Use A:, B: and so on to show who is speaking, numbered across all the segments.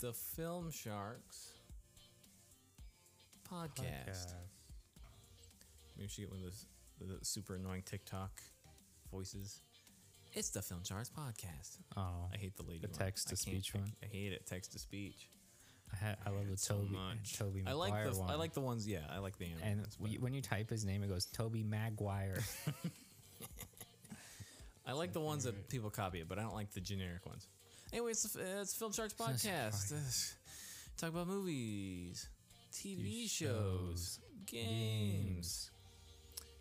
A: the Film Sharks podcast.
B: Podcast.
A: Maybe we should get one of those the super annoying TikTok voices. It's the Film Sharks podcast.
B: Oh,
A: I hate the lady.
B: The
A: one.
B: text to
A: I can't-
B: speech
A: I-
B: one.
A: I hate it. Text to speech.
B: I, ha- I love the Toby,
A: so much.
B: Toby
A: I like
B: Maguire
A: the
B: one.
A: I like the ones. Yeah, I like the animals.
B: and
A: but-
B: when you type his name, it goes Toby Maguire.
A: I like the ones that people copy it, but I don't like the generic ones. Anyway, it's, the- it's Film Sharks podcast. Talk about movies, TV shows, games,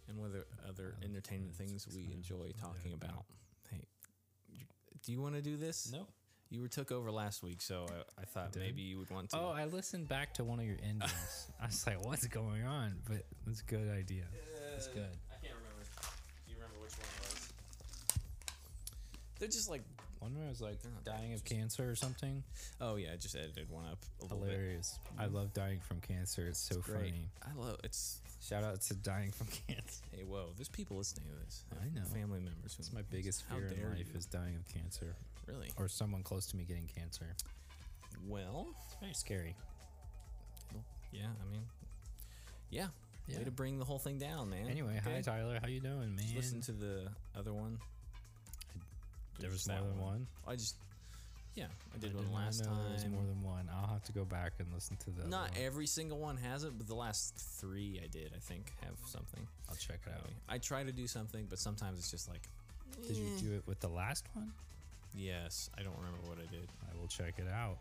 A: and whether other entertainment things we enjoy talking about. Hey, you- do you want to do this?
B: No.
A: You were took over last week, so I, I thought maybe you would want to.
B: oh, I listened back to one of your endings. I was like, "What's going on?" But that's a good idea. That's good.
A: Uh, I can't remember. Do you remember which one it was? They're just like,
B: One where I was like
A: not
B: dying of cancer or something.
A: oh yeah, I just edited one up a little bit.
B: Hilarious. I love dying from cancer. It's so
A: Great.
B: funny.
A: I love it's
B: Shout out to dying from cancer.
A: Hey, whoa! There's people listening to this.
B: I know.
A: Family members. It's
B: My biggest fear in life is dying of cancer
A: really
B: or someone close to me getting cancer.
A: well.
B: It's very scary.
A: Yeah, I mean, yeah.
B: Yeah.
A: Way to bring the whole thing down, man.
B: Anyway, hi
A: Okay.
B: Tyler, how you doing, man?
A: Listen to the other one.
B: there was
A: Just
B: more
A: that
B: than one.
A: I just, yeah, I did
B: I
A: one
B: did not
A: last
B: know there was
A: time.
B: more than one. I'll have to go back and listen to the. other
A: Not
B: one.
A: every single one has it, but the last three I did, I think, have something.
B: I'll check it out.
A: I try to do something, but sometimes it's just like, eh.
B: Did you do it with the last one?
A: yes, I don't remember what I did.
B: I will check it out.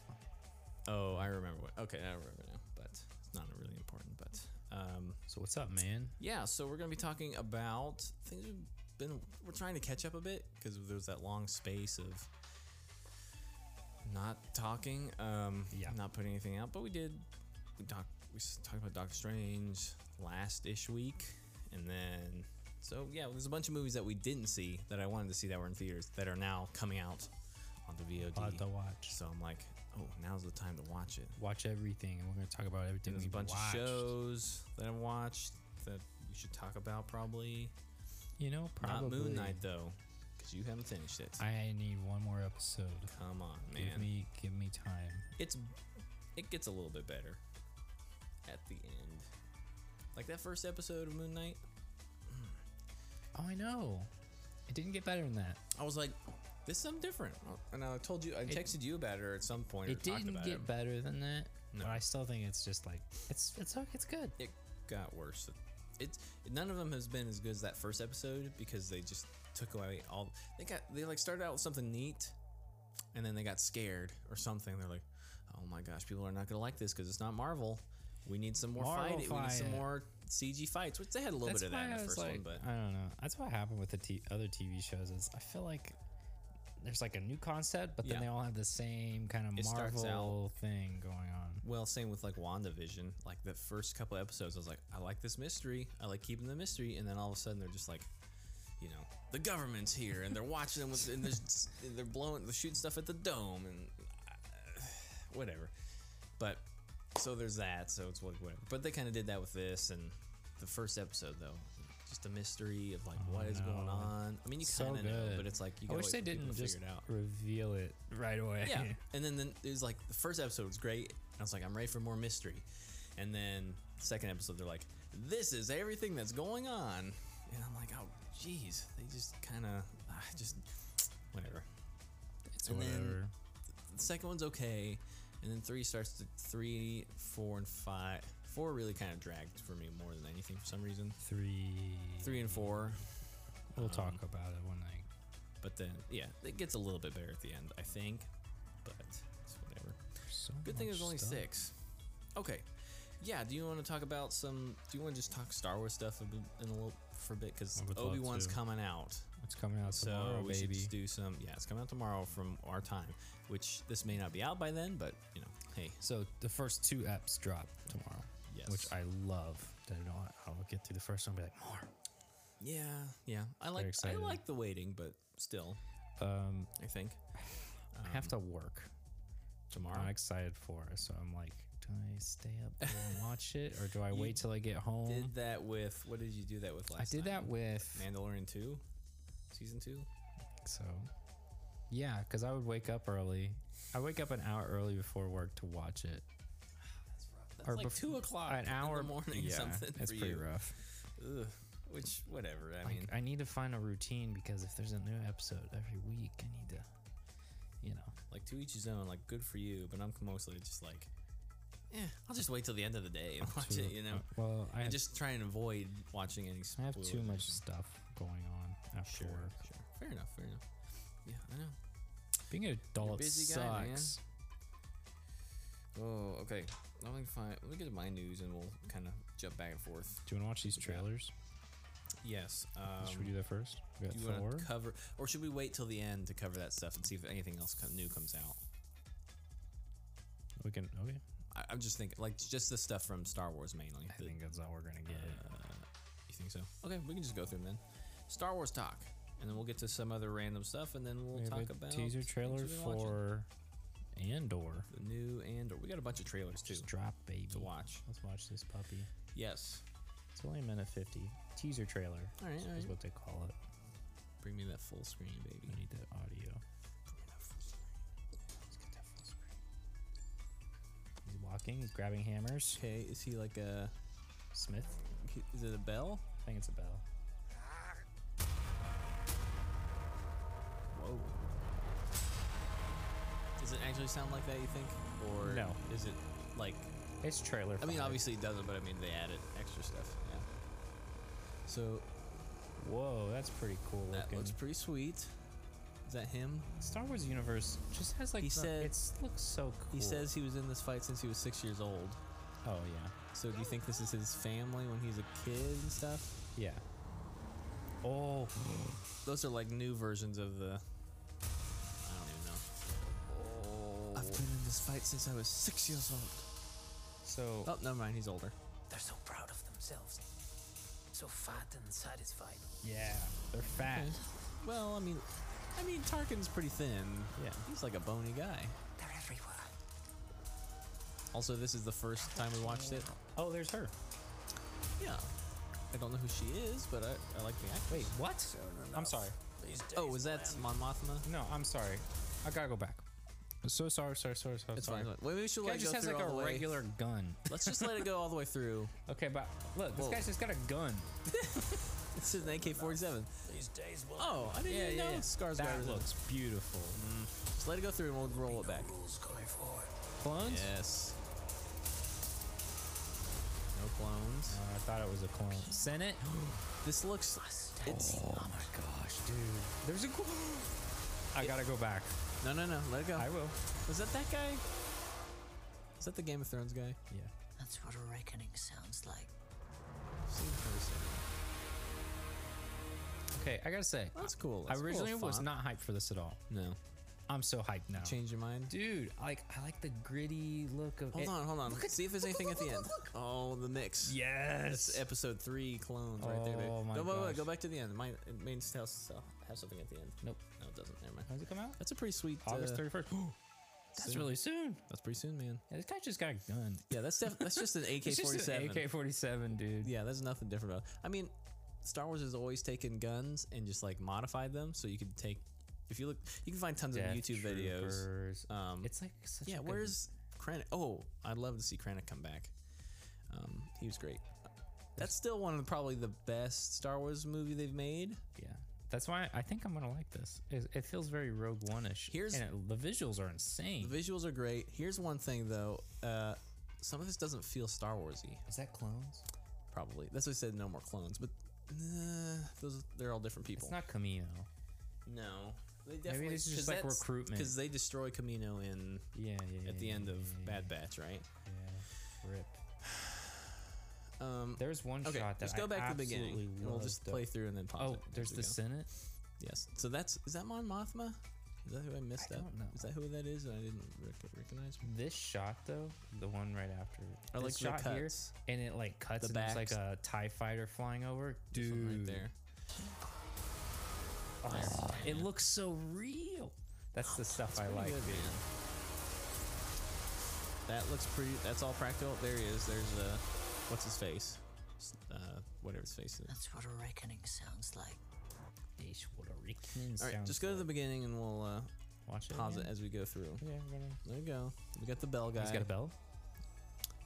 A: Oh, I remember what. Okay, I remember now, but it's not really important. But um,
B: So what's up, man?
A: Yeah, so we're gonna be talking about things we've been we're trying to catch up a bit because there was that long space of not talking, um,
B: Yeah.
A: not putting anything out. But we did we talked we s- talked about Doctor Strange last ish week, and then so yeah, there's a bunch of movies that we didn't see that I wanted to see that were in theaters that are now coming out on the
B: Lot
A: VOD.
B: to watch.
A: so I'm like, oh, now's the time to watch it.
B: Watch everything, and we're going to talk about everything.
A: There's a
B: we've
A: bunch
B: watched.
A: of shows that I watched that we should talk about probably.
B: You know, probably.
A: Not Moon Knight though, because you haven't finished it.
B: I need one more episode.
A: Come on,
B: Give
A: man.
B: me, give me time.
A: it's it gets a little bit better at the end. Like that first episode of Moon Knight,
B: Oh, I know. It didn't get better than that.
A: I was like, "This is something different." And I told you, I texted you about it or at some point. or
B: It
A: talked
B: didn't
A: about
B: get
A: it.
B: better than that. But I still think it's just like it's it's okay. It's good.
A: It got worse. It's none of them has been as good as that first episode because they just took away all. They got they like started out with something neat, and then they got scared or something. They're like, "Oh my gosh, people are not gonna like this because it's not Marvel. We need some more
B: Marvel
A: fight. We need some
B: fight.
A: more CG fights." Which they had a little
B: That's
A: bit of that in
B: why
A: the
B: I was
A: first
B: like,
A: one, but
B: I don't know. That's what happened with the t- other TV shows. Is I feel like there's like a new concept, but then
A: Yeah.
B: they all have the same kind of
A: It starts
B: Marvel thing going on.
A: Well, same with like WandaVision. Like the first couple episodes, I was like, I like this mystery. I like keeping the mystery. And then all of a sudden, they're just like, you know, the government's here and they're watching them with, and there's, they're blowing, they're shooting stuff at the dome and uh, whatever. But so there's that. So it's like whatever. But they kind of did that with this and the first episode though. Just a mystery of like what is
B: Oh, no.
A: going on. I mean, you
B: So
A: kind of know,
B: good.
A: but it's like you.
B: I
A: gotta wait
B: wish they
A: for people
B: didn't
A: to
B: just
A: figure it out.
B: reveal it right away.
A: Yeah. And then, then it was like the first episode was great. And I was like, I'm ready for more mystery. And then second episode, they're like, this is everything that's going on. And I'm like, oh, jeez. They just kind of ah, just whatever.
B: it's
A: and then-
B: whatever.
A: The second one's okay. And then three starts to three, four, and five. Four really kind of dragged for me more than anything for some reason.
B: Three.
A: Three and four. Um,
B: We'll talk about it one night.
A: But then, yeah, it gets a little bit better at the end, I think. But it's whatever.
B: So
A: Good thing
B: much
A: there's only
B: stuff.
A: six. Okay. Yeah. Do you want to talk about some? Do you want to just talk Star Wars stuff a bit- in a little for a bit? Because
B: I would love
A: Obi Wan's
B: to.
A: coming out,
B: It's coming out
A: so
B: tomorrow,
A: we should
B: baby.
A: just do some. Yeah, it's coming out tomorrow from our time, which this may not be out by then, but you know, hey,
B: So the first two apps drop tomorrow.
A: Yes.
B: Which I love. That I don't, I'll get through the first one and be like, more.
A: yeah, yeah. I like I
B: excited.
A: like the waiting, but still,
B: Um,
A: I think
B: I have to work.
A: Um, tomorrow.
B: I'm excited for it. So I'm like, do I stay up there and watch it or do I wait till I get home?
A: did that with what did you do that with
B: I
A: last?
B: did that with.
A: Mandalorian two, season two.
B: So Yeah, because I would wake up early. I wake up an hour early before work to watch it.
A: That's
B: Or
A: like
B: bef-
A: two o'clock
B: An hour
A: in the morning.
B: yeah,
A: something
B: It's
A: for
B: pretty
A: you.
B: rough.
A: Ugh. Which, whatever. I mean,
B: like, I need to find a routine because if there's a new episode every week, I need to, you know.
A: like to each his own. Like good for you, but I'm mostly just like, yeah, I'll just wait till the end of the day and watch
B: to-
A: it. You know,
B: uh, Well, I
A: and
B: have,
A: just try and avoid watching any.
B: I have too
A: spoilers.
B: much stuff going on after
A: Sure,
B: work.
A: sure. Fair enough. Fair enough. Yeah, I know.
B: Being an adult
A: busy
B: sucks.
A: guy, man. Oh, okay. Let me find. Let me get to my news, and we'll kind of jump back and forth.
B: Do you want to watch these
A: Yeah.
B: trailers?
A: Yes. Um,
B: Should we do that first? We got
A: do you want
B: Thor.
A: to cover, or should we wait till the end to cover that stuff and see if anything else co- new comes out?
B: we can. Okay.
A: I, I'm just thinking, like just the stuff from Star Wars mainly.
B: I
A: the-
B: think that's all we're gonna
A: uh,
B: get.
A: you think so? Okay, we can just go through them then. Star Wars talk, and then we'll get to some other random stuff, and then we'll
B: We have
A: talk
B: a
A: about
B: teaser
A: things
B: trailer
A: we've been watching.
B: for Andor.
A: the new and or we got a bunch of trailers too
B: Just drop, baby.
A: to watch.
B: Let's watch this puppy.
A: Yes.
B: It's only a minute fifty. Teaser trailer
A: All right. All
B: is
A: right.
B: what they call it.
A: Bring me that full screen, baby.
B: We need that audio.
A: Bring me that full screen.
B: Let's get that full screen. He's walking. He's grabbing hammers.
A: Okay, is he like a?
B: Smith.
A: Is it a bell?
B: I think it's a bell.
A: Whoa. Does it actually sound like that? You think, or
B: No.
A: Is it like?
B: It's trailer.
A: I mean,
B: fodder.
A: obviously it doesn't, but I mean they added extra stuff. Yeah. So
B: Whoa, that's pretty cool
A: that
B: looking.
A: looks pretty sweet. Is that him?
B: Star Wars universe just has like
A: He
B: the-
A: said-
B: it's looks so cool.
A: He says he was in this fight since he was six years old.
B: "Oh yeah,
A: So do you think this is his family when he's a kid and stuff?
B: yeah." Oh,
A: Those are like new versions of the. I don't even know.
B: Oh.
A: I've been in this fight since I was six years old.
B: so
A: Oh, never mind. He's older.
C: They're so proud of themselves. So fat and satisfied.
B: yeah, they're fat.
A: Okay. Well, I mean, I mean, Tarkin's pretty thin.
B: Yeah.
A: He's like a bony guy.
C: They're everywhere.
A: Also, this is the first time we watched it.
B: Oh, there's her.
A: Yeah. I don't know who she is, but I, I like the actress.
B: Wait, what? I'm sorry.
C: These days,
A: Oh, was that Mon Mothma?
B: No, I'm sorry. I gotta go back. So sorry, sorry, sorry, sorry.
A: It's
B: sorry.
A: fine. it's fine. Wait, we should
B: Guy
A: let it
B: just
A: go
B: has
A: through
B: like a
A: all the way.
B: regular gun.
A: Let's just let it go all the way through.
B: Okay, but look, this
A: Whoa.
B: guy's just got a gun.
A: It's an AK-47.
C: These days will
A: Oh, I didn't
B: Yeah,
A: even
B: yeah,
A: know
B: yeah.
A: Skarsgård.
B: That
A: was in it.
B: looks beautiful.
A: Mm. Just let it go through and we'll roll it back.
C: rules going forward.
B: Clones?
A: Yes. No clones.
B: Uh, I thought it was a clone. Senate?
A: This looks. It's.
B: oh my gosh, dude. There's a clone. I gotta go back.
A: No, no, no. Let it go.
B: I will.
A: Was that that guy? Is that the Game of Thrones guy?
B: Yeah.
C: That's what a reckoning sounds like.
B: Okay, I gotta say,
A: That's cool.
B: I
A: That's a cool
B: originally was
A: font.
B: not hyped for this at all.
A: No.
B: I'm so hyped now.
A: Change your mind.
B: Dude, I like I like the gritty look of
A: Hold
B: it.
A: on, hold on. See if there's anything at the end. Oh, the mix. That's
B: Yes.
A: episode three clones right there. Babe.
B: Oh my
A: no, wait, wait,
B: gosh.
A: go back to the end. Mine it main has have something at the end.
B: Nope.
A: No, it doesn't. Never mind.
B: When does it come out?
A: That's a pretty sweet.
B: August
A: uh,
B: 31st. That's
A: soon.
B: really soon.
A: That's pretty soon, man.
B: Yeah, this guy just got a gun.
A: Yeah, that's def- that's just an AK
B: It's just an
A: forty-seven.
B: AK-47, dude.
A: Yeah, there's nothing different about it. I mean, Star Wars has always taken guns and just like modified them so you could take. If you look, you can find tons
B: Death
A: of YouTube videos.
B: Troopers.
A: Um,
B: it's like such
A: yeah,
B: a good-
A: where's Krennic? Oh, I'd love to see Krennic come back. Um, he was great. That's still one of the, probably the best Star Wars movie they've made.
B: Yeah. That's why I think I'm gonna like this. It, it feels very Rogue One-ish.
A: Here's-
B: and it- the visuals are insane.
A: The visuals are great. Here's one thing though, uh, some of this doesn't feel Star Warsy.
B: Is that clones?
A: Probably that's why I said no more clones, but nah, those they're all different people.
B: It's not Camino.
A: no, they definitely
B: this is just like recruitment.
A: because they destroy Camino in
B: Yeah, yeah. yeah
A: at the
B: yeah,
A: end of
B: yeah,
A: Bad Batch, right?
B: Yeah. Rip.
A: Um,
B: There's one
A: okay,
B: shot that
A: let's go
B: I
A: back to the beginning.
B: absolutely
A: And we'll just
B: loved.
A: play through and then pause.
B: Oh,
A: it as
B: there's
A: we
B: the
A: go.
B: Senate.
A: Yes. So that's is that Mon Mothma? Is that who I missed
B: I
A: up?
B: don't know.
A: Is that who that is? that I didn't rec- recognize.
B: This shot though, the one right after, it,
A: I
B: this
A: like the
B: shot here,
A: cuts.
B: and it like cuts
A: The
B: and there's like
A: backs.
B: a Tie Fighter flying over,
A: This one
B: dude.
A: right there.
B: Oh, it looks so real. That's the stuff I like.
A: Pretty good, man. That looks pretty. That's all practical. There he is. There's uh, what's his face? S- Uh, whatever his face is.
C: That's what a reckoning sounds like.
B: Dashwater Rickman.
A: All right, just go to the beginning and we'll uh,
B: watch it.
A: pause it
B: again?
A: as we go through.
B: Yeah, we're gonna.
A: There you go. We got the bell guy.
B: He's got a bell.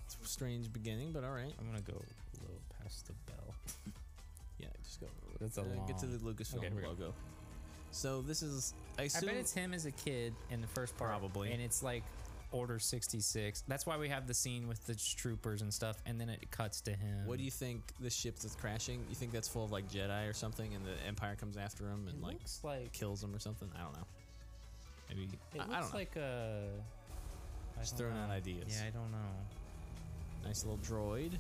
A: It's a strange beginning, but all right.
B: I'm gonna go a little past the bell.
A: Yeah, just go.
B: That's a
A: uh, Get to the
B: long-
A: Lucasfilm
B: Okay, here we go.
A: logo. So this is. I
B: I
A: assume.
B: bet it's him as a kid in the first part.
A: Probably.
B: And it's like Order 66. That's why we have the scene with the troopers and stuff, and then it cuts to him.
A: what do you think the ship that's crashing? You think that's full of like Jedi or something, and the Empire comes after him and
B: It
A: like
B: looks like.
A: kills him or something? I don't know. Maybe I,
B: It looks
A: I don't know.
B: like a. I
A: Just
B: don't
A: throwing out
B: know.
A: ideas.
B: Yeah, I don't know.
A: nice little droid.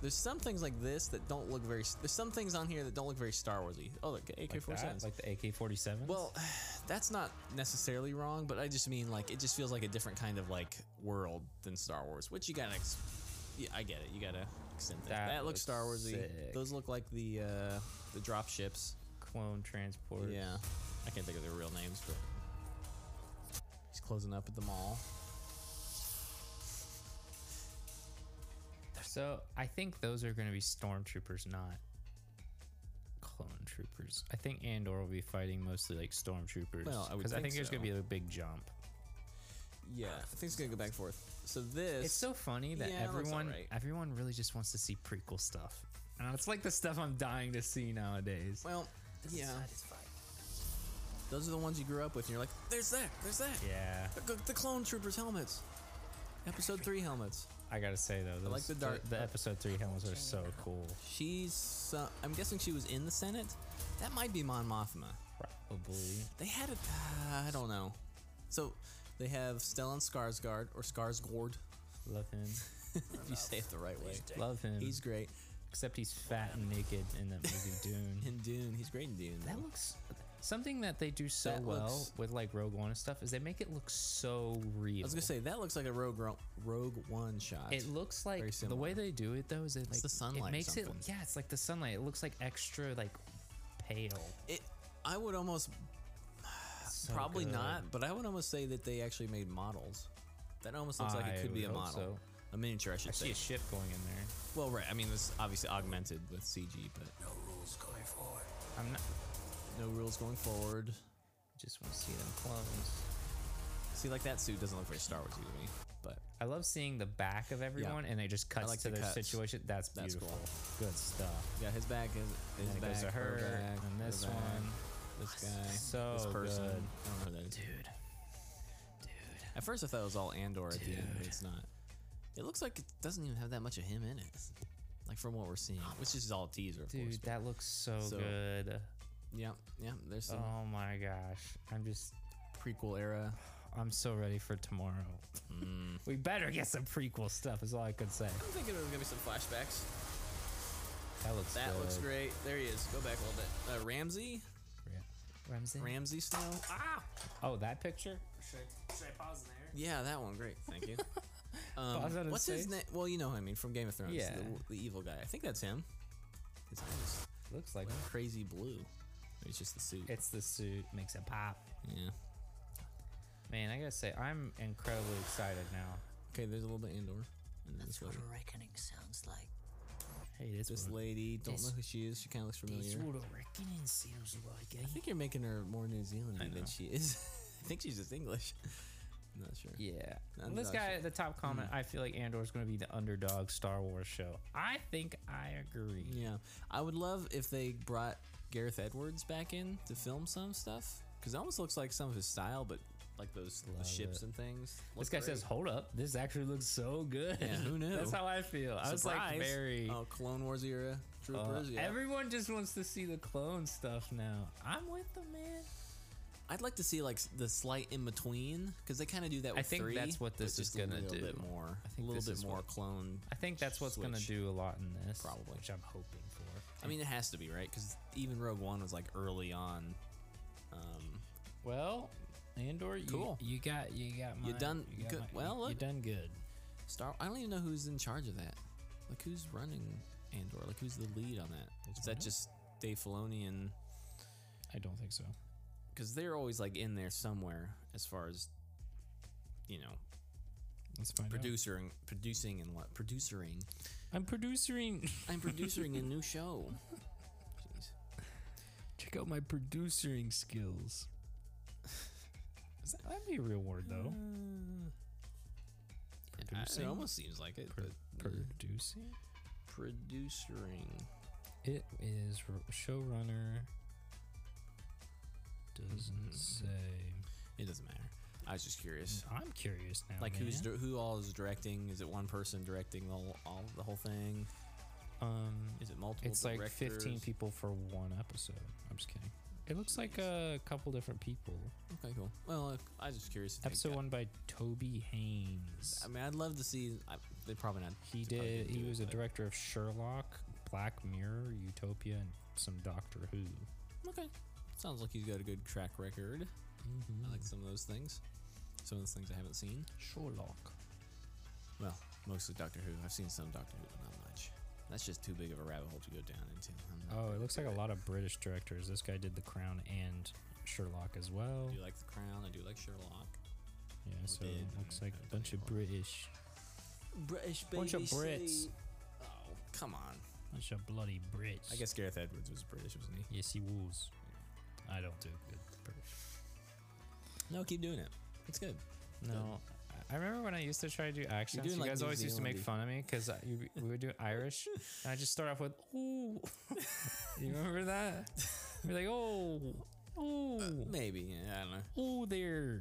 A: There's some things like this that don't look very. s- There's some things on here that don't look very Star Warsy. Oh, look,
B: Like
A: AK-47.
B: that? Like the AK 47?
A: Well, that's not necessarily wrong, but I just mean like it just feels like a different kind of like world than Star Wars, which you gotta. Ex- yeah, I get it. You gotta extend things. That,
B: That
A: looks
B: looks
A: Star Warsy.
B: sick.
A: Those look like the uh, the drop ships.
B: clone transport.
A: Yeah, I can't think of their real names, but he's closing up at the mall.
B: So I think those are going to be stormtroopers, not clone troopers. I think Andor will be fighting mostly like stormtroopers.
A: Well, I would
B: because I
A: think
B: think there's going to
A: so.
B: be a big jump.
A: Yeah, I think it's gonna go back and forth. So this.
B: Ah. It's so funny that
A: Yeah, it looks
B: everyone
A: alright.
B: everyone really just wants to see prequel stuff. And it's like the stuff I'm dying to see nowadays.
A: well.
C: Doesn't
A: Yeah,
C: satisfy.
A: those are the ones you grew up with, and you're like, "There's that, there's that."
B: Yeah,
A: The, the clone troopers helmets, episode three helmets.
B: I gotta say though,
A: like
B: those-
A: the dark-
B: The, episode three helmets are so cool.
A: She's. Uh, I'm guessing she was in the Senate. That might be Mon Mothma.
B: Probably.
A: They had a. uh, I don't know. So they have Stellan Skarsgård or Skarsgård,
B: Love him.
A: if you say it the right way.
B: Love him.
A: He's great
B: except he's fat and naked in that movie Dune.
A: in Dune. He's great in Dune.
B: That
A: though.
B: looks something that they do so
A: That
B: well
A: looks-
B: with like Rogue One and stuff is they make it look so real.
A: I was gonna say that looks like a Rogue Ro- Rogue One shot.
B: it looks
A: very
B: like the way
A: similar.
B: they do it though is it like
A: the sunlight or
B: It makes it
A: something.
B: yeah, it's like the sunlight. It looks like extra like pale.
A: It- I would almost
B: So
A: Uh, probably
B: good.
A: not, but I would almost say that they actually made models. That almost looks like
B: I
A: it could be a
B: would hope
A: model,
B: so.
A: a miniature, I should
B: I
A: say.
B: see a ship going in there.
A: Well, right. I mean, it's obviously augmented with CG, but
C: No rules going forward.
B: I'm not.
A: no rules going forward.
B: Just want to see them clones.
A: See, like that suit doesn't look very Star Wars to me, but
B: I love seeing the back of everyone, and they just cuts
A: like
B: to
A: the
B: their
A: cuts.
B: situation. That's
A: That's
B: beautiful.
A: cool.
B: Good stuff.
A: yeah, his back is his
B: And it
A: back,
B: goes to her,
A: back,
B: and
A: her
B: this
A: back,
B: one.
A: this guy, this
B: So
A: person. I
B: good.
A: don't know who that is.
B: Dude. Dude.
A: At first, I thought it was all Andor at the end, but it's not. It looks like it doesn't even have that much of him in it, like from what we're seeing, which is all a teaser, of course.
B: Dude, that looks so,
A: So-
B: good.
A: Yeah, yeah. There's some
B: Oh my gosh. I'm just
A: prequel era.
B: I'm so ready for tomorrow.
A: Mm.
B: we better get some prequel stuff is all I could say.
A: I'm thinking there's gonna be some flashbacks.
B: That looks
A: That
B: good.
A: looks great. There he is. Go back a little bit. Uh, Ramsey,
B: Yeah. Ramsey.
A: Ramsey Snow. Ah,
B: oh, that picture?
A: yeah, that one. Great, thank you. Um,
B: Oh, I was about to
A: What's his
B: say,
A: name? Well, you know, who I mean, from Game of Thrones,
B: Yeah.
A: the, the evil guy. I think that's him. His eyes
B: Looks like
A: are crazy blue. Maybe it's just the suit.
B: it's the suit makes it pop.
A: yeah.
B: Man, I gotta say, I'm incredibly excited now.
A: Okay, there's a little bit Andor. And then this, one.
B: Hey, this
A: this
B: one-
A: lady, don't know who she is. She kind of looks familiar.
C: what a reckoning sounds like.
B: eh?
A: I think you're making her more New Zealandy than
B: know.
A: she is. I think she's just English. I'm not sure.
B: Yeah.
A: That's
B: this
A: not
B: guy
A: sure. Hmm.
B: at the top comment, I feel like Andor's gonna be the underdog Star Wars show. I think I agree.
A: Yeah, I would love if they brought Gareth Edwards back in to film some stuff because it almost looks like some of his style, but like those the
B: Love
A: ships
B: it.
A: and things.
B: This
A: look
B: guy
A: great.
B: says, "Hold up, this actually looks so good."
A: Yeah, who knew?
B: That's how I feel. I was like
A: Surprise.
B: very.
A: oh Clone Wars era
B: uh,
A: troopers. yeah,
B: Everyone just wants to see the clone stuff now. I'm with them, man.
A: I'd like to see like s- the slight in between because they kind of do that. With
B: I think
A: three,
B: that's what
A: but
B: this is
A: just
B: gonna
A: a little
B: do.
A: Bit more,
B: I think
A: a little
B: this
A: bit
B: is
A: more
B: what-
A: clone.
B: I think that's what's gonna
A: Switch.
B: do a lot in this,
A: Probably.
B: which I'm hoping for.
A: I mean, it has to be right because even Rogue One was like early on. Um,
B: well, Andor, you,
A: Cool.
B: You got, you got. My,
A: You done
B: you got
A: good.
B: my-
A: Well,
B: you,
A: look.
B: done good.
A: Star. I don't even know who's in charge of that. Like, who's running Andor? Like, who's the lead on that? Is that
B: Filoni?
A: just Dave Filoni and?
B: I don't think so.
A: Because they're always like in there somewhere as far as you know,
B: Let's find
A: producing, producing and what producering.
B: out. I'm producing.
A: I'm producing a new show. Jeez.
B: Check out my producing skills. That'd be a real word though.
A: Uh, I-
B: Producing.
A: it almost seems like it,
B: Pro-
A: but
B: producing.
A: producering.
B: It is r- showrunner. Doesn't
A: Mhm.
B: say.
A: It doesn't matter. I was just curious.
B: I'm curious now.
A: Like who's
B: Oh, man.
A: dir- who all is directing? Is it one person directing the whole, all the whole thing?
B: um?
A: Is it multiple?
B: It's like 15
A: directors?
B: people for one episode. I'm just kidding. It looks like a couple different people.
A: Okay, cool. Well, if- I was just curious. if they
B: Episode
A: got-
B: one by Toby Haynes.
A: I mean, I'd love to see. I, they probably not.
B: He
A: they probably
B: did.
A: didn't
B: He
A: do it,
B: was a
A: but-
B: director of Sherlock, Black Mirror, Utopia, and some Doctor Who.
A: Okay, sounds like he's got a good track record. I like some of those things. Some of those things I haven't seen.
B: Sherlock.
A: Well, mostly Doctor Who. I've seen some Doctor Who, but not much. That's just too big of a rabbit hole to go down into. I'm not
B: Oh, it
A: gonna
B: looks
A: do
B: like a lot of British directors. This guy did The Crown and Sherlock as well.
A: I do like The Crown. I do like Sherlock.
B: Yeah,
A: or
B: so
A: did,
B: it
A: I
B: looks
A: mean,
B: like
A: I
B: a bunch
A: don't
B: of
A: know.
B: British,
A: British
B: Bunch of BBC. Brits.
A: Oh, come on.
B: bunch of bloody Brits.
A: I guess Gareth Edwards was British, wasn't he?
B: Yes, he was. I don't do good British.
A: No, keep doing it. It's good.
B: No, I I remember when I used to try to do accents.
A: doing
B: You
A: like
B: guys
A: New
B: always used to make
A: Zealandy.
B: fun of me because we would do Irish, and I just start off with "ooh." you remember that? We're like "oh, oh,
A: Maybe. Yeah, I don't know.
B: oh, there."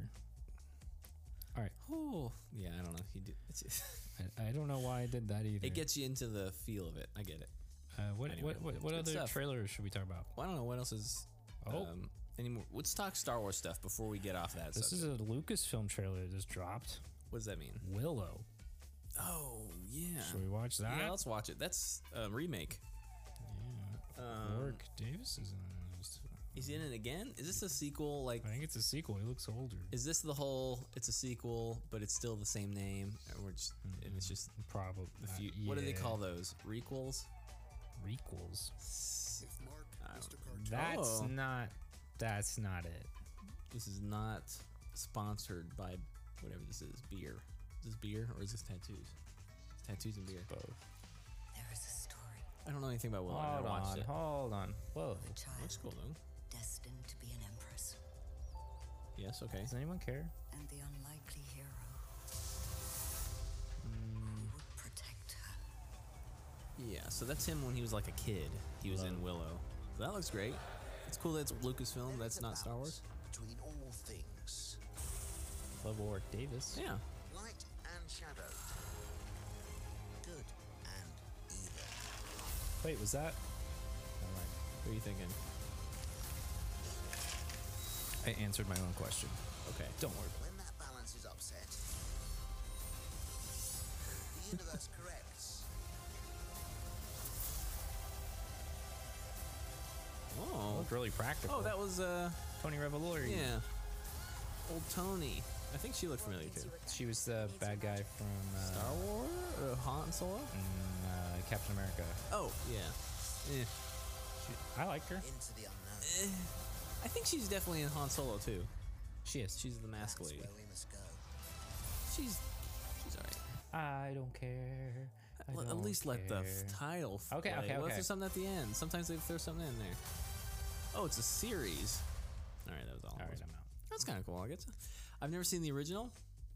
B: All right,
A: Oh, yeah, I don't know. He did. It's just-
B: I, I don't know why I did that either.
A: it gets you into the feel of it. I get it.
B: uh, what,
A: anyway,
B: what what what
A: good
B: other
A: stuff.
B: trailers should we talk about?
A: Well, I don't know what else is.
B: Oh.
A: Um, anymore. Let's talk Star Wars stuff before we get off that.
B: This is
A: subject.
B: a Lucasfilm trailer that just dropped.
A: what does that mean?
B: Willow.
A: Oh yeah.
B: Should we watch that?
A: Yeah, let's watch it. That's a remake.
B: Yeah.
A: Um,
B: Warwick Davis is in this.
A: He's in it again. Is this a sequel? Like,
B: I think it's a sequel. He looks older.
A: is this the whole? It's a sequel, but it's still the same name, and we're just,
B: Mm-hmm.
A: and it's just
B: Probably.
A: the few. What do they call those? Requels?
B: Requels.
A: I don't-
B: That's
A: Oh.
B: not. That's not it.
A: This is not sponsored by whatever this is. Beer. Is this beer or is this tattoos? It's tattoos and beer.
B: Both. Oh,
D: There is a story
A: I don't know anything about Willow. I
B: Hold
A: never watched
B: on.
A: it.
B: Hold on. Whoa.
D: of a child
A: Looks cool though.
D: destined to be an empress
A: Yes. Okay.
B: Does anyone care?
D: and the unlikely hero
A: Mm.
D: who would protect her.
A: Yeah. So that's him when he was like a kid. He was in Willow. So that looks great. It's cool. That's Lucasfilm. That's not Star Wars.
E: Between all things,
B: Love Warwick Davis.
A: Yeah.
E: light and shadow, good and evil.
B: Wait, was that?
A: What are you thinking?
B: I answered my own question.
A: Okay.
B: Don't worry.
E: When that balance is upset, the universe corrects.
A: Oh.
B: Looked really practical.
A: Oh, that was uh.
B: Tony Revolori.
A: Yeah. Old Tony. I think she looked familiar too.
B: She was the bad guy from uh,
A: Star Wars or Han Solo?
B: mm, uh, Captain America.
A: Oh yeah. Eh. Yeah.
B: She, I liked her.
E: Into the unknown.
A: I think she's definitely in Han Solo too.
B: She is.
A: She's the mask
E: That's
A: lady.
E: where we must go.
A: She's she's alright.
B: I don't care. I
A: L- at
B: don't
A: least let the
B: care.
A: f- title. F-
B: Okay,
A: play.
B: okay,
A: Well, if
B: okay.
A: there's something at the end. Sometimes they throw something in there. Oh, it's a series. All right, that was all.
B: All
A: it
B: right,
A: was.
B: I'm out.
A: That's kind of cool. I guess. I've never seen the original,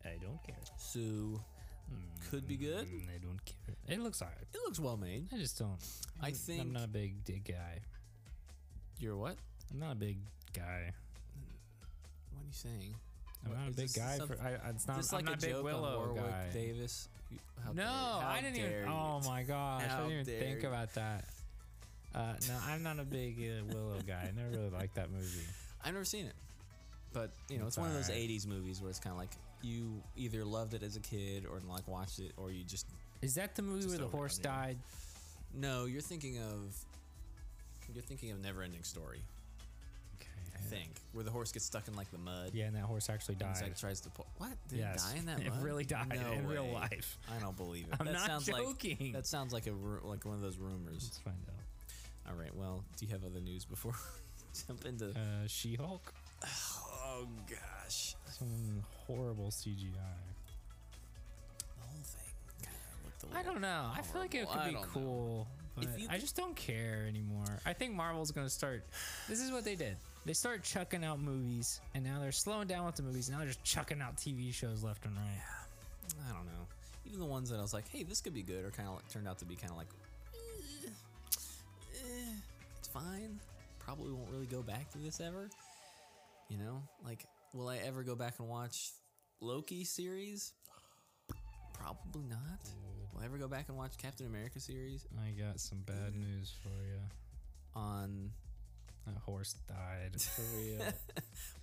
B: I don't care.
A: so could be good.
B: Mm, I don't care. It looks alright.
A: It looks well made.
B: I just don't.
A: I
B: I'm-
A: think-
B: I'm not a big dick guy.
A: You're what?
B: I'm not a big guy.
A: What are you saying?
B: I'm
A: What-
B: not a
A: is
B: big
A: this
B: guy
A: some-
B: for. I, I- it's not.
A: Just
B: I'm
A: like
B: not
A: a
B: big
A: joke
B: Willow
A: on Warwick
B: guy.
A: Davis. You- how
B: No,
A: dare-
B: I
A: how
B: didn't
A: dare
B: even.
A: you.
B: Oh my gosh,
A: How
B: I didn't even
A: dare
B: think
A: you.
B: about that. Uh, no, I'm not a big uh, Willow guy. I never really liked that movie.
A: I've never seen it, but you know, it's one of those
B: Alright.
A: '80s movies where it's kind of like you either loved it as a kid or like watched it, or you just
B: Is that the movie
A: Just
B: where the
A: over-
B: horse
A: I'm
B: died?
A: no. You're thinking of you're thinking of Neverending Story, I
B: Okay.
A: think, where the horse gets stuck in like the mud.
B: Yeah, and that horse actually
A: and
B: died.
A: it's like tries to pull. What? Did
B: Yes.
A: he die in that?
B: It
A: mud?
B: really died
A: No
B: in real
A: way.
B: life.
A: I don't believe it.
B: I'm
A: that
B: not
A: sounds
B: joking.
A: Like, that sounds like a ru- like one of those rumors.
B: Let's find out.
A: All right. Well, do you have other news before we jump into?
B: Uh, She-Hulk.
A: oh gosh,
B: Some horrible CGI.
A: the whole thing. kinda looked a
B: I
A: little
B: don't know. I feel like it
A: horrible.
B: could
A: Oh, I
B: be
A: don't know.
B: cool But
A: you
B: I just don't care anymore. I think Marvel's gonna start. This is what they did. They started chucking out movies, and now they're slowing down with the movies. Now they're just chucking out TV shows left and right.
A: I don't know. Even the ones that I was like, hey, this could be good, are kind of like, turned out to be kind of like, "Eh, eh, it's fine. Probably won't really go back to this ever. You know, like, will I ever go back and watch Loki series? Probably not. Will I ever go back and watch Captain America series
B: I got some bad news for you.
A: on?
B: That horse died for real.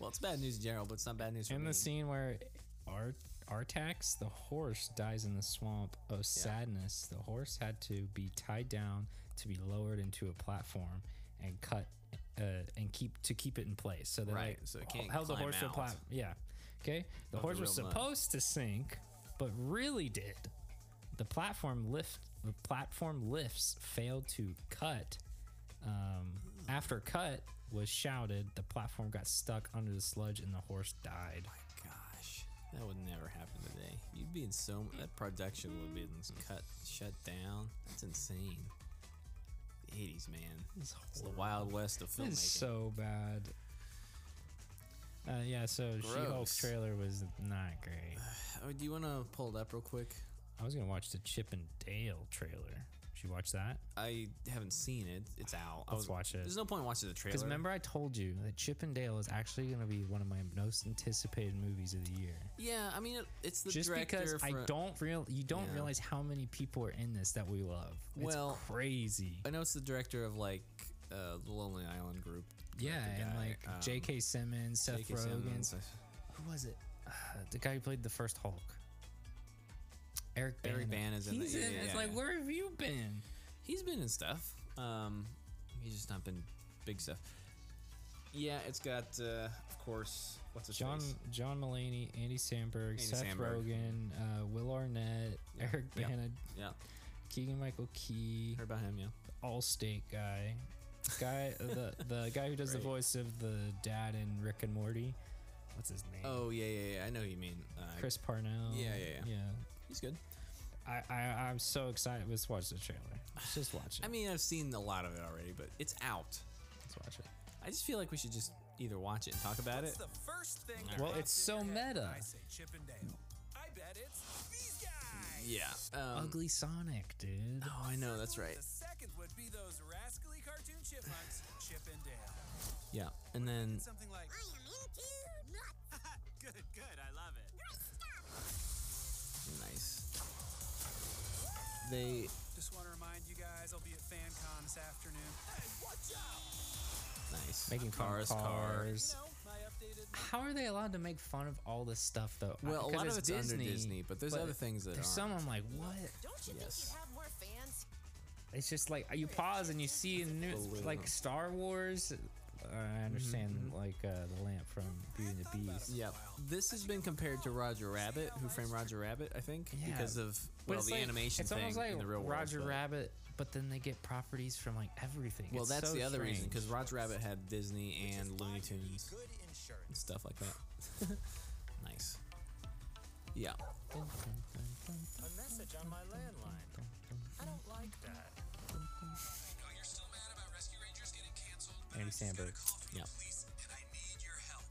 A: Well, it's bad news in general, but it's not bad news for
B: and
A: me.
B: the scene where Art Artax, the horse, dies in the swamp of sadness. The horse had to be tied down to be lowered into a platform and cut uh, and keep to keep it in place. So they
A: Right,
B: like
A: so it
B: h-
A: can't
B: held the
A: climb
B: horse to a
A: out.
B: plat. Yeah. Okay. The
A: Of the
B: horse was
A: real mud.
B: supposed to sink, but really did. The platform lift the platform lifts failed to cut um, after cut was shouted, the platform got stuck under the sludge and the horse died.
A: Gosh, that would never happen today. You'd be in so that production would be in cut, shut down. That's insane. The '80s, man. It's the wild west of filmmaking.
B: It's so bad. Uh, yeah, so She-Hulk
A: Gross.
B: trailer was not great.
A: oh, do you want to pull it up real quick?
B: I was gonna watch the Chip and Dale trailer. Should you watch that?
A: I haven't seen it. It's out. I
B: Let's
A: was,
B: watch it.
A: There's no point in watching the trailer.
B: Because remember, I told you that Chip and Dale is actually gonna be one of my most anticipated movies of the year.
A: Yeah, I mean, it, it's the
B: Just
A: director.
B: because I
A: for-
B: don't real you don't
A: Yeah.
B: realize how many people are in this that we love.
A: Well,
B: it's crazy.
A: I know it's the director of like uh, the Lonely Island group.
B: Yeah,
A: director
B: and
A: guy,
B: like
A: um,
B: J.K. Simmons, Seth
A: J.K.
B: Rogen.
A: Simmons, uh,
B: Who was it? Uh, the guy who played the first Hulk. Eric Bana.
A: Eric Bana's in
B: He's
A: the- yeah,
B: in.
A: yeah,
B: it's
A: yeah,
B: like,
A: yeah.
B: where have you been?
A: He's been in stuff. Um, he's just not been big stuff. Yeah, it's got uh, of course what's his
B: John
A: face?
B: John Mulaney, Andy Samberg,
A: Andy
B: Seth
A: Samberg.
B: Rogen, uh, Will Arnett, Eric
A: Yeah.
B: Bana,
A: Yeah,
B: Keegan Michael Key,
A: heard about him. Yeah,
B: Allstate guy, guy uh, the the guy who does the
A: Great.
B: voice of the dad in Rick and Morty. What's his name?
A: oh yeah, yeah, yeah. I know who you mean. Uh,
B: Chris Parnell.
A: Yeah, yeah, yeah.
B: yeah.
A: he's good.
B: I, I I'm so excited. Let's watch the trailer. Let's just watch it.
A: I mean, I've seen a lot of it already, but it's out.
B: let's watch it.
A: I just feel like we should just either watch it and talk about it.
F: It's the first thing that
B: Well,
F: pops
B: it's
F: in
B: so
F: your head when
B: meta.
F: I say Chip and Dale. I bet it's these guys.
A: Yeah. Um,
B: Ugly Sonic, dude.
A: Oh, I know. That's right.
F: The second would be those rascally cartoon chipmunks, Chip and Dale.
A: Yeah, and then
F: Something like. I am into nuts. good, good. I love it.
A: nice. They
F: Just want to remind you guys, I'll be at FanCon this afternoon. Hey, watch out!
A: nice
B: Making fun of
A: cars cars.
B: cars.
F: No, my updated.
B: How are they allowed to make fun of all this stuff though? I-
A: Well, a
B: because
A: lot of it's under Disney, but there's other things that
B: there's some.
A: aren't.
B: I'm like, what?
G: Don't you think
A: Yes.
G: you'd have more fans?
B: It's just like you pause and you see a new
A: Balloon.
B: like Star Wars. I understand like uh, the lamp from Beauty and the Beast,
A: Yep. This has been compared to Roger Rabbit, Who Framed Roger Rabbit, I think,
B: Yeah.
A: because of
B: But
A: well
B: it's
A: the
B: like-
A: animation
B: It's
A: thing
B: almost like
A: in the real world.
B: Roger
A: but-
B: Rabbit, but then they get properties from like everything.
A: Well,
B: It's
A: that's
B: so
A: the other reason
B: strange.
A: because Roger Rabbit had Disney and Looney Tunes and stuff like that. nice. Yeah.
F: A message on my landline. I don't like that.
H: Oh, you're still mad about Rescue Rangers getting canceled?
B: Andy
H: I just got a
B: Samberg.
H: call from the
A: Yep.
H: police, and I need your help.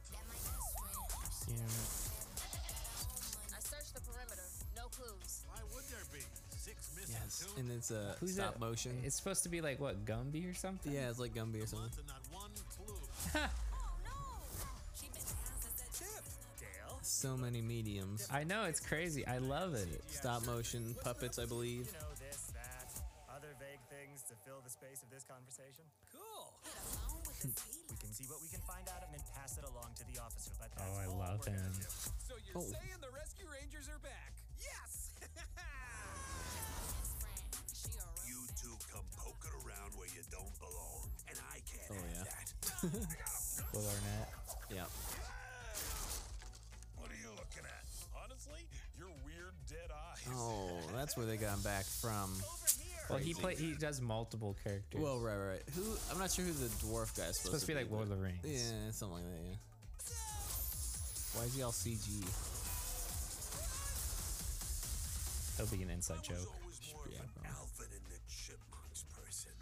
B: Yeah.
G: I searched the perimeter. No clues.
F: Why would there be six missing
A: Yes. And it's a
B: Who's
A: stop
B: that?
A: motion.
B: It's supposed to be like what Gumby or something.
A: yeah, it's like Gumby or something.
F: and not one clue? Oh, Chip, Dale.
A: So many mediums.
B: I know it's crazy. I love it.
A: Stop motion puppets, I believe.
I: You know, this, that, other vague things to fill the space of this conversation.
F: Cool.
I: We can see what we can find out of and then pass it along to the officer. Let
B: Oh,
I: that
B: I love him.
F: So you're
A: Oh.
F: saying the Rescue Rangers are back? Yes!
H: You two come poking around where you don't belong, and I can't
A: Oh, yeah.
H: have that.
B: Will Arnett.
A: Yeah.
H: What are you looking at? Honestly, your weird dead eyes.
A: Oh, that's where they got him back from.
B: Well, he
A: Crazy.
B: play he does multiple characters.
A: Well, right, right. Who? I'm not sure who the dwarf guy is supposed,
B: supposed to be like Lord of
A: but-
B: the Rings.
A: Yeah, something like that. Yeah. Why is he all CG?
B: That'll be an inside
H: I was
B: joke.
H: always more
A: Yeah,
H: of an
A: probably.
H: Alvin and the Chipmunks person.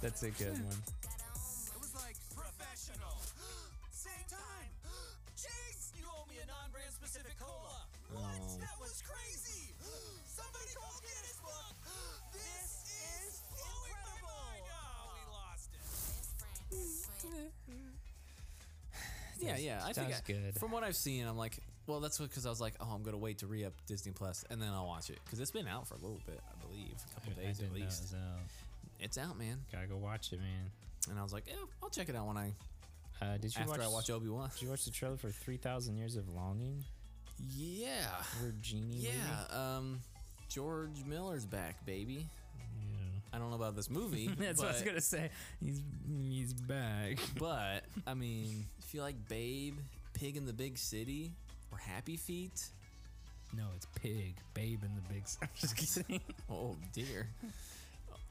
B: That's a good one.
H: It was like professional. Same time. Jinx, you owe me a non-brand specific cola. What?
A: Oh.
H: That was crazy. Somebody call Guinness Book. This is incredible. Oh, we lost it.
A: Yeah, yeah. I think
B: sounds
A: I-
B: good.
A: From what I've seen, I'm like, well, that's because I was like, oh, I'm gonna wait to re-up Disney Plus, and then I'll watch it because it's been out for a little bit, I believe, a couple
B: I
A: days
B: didn't
A: at
B: know it
A: least.
B: was out.
A: It's out, man.
B: Gotta go watch it, man.
A: And I was like, yeah, I'll check it out when I
B: Uh, did you
A: after
B: watch?
A: I watch Obi Wan.
B: did you watch the trailer for Three Thousand Years of Longing?
A: Yeah,
B: Virginie.
A: yeah. Um, George Miller's back, baby.
B: Movie?
A: I don't know about this movie.
B: That's what I was
A: but-
B: gonna say. He's he's back.
A: But I mean, if you like Babe, Pig in the Big City, or Happy Feet,
B: No, it's Pig, Babe in the Big. I'm just kidding.
A: oh dear,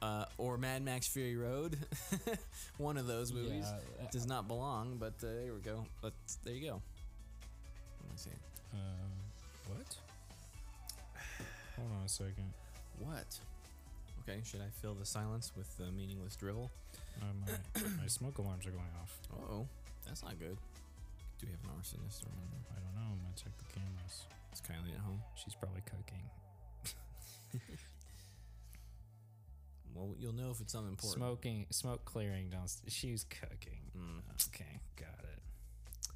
A: uh, or Mad Max Fury Road, one of those movies
B: Yeah, uh,
A: does not belong. But uh, there we go. But there you go. What am I saying?
B: Um, what? Hold on a second.
A: What? Okay, should I fill the silence with the meaningless drivel?
B: Uh, my, my smoke alarms are going off.
A: Uh oh, that's not good. Do we have an arsonist around there?
B: I don't know. I'm gonna check the cameras.
A: Is Kylie at home?
B: She's probably cooking.
A: Well, you'll know if it's something important.
B: Smoking, smoke clearing downstairs. She's cooking. Okay, got it.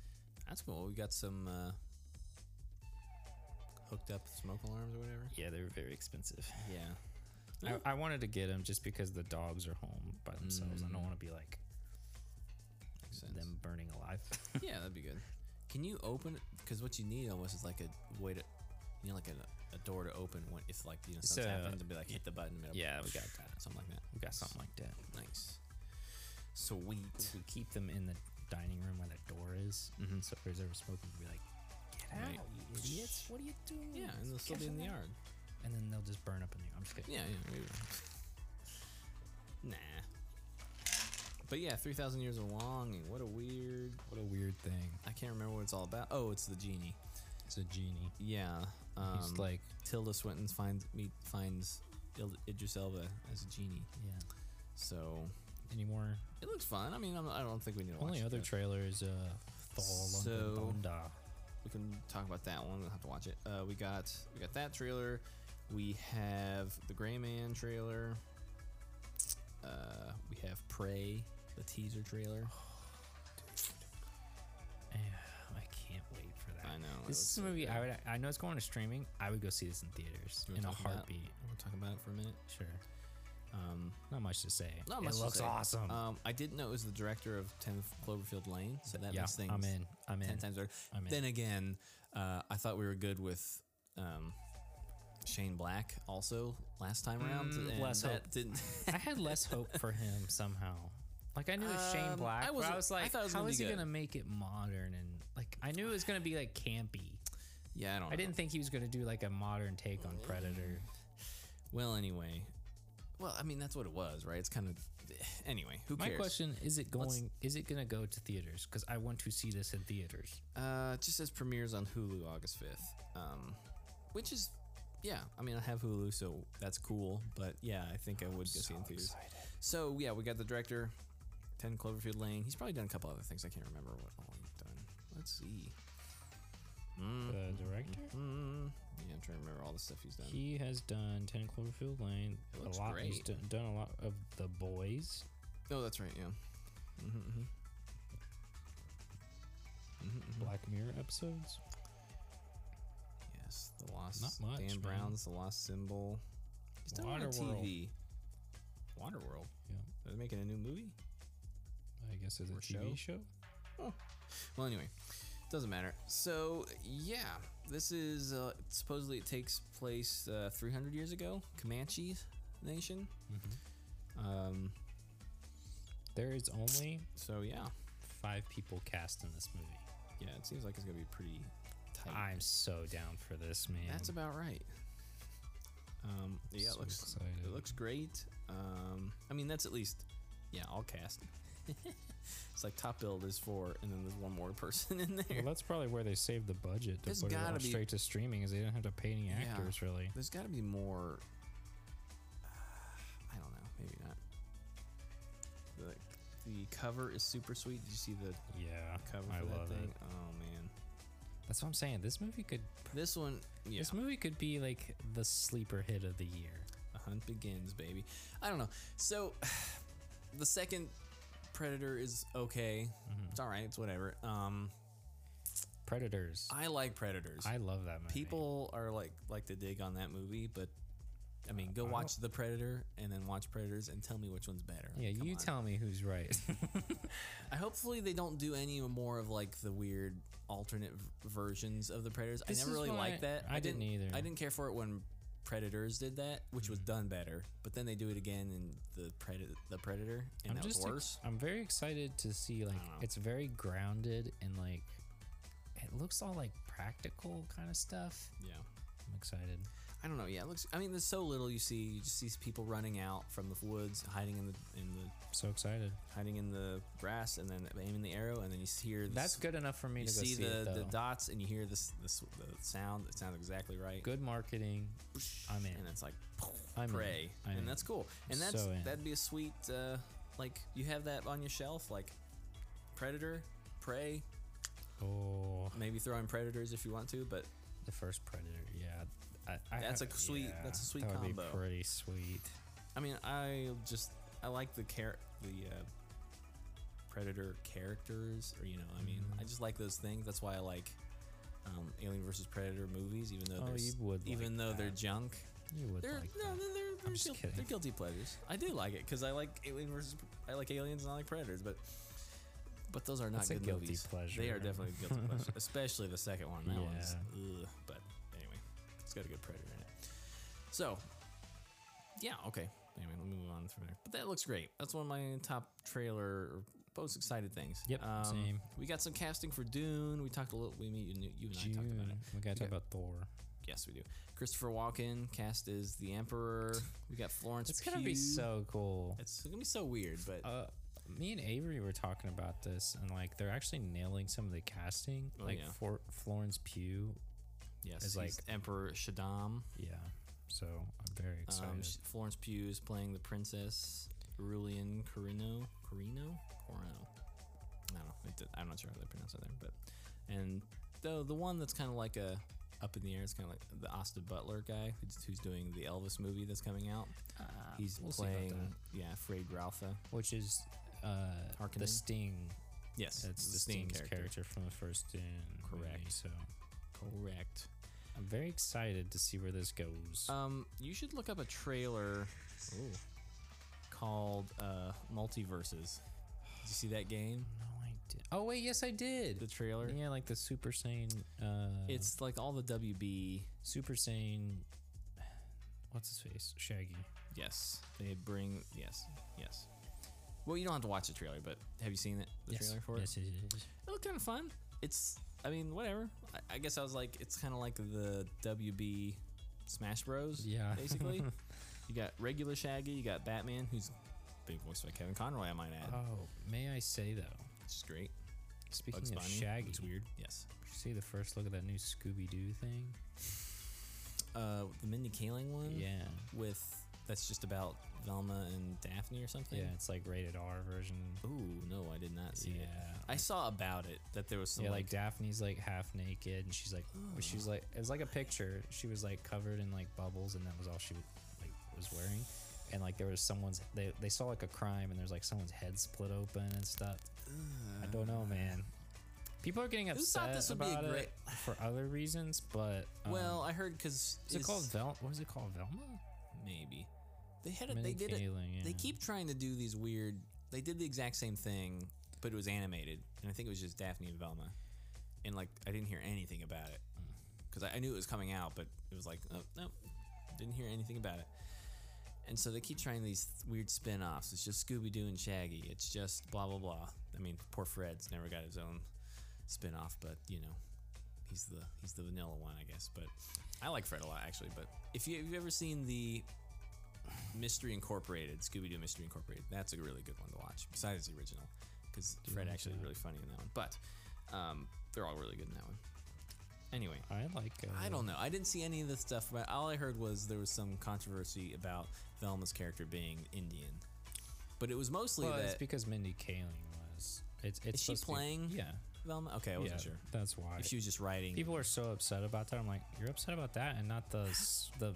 A: That's cool. We got some uh, hooked up smoke alarms or whatever.
B: Yeah, they're very expensive.
A: Yeah. Oh.
B: I, I wanted to get them just because the dogs are home by themselves. I don't want to be like
A: Mm. Makes sense.
B: them burning alive.
A: Yeah, that'd be good. Can you open it? Because what you need almost is like a way to, you know, like a, a door to open when if like you know something's
B: So,
A: happening to be like hit the button. it'll-
B: yeah, we got that.
A: Something like that.
B: we got something like that.
A: Nice. Sweet.
B: We keep them in the dining room where the door is. So if there's ever smoke, we'd be like, "Get
A: Mm-hmm.
B: out,
A: Right.
B: you idiots! What are you doing?"
A: Yeah, and they'll still be
B: Get
A: in the
B: out."
A: yard.
B: And then they'll just burn up in the. I'm just kidding.
A: Yeah, yeah. Maybe. Nah. But yeah, three thousand years of longing. What a weird.
B: What a weird thing.
A: I can't remember what it's all about. Oh, it's the genie.
B: It's a genie.
A: Yeah. Um,
B: He's like,
A: Tilda Swinton finds me finds Il- Idris Elba as a genie.
B: yeah.
A: So
B: Anymore.
A: it looks fun. I mean, I'm, I don't think we need to
B: Only
A: watch it,
B: other
A: though.
B: trailer is uh, Thor: Love and
A: So-
B: Thunder.
A: we can talk about that one. We'll have to watch it. Uh, we got we got that trailer. We have the Gray Man trailer. Uh, we have Prey, the teaser trailer.
B: Eh, I can't wait for that.
A: I know, it
B: This
A: looks
B: is a movie I would. I know it's going to streaming. I would go see this in theaters
A: You wanna
B: in a
A: talk about-
B: heartbeat.
A: We'll talk about it for a minute.
B: Sure.
A: Um,
B: Not much to say.
A: not much
B: It
A: to
B: looks
A: say.
B: awesome.
A: Um, I didn't know it was the director of 10 Cloverfield Lane, so that
B: yeah,
A: makes things
B: I'm in. I'm in.
A: 10 times better.
B: I'm in.
A: Then again, uh, I thought we were good with um, Shane Black also last time around.
B: Mm,
A: and
B: less
A: that
B: hope.
A: didn't.
B: I had less hope for him somehow. Like I knew it was Shane
A: Um,
B: Black,
A: I
B: I was,
A: wasn't-
B: I was
A: I
B: like,
A: thought it was
B: how
A: gonna
B: is
A: be
B: he
A: good.
B: gonna make it modern and like I knew it was gonna be like campy.
A: yeah, I don't know.
B: I didn't think he was gonna do like a modern take on Predator.
A: Well, anyway. Well, I mean, that's what it was, right? It's kind of. Anyway, who
B: My
A: cares?
B: question is it going is it gonna go to theaters? Because I want to see this in theaters.
A: Uh, it just says premieres on Hulu August 5th. Um, which is, yeah, I mean, I have Hulu, so that's cool. But yeah, I think I would go see it in theaters. So yeah, we got the director, 10 Cloverfield Lane. He's probably done a couple other things. I can't remember what all he's done. Let's see.
B: The director?
A: Mm, yeah, I'm trying to remember all the stuff he's done.
B: He has done Ten Cloverfield Lane.
A: It
B: a
A: looks
B: lot. He's
A: great.
B: done, done a lot of The Boys.
A: oh, that's right, yeah. Mm-hmm.
B: Black Mirror episodes.
A: Yes, The Lost.
B: Not much,
A: Dan
B: man.
A: Brown's The Lost Symbol. He's done a lot of
B: Waterworld.
A: TV. Waterworld?
B: Yeah,
A: Are they making a new movie?
B: I guess as a
A: Or
B: TV show.
A: show?
B: show?
A: Well, anyway, doesn't matter. So yeah, this is uh, supposedly it takes place uh, 300 years ago, Comanche Nation. Um,
B: There is only
A: so yeah,
B: five people cast in this movie.
A: yeah, it seems like it's gonna be pretty tight.
B: I'm so down for this, man.
A: That's about right. Um, yeah,
B: So
A: it looks
B: excited.
A: it looks great. Um, I mean that's at least yeah, all cast. it's like top build is four, and then there's one more person in there.
B: well, that's probably where they saved the budget to
A: There's
B: put it
A: gotta
B: all
A: be-
B: straight to streaming, is they didn't have to pay any actors really.
A: uh, There's got to be more. I don't know. Maybe not. The cover is super sweet. Did you see the
B: Yeah,
A: cover for
B: I
A: that
B: love
A: thing?
B: it.
A: Oh man,
B: That's what I'm saying. This movie could
A: this one. Yeah,
B: this movie could be like the sleeper hit of the year.
A: The hunt begins, baby. I don't know. So, the second Predator is okay.
B: Mm-hmm.
A: It's all right. It's whatever. Um,
B: Predators.
A: I like Predators.
B: I, love that movie.
A: People are like like to dig on that movie, but I mean, go watch The Predator and then watch Predators and tell me which one's better.
B: Yeah,
A: Come
B: you
A: on.
B: tell me who's right.
A: I hopefully they don't do any more of like the weird alternate v- versions of the Predators.
B: This
A: I never
B: is
A: really
B: what
A: liked
B: I-
A: that.
B: I didn't either. Mm-hmm.
A: I didn't care for it when Predators did that, which was done better. But then they do it again in the Predator, the Predator, and
B: I'm
A: that
B: just
A: was
B: ex-
A: worse.
B: I'm very excited to see like
A: don't know.
B: it's very grounded and like it looks all like practical kind of stuff.
A: yeah,
B: I'm excited.
A: I don't know. Yeah, it looks. I mean, there's so little you see. You just see people running out from the woods, hiding in the in the
B: So excited.
A: hiding in the grass, and then aiming the arrow, and then you hear the
B: That's
A: s-
B: good enough for me
A: You
B: to go
A: see,
B: see,
A: the
B: it,
A: the
B: though.
A: dots, and you hear this this the sound. It sounds exactly right.
B: good marketing. I'm in.
A: and it's like
B: I'm in.
A: pray,
B: I'm in.
A: and that's cool. And that's
B: So in.
A: that'd be a sweet uh, like you have that on your shelf, like Predator, Prey.
B: Oh,
A: Maybe throw in Predators if you want to, but
B: the first Predator. Yeah. I, I
A: That's
B: have-
A: a sweet- that's a sweet
B: that would
A: combo.
B: Be pretty sweet.
A: I mean, I just I like the char- the uh, Predator characters, or you know, I mean,
B: Mm-hmm.
A: I just like those things. That's why I like um, Alien versus Predator movies, even though
B: Oh,
A: they're s-
B: you would
A: even
B: like
A: though they're
B: that.
A: junk.
B: You would
A: They're
B: like
A: no,
B: that.
A: they're, they're, they're,
B: just
A: guil-
B: kidding.
A: they're guilty pleasures. I do like it because I like Alien versus I like aliens and I like Predators, but but those are not
B: That's a
A: good
B: guilty
A: movies.
B: pleasure.
A: They are definitely guilty pleasures, especially the second one. That one's ugh. but anyway, it's got a good Predator in it. So yeah, okay. Anyway, let me move on from there. But that looks great. That's one of my top trailer most excited things. Um,
B: Yep, same.
A: We got some casting for Dune. We talked a little. We meet you, knew- you and I talked about it.
B: June. We gotta
A: Okay.
B: talk about Thor.
A: Yes, we do. Christopher Walken cast as the Emperor. We got Florence.
B: It's gonna be
A: Pugh.
B: so cool.
A: It's gonna be so weird, but
B: uh, me and Avery were talking about this, and like they're actually nailing some of the casting.
A: Oh,
B: like
A: yeah.
B: for Florence Pugh,
A: yes,
B: it's
A: he's
B: like-
A: Emperor Shaddam.
B: yeah. So I'm very excited.
A: Um, Sh- Florence Pugh is playing the Princess Rulian Corino. Corino. Corino. I don't know. It did- I'm not sure how they pronounce it there, but and though the one that's kind of like a up in the air, it's kind of like the Austin Butler guy who's, who's doing the Elvis movie that's coming out. He's
B: Uh, we'll see about
A: playing, yeah, Fred Ralpha.
B: which is uh,
A: Harkonnen?
B: the Sting.
A: Yes,
B: That's the,
A: Sting
B: Sting's character. from the first Dune. movie,
A: Correct.
B: so
A: Correct.
B: I'm very excited to see where this goes.
A: Um, you should look up a trailer called uh, Multiverses. Did you see that game?
B: no, I did. Oh wait, yes, I did.
A: The trailer?
B: Yeah, like the Super Saiyan. Uh,
A: It's like all the WB.
B: Super Saiyan. What's his face? Shaggy.
A: Yes, they bring. Yes, yes. Well, you don't have to watch the trailer, but have you seen it? The
B: yes.
A: trailer for it?
B: Yes, it is.
A: It looked kind of fun. It's. I mean, whatever. I, I guess I was like, it's kind of like the WB Smash Bros.
B: Yeah.
A: Basically, you got regular Shaggy. You got Batman, who's being voiced by Kevin Conroy. I might add,
B: Oh, may I say though?
A: which is great.
B: Speaking
A: Bugs
B: of
A: Bunny.
B: Shaggy,
A: Looks weird. Yes.
B: Did you see the first look of that new Scooby Doo thing?
A: Uh, the Mindy Kaling one.
B: Yeah.
A: With that's just about Velma and Daphne or something.
B: Yeah, it's like rated R version.
A: Ooh, no, I did not see it.
B: Yeah.
A: I saw about it that there was some
B: yeah,
A: like,
B: like,
A: Oh.
B: Daphne's like half naked, and she's like, she's like, it was like a picture. She was like covered in like bubbles, and that was all she was, like was wearing. And like there was someone's, they, they saw like a crime, and there's like someone's head split open and stuff. I don't know, man. People are getting
A: Uh. thought
B: upset
A: this would be a
B: about it for other reasons, but um,
A: well, I heard because
B: is it called Vel? What is it called, Velma?
A: maybe they had it.
B: Mindy
A: They did it.
B: Kaling,
A: They
B: yeah.
A: keep trying to do these weird. They did the exact same thing, but it was animated, and I think it was just Daphne and Velma, and like I didn't hear anything about it
B: Mm.
A: because I, I knew it was coming out, but it was like oh, no, didn't hear anything about it. And so they keep trying these weird spin-offs. It's just Scooby Doo and Shaggy. It's just blah blah blah. I mean, poor Fred's never got his own spin-off, but you know, he's the he's the vanilla one, I guess. But I like Fred a lot actually. But if you have you ever seen the Mystery Incorporated, Scooby Doo Mystery Incorporated, that's a really good one to watch. Besides the original, because Fred actually is really funny in that one. But um, they're all really good in that one. Anyway,
B: I like. Uh,
A: I don't know. I didn't see any of the stuff, but all I heard was there was some controversy about Velma's character being Indian. But it was mostly
B: Well, it's
A: that.
B: because Mindy Kaling was. It's, it's
A: Is she
B: supposed to be-
A: playing?
B: yeah.
A: Velma? Okay, I wasn't
B: yeah,
A: sure.
B: That's why.
A: If she was just writing.
B: People are so upset about that. I'm like, you're upset about that and not the s- the,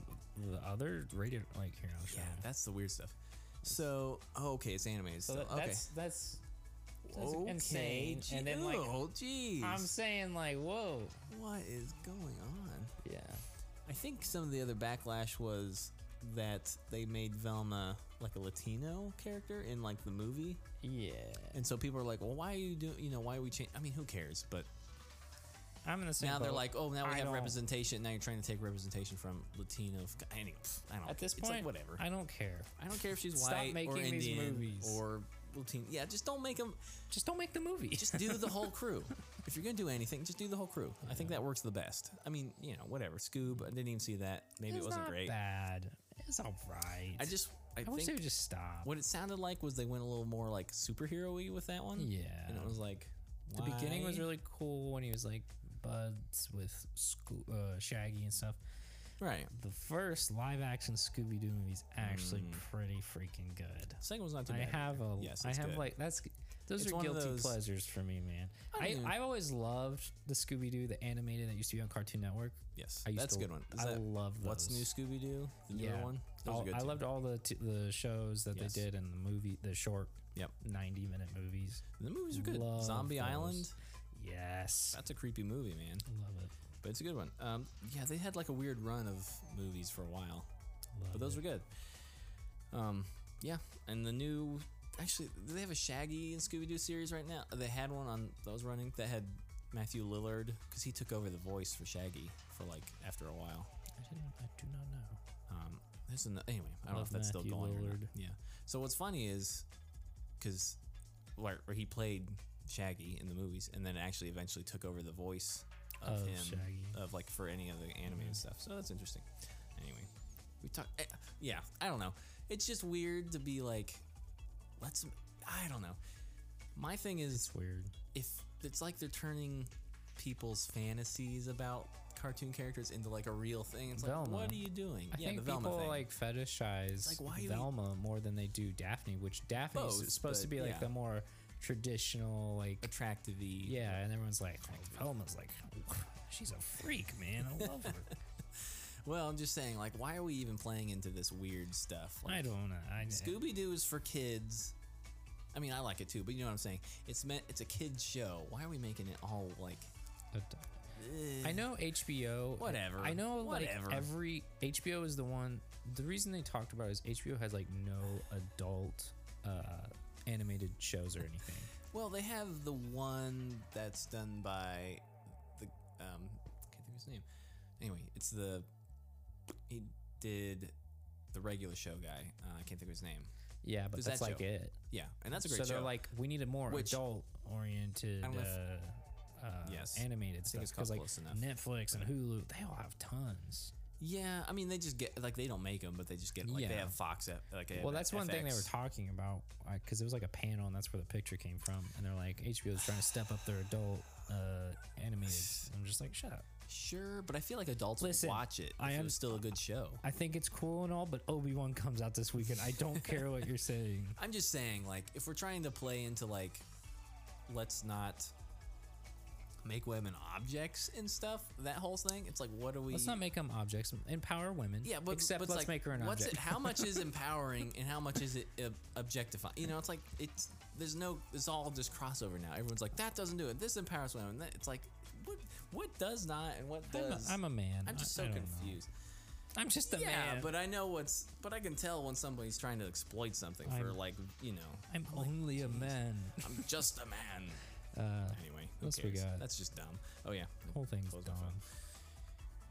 B: the other radio. Like, here, I'll show
A: yeah,
B: you.
A: that's the weird stuff. So, oh, okay, it's animated.
F: So
A: So,
F: that,
A: okay.
F: that's that's, that's
A: okay.
F: insane. and then like
A: oh, jeez.
F: I'm saying like whoa.
A: What is going on?
F: Yeah.
A: I think some of the other backlash was that they made Velma like a Latino character in like the movie,
F: Yeah.
A: and so people are like, "Well, why are you doing? You know, why are we changing?" I mean, who cares? But
B: I'm in the same
A: now they're
B: boat.
A: like, "Oh, now we
B: I
A: have
B: don't-
A: representation." Now you're trying to take representation from Latino. I don't. I don't
B: At this
A: it's like,
B: point,
A: whatever.
B: I don't care.
A: I don't care if she's
B: Stop
A: white or
B: making
A: Indian
B: these movies.
A: or Latino. Yeah, just don't make them.
B: Just don't make the movie.
A: Just do the whole crew. If you're gonna do anything, just do the whole crew. I think that works the best. I mean, you know, whatever. Scoob, I didn't even see that. Maybe
B: It's
A: it wasn't
B: not
A: great.
B: Bad. It's all right.
A: I just, I,
B: I,
A: think
B: wish they would just stop.
A: what it sounded like was they went a little more like superhero-y with that one.
B: Yeah.
A: and it was like
B: the beginning was
A: why?
B: really cool when he was like buds with Sco- uh, Shaggy and stuff.
A: right.
B: The first live action Scooby Doo movie is actually pretty freaking good.
A: The second was not too
B: I
A: Mm. bad.
B: have a, I
A: Yes, it's
B: have
A: good.
B: like that's those
A: It's
B: are
A: one of
B: guilty
A: those-
B: pleasures for me, man.
A: I
B: I,
A: don't
B: I have always loved the Scooby Doo, the animated that used to be on Cartoon Network.
A: yes,
B: I used
A: that's
B: to-
A: a good one. Is
B: I
A: that
B: love
A: What's new
B: those.
A: Scooby Doo? The newer one. Those
B: All-
A: are good.
B: I
A: too.
B: loved all the t- the shows that
A: Yes.
B: they did and the movie, the short
A: Yep,
B: ninety minute movies.
A: the movies are good.
B: Love
A: Zombie
B: those.
A: Island.
B: Yes,
A: That's a creepy movie, man.
B: love it.
A: But it's a good one. Um, yeah, they had like a weird run of movies for a while,
B: Love
A: but those
B: it.
A: were good. Um, yeah, and the new actually do they have a Shaggy and Scooby Doo series right now. They had one on that was running that had Matthew Lillard because he took over the voice for Shaggy for like after a while.
B: I, didn't, I do not know.
A: Um, there's an, anyway, I don't know
B: Love
A: if that's
B: Matthew
A: still going. Or not.
B: Lillard.
A: Yeah. So what's funny is because where, where he played Shaggy in the movies, and then actually eventually took over the voice of
B: Of
A: him
B: Shaggy. Mm-hmm.
A: of like for any of the animated stuff. So that's interesting. Anyway, we talk. eh, yeah, I don't know. It's just weird to be like, let's. I don't know. My thing is
B: It's weird.
A: if it's like they're turning people's fantasies about cartoon characters into like a real thing. It's
B: Velma.
A: like, what are you doing?
B: I think people like fetishize
A: It's like, why do we-
B: Velma more than they do Daphne, which Daphne
A: Both,
B: is supposed to
A: but
B: be like
A: yeah.
B: the more traditional, like
A: attractive
B: yeah. And everyone's like, oh, Velma's like, she's a freak, man. I love her.
A: Well, I'm just saying, like, why are we even playing into this weird stuff? Like,
B: I don't know. I,
A: Scooby Doo is for kids. I mean, I like it too, but you know what I'm saying. It's meant. It's a kids show. Why are we making it all like?
B: uh, I know HBO.
A: Whatever.
B: I know
A: Whatever.
B: like every HBO is the one. The reason they talked about it is HBO has like no adult uh, animated shows or anything.
A: Well, they have the one that's done by the um, I can't think of his name. Anyway, it's the he did the regular show guy. Uh, I can't think of his name.
B: Yeah, but
A: There's
B: that's
A: that
B: like
A: show.
B: it.
A: Yeah, and that's a great
B: so
A: show.
B: they're like, we need a more
A: Which-
B: adult oriented.
A: I don't
B: Uh,
A: know if-
B: uh,
A: Yes.
B: animated
A: think
B: stuff
A: it's called
B: like
A: Close Enough.
B: Netflix and Hulu, they all have tons.
A: yeah, I mean they just get like they don't make them, but they just get like they
B: Yeah.
A: have Fox. F- Like they
B: well,
A: have
B: that's one thing they were
A: FX.
B: talking about because it was like a panel, and that's where the picture came from. And they're like, HBO is trying to step up their adult uh, animated. I'm just like, shut up.
A: Sure, but I feel like adults
B: Listen,
A: would watch it. If
B: I
A: it
B: am-
A: was still a good show.
B: I think it's cool and all, but Obi Wan comes out this weekend. I don't care what you're saying.
A: I'm just saying, like, if we're trying to play into like, let's not make women objects and stuff, that whole thing. It's like, what do we?
B: Let's not make them objects. Empower women.
A: yeah, but
B: except
A: but it's
B: let's
A: like,
B: make her an
A: what's
B: object.
A: It, how much is empowering and how much is it ob- objectifying? You know, it's like it's there's no it's all just crossover now. Everyone's like that doesn't do it. This empowers women. That, it's like what what does not and what
B: I'm, a,
A: does.
B: I'm a man.
A: I'm just so
B: I- I don't know.
A: confused.
B: I'm just a
A: Yeah,
B: man.
A: but I know what's. But I can tell when somebody's trying to exploit something for
B: I'm-
A: like you know.
B: I'm only a man.
A: I'm just a man.
B: Uh,
A: anyway, who
B: what else we
A: cares?
B: got?
A: That's just dumb. Oh yeah,
B: Whole thing's
A: Close my
B: done.
A: phone.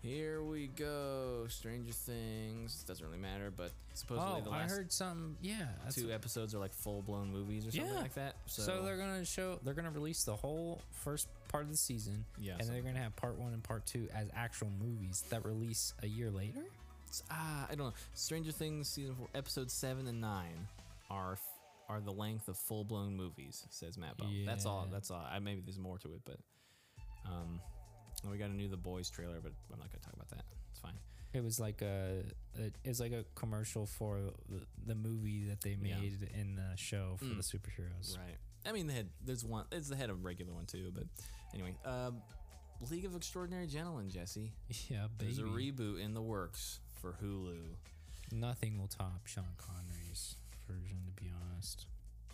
A: Here we go. Stranger Things doesn't really matter, but supposedly
B: Oh,
A: the
B: I
A: last
B: heard something. Yeah, that's-
A: two episodes are like full blown movies or
B: yeah.
A: something like that. So,
B: they're gonna show. They're gonna release the whole first part of the season.
A: Yeah,
B: and they're
A: something.
B: gonna have part one and part two as actual movies that release a year later.
A: It's- ah, I don't know. Stranger Things season four, episode seven and nine are f- are the length of full blown movies, says Matt Bum. That's all.
B: Yeah.
A: That's all. I, maybe there's more to it, but um, and we got a new The Boys trailer, but I'm not gonna talk about that. It's fine.
B: It was like a, it was like a commercial for the, the movie that they
A: Yeah. Mm.
B: made in the show for the superheroes.
A: Right. I mean, they had there's one. It's the head of a regular one too. But anyway, um, League of Extraordinary Gentlemen, Jesse.
B: Yeah, baby.
A: There's a reboot in the works for Hulu.
B: Nothing will top Sean Connery's version, to be honest.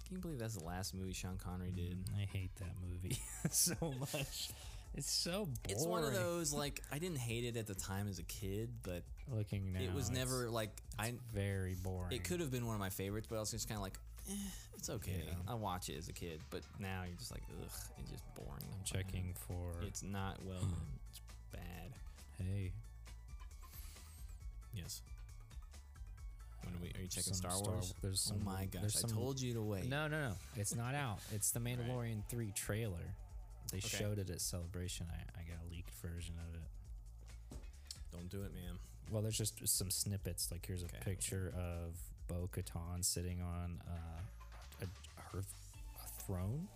A: Can you believe that's the last movie Sean Connery did?
B: I hate that movie so much. It's so boring.
A: It's one of those like I didn't hate it at the time as a kid, but
B: Looking now,
A: it was
B: it's
A: never like I.
B: very boring.
A: It could have been one of my favorites, but I was just kind of like, eh, it's okay.
B: Yeah.
A: I watch it as a kid, but now you're just like, ugh, it's just boring.
B: I'm checking for.
A: It's not well. done. it's bad.
B: hey,
A: Yes. When are, we, are you checking
B: some
A: Star
B: Star-
A: Wars?
B: there's some-
A: oh my gosh!
B: there's
A: I
B: some-
A: told you to wait.
B: no, no, no. It's not out. It's the Mandalorian three trailer. They showed it at Celebration. I, I got a leaked version of it.
A: Don't do it, man.
B: Well, there's just some snippets. Like here's a
A: Okay.
B: picture of Bo Katan sitting on uh, a, her a throne,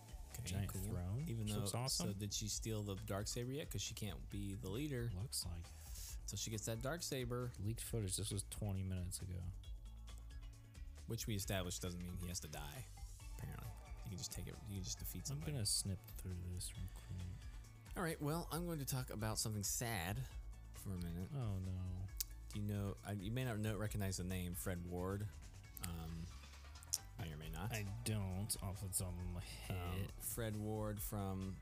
B: a giant throne.
A: Even
B: which
A: though,
B: looks awesome.
A: so did she steal the dark saber yet? Because she can't be the leader
B: looks like
A: until she gets that dark saber,
B: leaked footage. This was 20 minutes ago.
A: which we established doesn't mean he has to die. Apparently, you can just take it. You can just defeat
B: I'm
A: somebody.
B: gonna snip through this real quick.
A: All right. Well, I'm going to talk about something sad for a minute.
B: Oh no,
A: Do you know? I, you may not know, recognize the name Fred Ward. Um, may or may not.
B: I don't. Off the top of my
A: um,
B: head.
A: Fred Ward from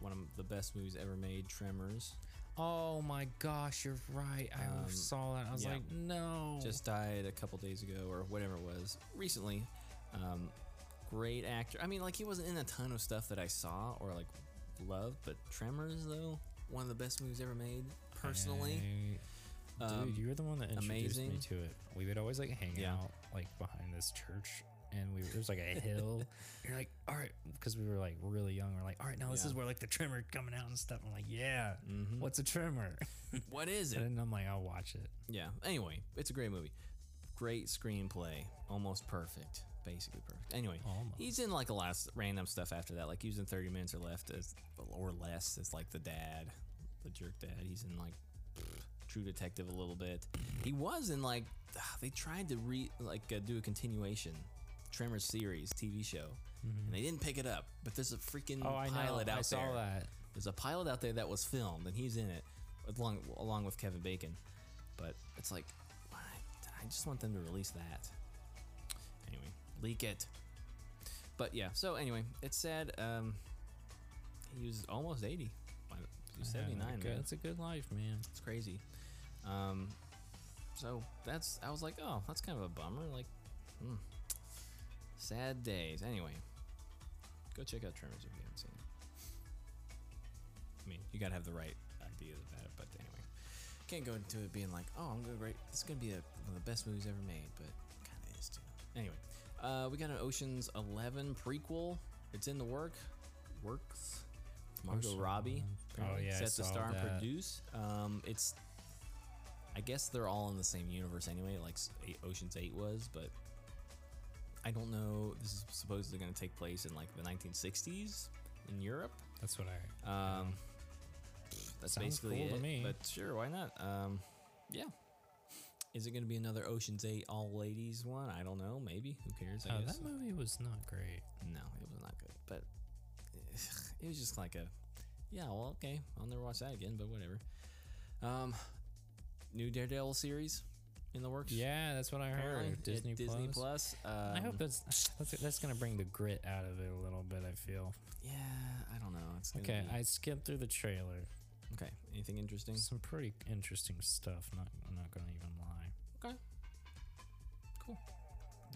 A: one of the best movies ever made, Tremors.
B: oh my gosh, you're right. I
A: um,
B: saw that. I was
A: yeah.
B: like, no.
A: Just died a couple days ago or whatever it was recently. Um, great actor. I mean, like he wasn't in a ton of stuff that I saw or like loved, but Tremors though, one of the best movies ever made. Personally,
B: I-
A: um,
B: dude, you're the one that introduced me
A: amazing.
B: to it. We would always like hang
A: Yeah.
B: out like behind this church. And we, there's like a hill. You're like, all right, because we were like really young. We're like, all right, now this
A: Yeah. Mm-hmm.
B: is where like the tremor coming out and stuff. I'm like, yeah, what's a tremor?
A: what is it?
B: and I'm like, I'll watch it.
A: Yeah. Anyway, it's a great movie. Great screenplay. Almost perfect. Basically perfect. Anyway,
B: Almost.
A: he's in like a lot of s- random stuff after that. Like he was in 30 Minutes or Left as, or less as like the dad, the jerk dad. He's in like True Detective a little bit. He was in like ah, they tried to re like uh, do a continuation Tremors series TV show, and they didn't pick it up. But there's a freaking
B: Mm-hmm. Oh, I know.
A: pilot Mm, out
B: I saw
A: there.
B: that.
A: There's a pilot out there that was filmed, and he's in it along along with Kevin Bacon. But it's like, why- I just want them to release that. Anyway, leak it. But yeah, so anyway, it's sad. Um, he was almost 80. Why- He was
B: Yeah,
A: 79,
B: like, uh,
A: man.
B: That's a good life, man.
A: It's crazy. Um, so that's I was like, oh, that's kind of a bummer. Like, hmm. sad days. Anyway, go check out Tremors if you haven't seen it. I mean, you gotta have the right idea about it, but anyway, can't go into it being like, oh, I'm gonna great. This is gonna be a, one of the best movies ever made, but kind of is too. Anyway, uh, we got an Ocean's Eleven prequel. It's in the work works. Margot
B: Ocean
A: Robbie
B: Eleven.
A: apparently
B: Oh, yeah, I
A: set to
B: saw
A: star and
B: that.
A: produce. Um, it's I guess they're all in the same universe anyway, like s- eight, Ocean's Eight was, but I don't know. This is supposedly going to take place in like the 1960s in Europe.
B: That's what I. uh,
A: Um, that's
B: Sounds
A: basically
B: cool to
A: it.
B: me.
A: But sure, why not? Um, yeah. Is it going to be another Ocean's Eight all ladies one? I don't know. Maybe. Who cares? I
B: Oh,
A: guess.
B: that movie was not great.
A: No, it was not good. But it was just like a, yeah, well, okay, I'll never watch that again. But whatever. Um, new Daredevil series in the works.
B: Yeah, that's what I
A: apparently,
B: heard.
A: at
B: Disney,
A: Disney Plus.
B: Plus.
A: Um,
B: I hope that's, that's that's gonna bring the grit out of it a little bit. I feel.
A: Yeah, I don't know. It's gonna
B: Okay,
A: be-
B: I skipped through the trailer.
A: okay. Anything interesting?
B: Some pretty interesting stuff. Not I'm not gonna even lie.
A: Okay. Cool.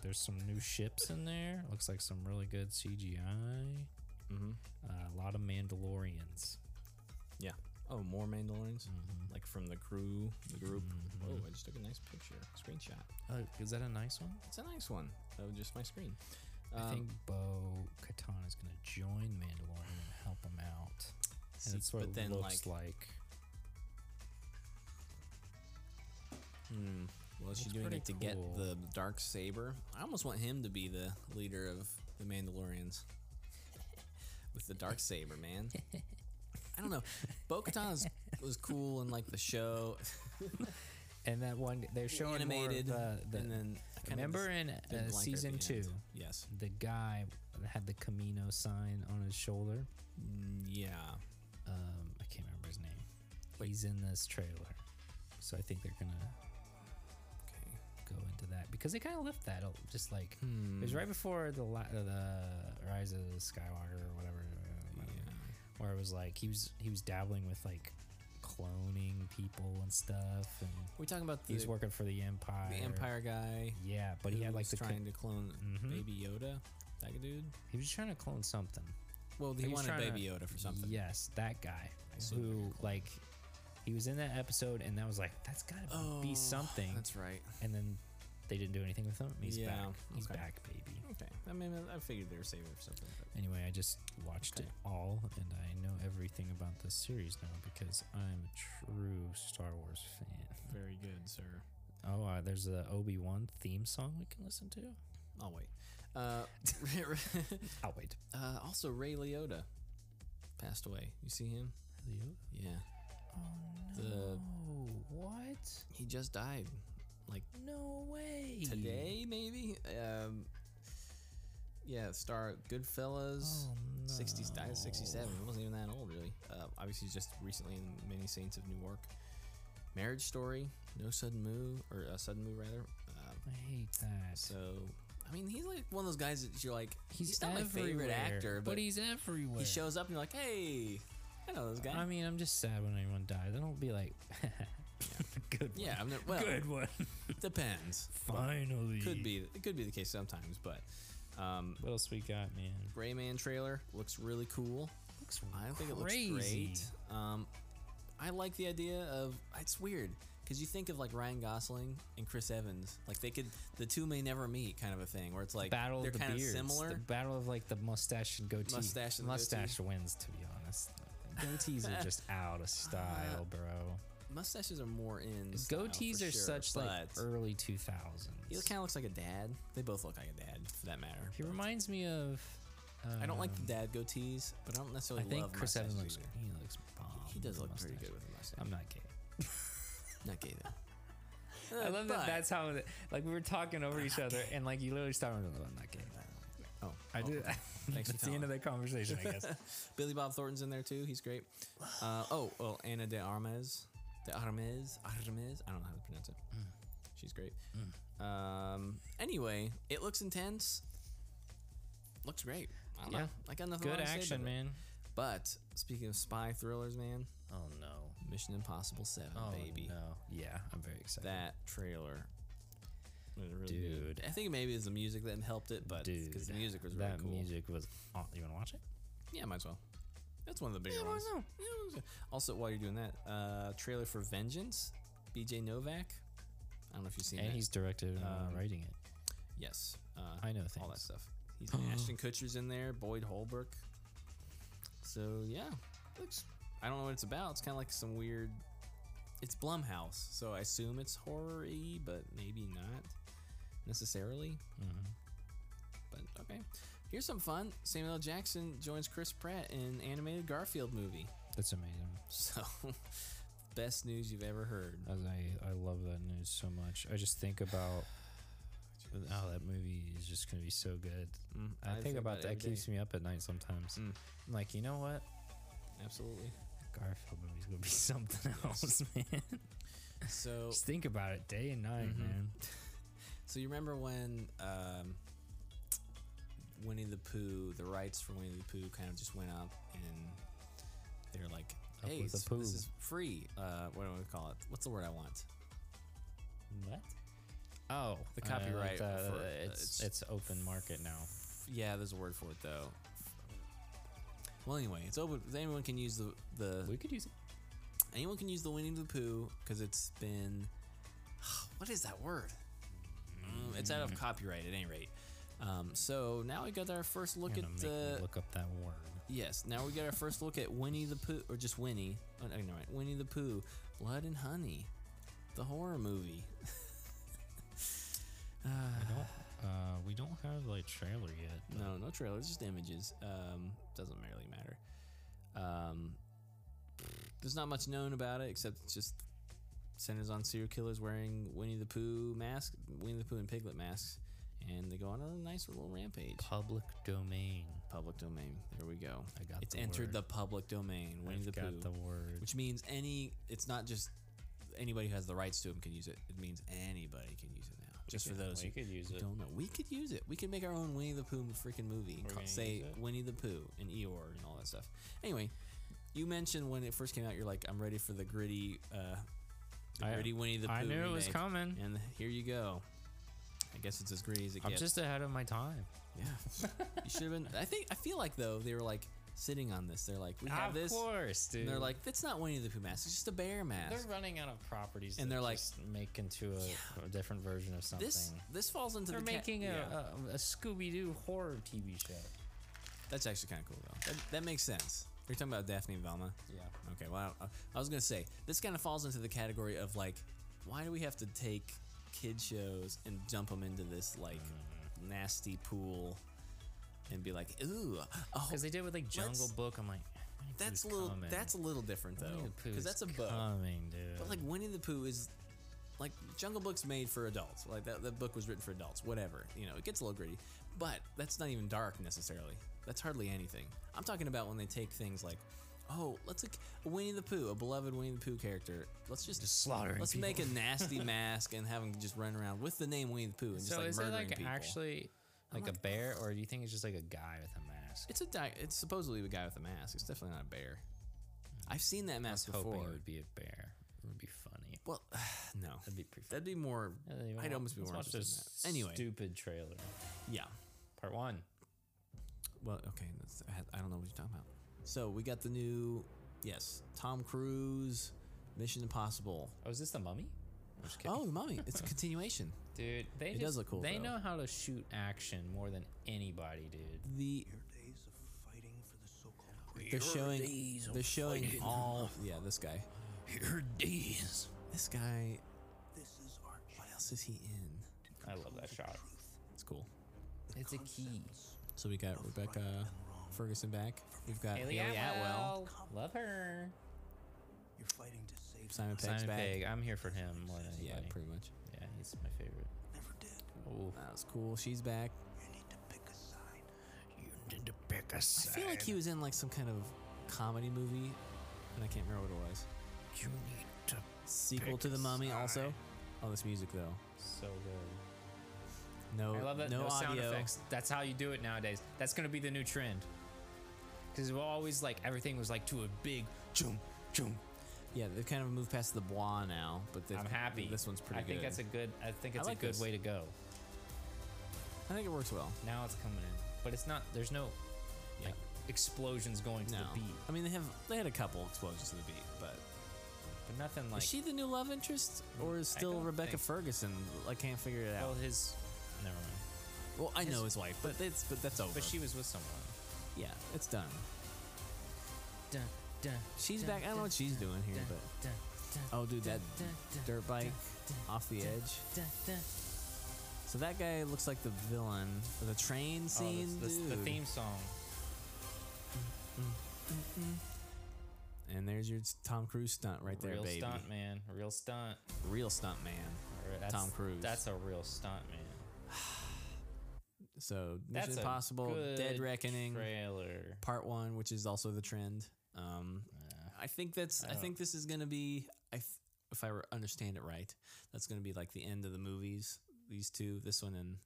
B: There's some new ships in there. Looks like some really good CGI.
A: Mm-hmm.
B: Uh, a lot of Mandalorians.
A: Yeah. Oh, more Mandalorians,
B: Mm-hmm.
A: like from the crew, the group. Oh, I just took a nice picture, screenshot.
B: Oh, is that a nice one?
A: It's a nice one. That was just my screen.
B: I
A: Um,
B: think Bo Katan is gonna join Mandalorian and help him out.
A: see,
B: And it's what
A: but
B: it
A: then
B: looks
A: like,
B: like.
A: Hmm. Well, she's
B: Looks
A: doing
B: pretty
A: it to get
B: cool.
A: the dark saber. I almost want him to be the leader of the Mandalorians with the dark saber, man. I don't know. Bo-Katan is, was cool in like the show.
B: and that one they're showing
A: animated,
B: more of, uh, the,
A: and then I kinda
B: remember
A: just
B: in
A: did
B: uh,
A: blank right
B: season
A: behind.
B: two,
A: Yes.
B: the guy that had the Camino sign on his shoulder. Mm,
A: Yeah.
B: Um, I can't remember his name. He's in this trailer, so I think they're gonna
A: Okay.
B: go into that because they kind of left that al- just like it
A: Hmm.
B: was right before the la- uh, the Rise of Skywalker or whatever, uh, I don't know, where it was like he was he was dabbling with like cloning people and stuff, and
A: We're talking about the,
B: he was working for the Empire.
A: the Empire guy.
B: yeah, but he
A: who
B: had like
A: was
B: the co-
A: trying to clone
B: Mhm.
A: Baby Yoda. That dude.
B: he was trying to clone something.
A: Well, he
B: was
A: wanted
B: trying to-
A: Baby Yoda for something.
B: Yes, that guy
A: assume they're
B: who like he was in that episode, and that was like that's gotta
A: Oh,
B: be something,
A: That's right.
B: and then. They didn't do anything with him. and He's
A: Yeah,
B: back. He's
A: okay.
B: back, baby.
A: Okay. I mean, I I figured they were saving it for something. But
B: Anyway, I just watched
A: Okay.
B: it all, and I know everything about this series now because I'm a true Star Wars fan.
A: very good, sir.
B: Oh, uh, there's a Obi Wan theme song we can listen to.
A: I'll wait. Uh,
B: Oh wait,
A: uh, also, Ray Liotta passed away. You see him? Yeah. Oh no. The,
B: Oh what?
A: he just died, like
B: No way.
A: today, maybe. Um, yeah, star Goodfellas.
B: Oh,
A: 60s died at
B: no.
A: 67. He wasn't even that old, really. Uh, obviously, he's just recently in Many Saints of Newark. Marriage Story, No Sudden Move, or uh, Sudden Move, rather. Uh,
B: I hate that.
A: So, I mean, he's like one of those guys that you're like, he's,
B: he's
A: not my favorite
B: everywhere,
A: actor, but,
B: he's everywhere.
A: he shows up and you're like, hey, I know this guy.
B: I mean, I'm just sad when anyone dies. I don't be like, good.
A: yeah, I'm not, well,
B: one. good one.
A: depends.
B: Finally,
A: Could be, it could be the case sometimes, but um,
B: What else we got, man?
A: Rayman trailer looks really cool.
B: Looks
A: I don't think it looks
B: crazy.
A: great. Um, I like the idea of it's weird because you think of like Ryan Gosling and Chris Evans, like they could the two may never meet kind of a thing where it's like
B: battle
A: they're
B: of the
A: kind
B: beards.
A: of
B: The
A: similar.
B: battle of like the mustache and goatee.
A: Mustache and the
B: mustache wins, to be honest. Goatees are just out of style, bro.
A: Mustaches are more in. style for
B: Goatees
A: sure,
B: are such like
A: but
B: early two thousands.
A: He kind of looks like a dad. They both look like a dad, for that matter.
B: He
A: but-
B: reminds me of.
A: I don't like
B: um,
A: the dad goatees, but I don't
B: I
A: necessarily.
B: think
A: love
B: Chris Evans
A: mustaches
B: looks.
A: either.
B: He looks bomb.
A: He does
B: with a
A: look pretty
B: mustache.
A: good with a mustache.
B: I'm not gay.
A: not gay though.
B: I
A: Uh,
B: love
A: but-
B: that. That's how. the- Like we were talking over each other, and like you literally started. with, I'm not gay.
A: Oh,
B: I
A: oh,
B: do.
A: Thanks for
B: That's the end of that conversation, I guess.
A: Billy Bob Thornton's in there too. He's great. Uh, oh, well, Anna de Armes, de Armes, Armes. I don't know how to pronounce it.
B: Mm.
A: She's great. Um, anyway, it looks intense. Looks great. I don't
B: Yeah.
A: know. I got nothing.
B: Good
A: wrong to say
B: action,
A: about it.
B: man.
A: But speaking of spy thrillers, man,
B: Oh no.
A: Mission Impossible Seven, baby.
B: Oh, no. Yeah, I'm very excited.
A: That trailer. was really
B: Dude.
A: good. I think maybe it's the music that helped it, but
B: Dude,
A: because the music was really
B: that
A: cool.
B: music was. aw- you want to watch it?
A: Yeah, might as well. That's one of the bigger ones. Yeah, might as well. Also, while you're doing that, uh, trailer for Vengeance, BJ Novak. I don't know if you've seen
B: And
A: that.
B: he's directed and
A: Um,
B: writing it.
A: yes, uh,
B: I know
A: all that
B: things.
A: stuff. He's Ashton Kutcher's in there, Boyd Holbrook. So yeah, looks. I don't know what it's about. It's kind of like some weird. It's Blumhouse, so I assume it's horror-y, but maybe not necessarily.
B: Mm-hmm.
A: But okay, here's some fun. Samuel L. Jackson joins Chris Pratt in an animated Garfield movie.
B: That's amazing.
A: So, best news you've ever heard.
B: As I I love that news so much. I just think about. Oh, that movie is just gonna be so good.
A: Mm,
B: I, think, about
A: it
B: that.
A: every
B: It keeps
A: day.
B: me up at night sometimes.
A: Mm.
B: I'm like, you know what?
A: Absolutely.
B: Garfield movie's gonna be something else, man.
A: So,
B: Just think about it day and night,
A: Mm-hmm.
B: man.
A: so you remember when um, Winnie the Pooh, the rights for Winnie the Pooh, kind of just went up, and they're like,
B: Up
A: "Hey,
B: with the
A: it's-
B: poo."
A: this is free." Uh, what do I call it? What's the word I want?
B: What? Oh,
A: The
B: uh,
A: copyright
B: the-
A: for- uh,
B: it's
A: it's-
B: it's open market now.
A: Yeah, there's a word for it though. Well, anyway, it's open. Anyone can use the the
B: We could use it.
A: anyone can use the Winnie the Pooh because it's been. What is that word? Mm, it's out of copyright at any rate. Um, so now we got our first look
B: You're
A: at uh,
B: gonna make
A: the
B: me look up that word.
A: yes. Now we got our first look at Winnie the Pooh, or just Winnie. Oh, no, right, Winnie the Pooh, Blood and Honey, the horror movie.
B: Uh, we don't have like trailer yet.
A: No, no trailers, just images. Um, doesn't really matter. Um, there's not much known about it except it's just centers on serial killers wearing Winnie the Pooh mask, Winnie the Pooh and Piglet masks, and they go on a nice little rampage.
B: Public domain.
A: Public domain. There we go.
B: I got
A: It's
B: the
A: entered
B: word.
A: the public domain. Winnie
B: I've
A: the
B: got
A: Pooh,
B: the word.
A: which means any. It's not just anybody who has the rights to them can use it. It means anybody can use it now. Just for
B: could-
A: those
B: we
A: who
B: could use it.
A: don't know, we could use it. We could make our own Winnie the Pooh freaking movie. and
B: We're
A: ca-
B: gonna
A: say
B: use it?
A: Winnie the Pooh and Eeyore and all that stuff. Anyway, you mentioned when it first came out, you're like, I'm ready for the gritty. Uh, the
B: I am.
A: gritty Winnie the Pooh.
B: I knew it was
A: remake.
B: coming.
A: And here you go. I guess it's as gritty as it
B: I'm
A: gets.
B: just ahead of my time.
A: Yeah. you should have been. I think I feel like though they were like sitting on this. They're like, we have
B: of
A: this.
B: course, dude.
A: And they're like, that's not Winnie the Pooh mask. It's just a bear
B: they're
A: mask.
B: running out of properties,
A: And
B: to
A: they're like,
B: just make into a, a different version of something.
A: This this falls into
B: they're
A: the ca-
B: making
A: yeah.
B: a, a, a Scooby Doo horror TV show.
A: That's actually kind of cool though. That, that makes sense. You're talking about Daphne and Velma.
B: Yeah.
A: Okay. Well, I, I was gonna say this kind of falls into the category of like, why do we have to take kid shows and dump them into this like
B: Mm-hmm.
A: nasty pool, and be like, ooh, oh,
B: Because they did with like Jungle
A: Let's-
B: Book. I'm like,
A: that's a little that's a little different though, because that's a book.
B: Coming, dude.
A: But like Winnie the Pooh is like Jungle Book's made for adults. Like that, that book was written for adults. Whatever. You know, it gets a little gritty. But that's not even dark necessarily. That's hardly anything. I'm talking about when they take things like, oh, let's like Winnie the Pooh, a beloved Winnie the Pooh character. Let's just,
B: Just slaughtering
A: Let's make a nasty mask and have him just run around with the name Winnie the Pooh and just
B: so
A: like
B: is it
A: murdering
B: like
A: people.
B: actually like, a bear, or do you think it's just like a guy with a mask?
A: it's a di- it's supposedly a guy with a mask. It's definitely not a bear. I've seen that mask
B: Hmm. hoping
A: before.
B: it would be a bear. It would be funny.
A: well, no, that'd
B: be pretty
A: That'd be more.
B: Yeah, you
A: I'd
B: want-
A: almost be
B: let's
A: more
B: watch
A: interested in
B: this
A: that. Anyway,
B: stupid trailer.
A: Yeah.
B: Part one.
A: Well, okay. That's, I- I don't know what you're talking about. So we got the new, yes, Tom Cruise, Mission Impossible.
B: Oh, is this the mummy? I'm just kidding.
A: Oh, the Mummy. It's a continuation.
B: dude, they
A: does
B: just-
A: look cool,
B: They
A: though.
B: know how to shoot action more than anybody, dude.
A: The
F: Days of fighting for the so-called
A: they're showing they're showing all yeah this guy
F: Your days.
A: this guy
F: This is our
A: what else is he in?
B: I love that shot.
A: It's cool.
B: It's a key.
A: So we got Rebecca Ferguson back. We've got
B: Haley
A: Haley Atwell,
B: Atwell. Love her.
F: You're fighting to save
A: Simon Pegg's
B: Simon
A: back.
B: Pegg. I'm here for him more than anybody.
A: Yeah,
B: Yeah,
A: pretty much.
B: he's my favorite.
F: never did.
B: Oh,
A: That was cool. She's back.
F: You need to pick a side. You need to pick a
A: I
F: side.
A: feel like he was in like some kind of comedy movie, and I can't remember what it was.
F: You need to.
A: Sequel
F: Pick
A: to
F: a
A: the Mummy, also.
F: side.
A: Oh, this music though.
B: so good.
A: No,
B: I love that. No,
A: audio.
B: sound effects. That's how you do it nowadays. That's gonna be the new trend. Because we'll always like everything was like to a big jump, jump.
A: Yeah, they've kind of moved past the bois now, but they've-
B: I'm happy.
A: This one's pretty
B: I think
A: good.
B: that's a good. I think
A: I
B: it's
A: like
B: a good
A: this.
B: way to go.
A: I think it works well.
B: Now it's coming in, but it's not. There's no
A: Yeah.
B: explosions going to
A: no,
B: the beat,
A: I mean they have they had a couple explosions to the beat, but
B: but nothing like.
A: is she the new love interest or is
B: I
A: still
B: don't
A: Rebecca
B: think-
A: Ferguson? I can't figure it
B: well,
A: out.
B: his. Never mind.
A: Well, I know
B: his-
A: his wife, but that's but that's over.
B: But she was with someone.
A: yeah, it's done.
B: Dun, dun,
A: She's back. I don't know what she's doing here, but
B: dun, dun.
A: oh, dude, that
B: dun,
A: dirt bike off the edge. So that guy looks like the villain for the train
B: Oh,
A: scene.
B: this- this- the
A: dude.
B: theme song.
A: And there's your Tom Cruise stunt right there,
B: real
A: baby.
B: stunt man. Real stunt.
A: Real stunt man.
B: Or That's,
A: Tom Cruise.
B: That's a real stunt man.
A: So
B: That's
A: Mission
B: a
A: Impossible, Dead
B: good
A: Reckoning,
B: trailer.
A: Part One, which is also the trend. Um, I think that's. I,
B: don't-
A: think this is gonna be. I th- if I re- understand it right, that's gonna be like the end of the movies. These two, this one and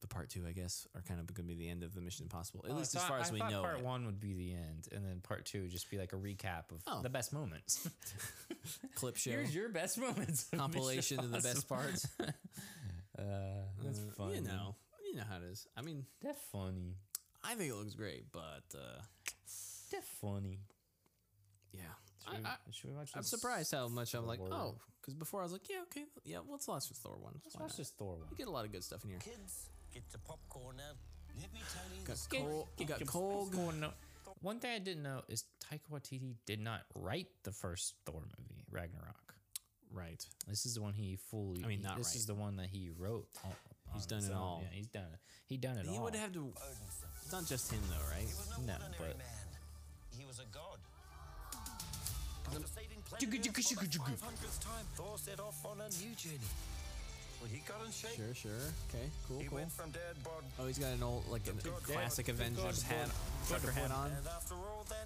A: the part two, I guess, are kind of gonna be the end of the Mission Impossible. At
B: Oh, I
A: least as
B: thought-
A: far as
B: I
A: we
B: thought
A: know.
B: Part
A: it.
B: one would be the end, and then part two would just be like a recap of
A: Oh.
B: the best moments.
A: clip show.
B: Here's your best moments. of
A: compilation of
B: Mission
A: the best
B: Impossible.
A: parts.
B: Uh, that's
A: Uh,
B: funny.
A: You know, you know how it is. I mean,
B: that's funny.
A: I think it looks great, but uh,
B: That's funny.
A: yeah,
B: Should, we,
A: I, I,
B: should we watch?
A: I'm
B: this-
A: surprised how much I'm like,
B: Thor.
A: oh, because before I was like, yeah, okay, yeah, well, let's watch the Thor one.
B: Let's
A: Why
B: watch
A: not?
B: this Thor one.
A: You get a lot of good stuff in here.
E: Kids, get the popcorn out. Let me tell you.
A: Got Cole, you got Cole.
B: What's going on? One thing I didn't know is Taika Waititi did not write the first Thor movie, Ragnarok.
A: Right.
B: This is the one he fully.
A: I mean, not
B: this
A: right.
B: is the one that he wrote. all-
A: He's
B: on
A: done
B: his
A: it
B: own.
A: all.
B: Yeah, he's done it. He done it all.
A: He would have to. It's not just him though, right?
E: He was no,
B: No,
E: ordinary
B: but-
E: man. He was a god.
A: I
E: After saving planet Earth for the 500th time, Thor set off on a new journey. Well, he got in shape.
A: Sure, sure. Okay, cool,
E: He
A: cool.
E: went from dead bod
A: Oh, he's got an old, like a
E: God-
A: classic
E: God-
A: Avengers
E: God-
A: hat, trucker hat on.
E: And after all that,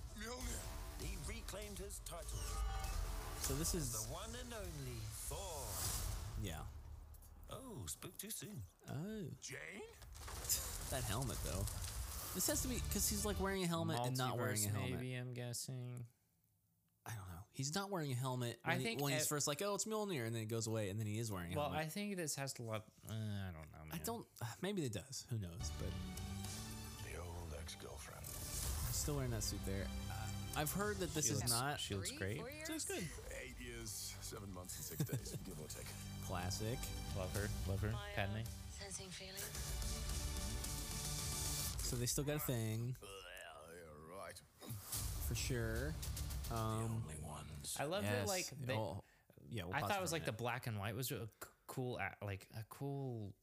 E: he reclaimed his title.
A: So this
E: The
A: is,
E: one and only Thor.
A: yeah.
E: Oh, spoke too soon.
A: Oh. Jane? That helmet, though. This has to be, because he's like wearing a helmet and not wearing a
B: Multiverse,
A: helmet.
B: Maybe I'm guessing.
A: I don't know. He's not wearing a helmet
B: I
A: when, he-
B: think
A: when
B: at-
A: he's first like, oh, it's Mjolnir, and then he goes away, and then he is wearing a
B: Well, I
A: helmet.
B: think this has a lot. Uh, I don't know. Man.
A: I don't, maybe it does. Who knows? But
E: The old ex-girlfriend.
A: I'm still wearing that suit there. Uh, I've heard that this is
B: Shields-
A: not
B: Shields
G: Three,
B: great.
G: four years?
A: It's good.
J: Eight years, seven months, and six days, give or take.
A: Classic.
B: Love her. Love her. Padme.
G: Sensing feeling.
A: So they still got a thing
J: Yeah, right.
A: for sure. Um,
B: I love that.
A: yes.
B: Like they,
A: Oh, yeah, we'll
B: I
A: pause
B: thought
A: for
B: it was
A: a
B: like the
A: minute.
B: black and white was a c- cool, a- like a cool.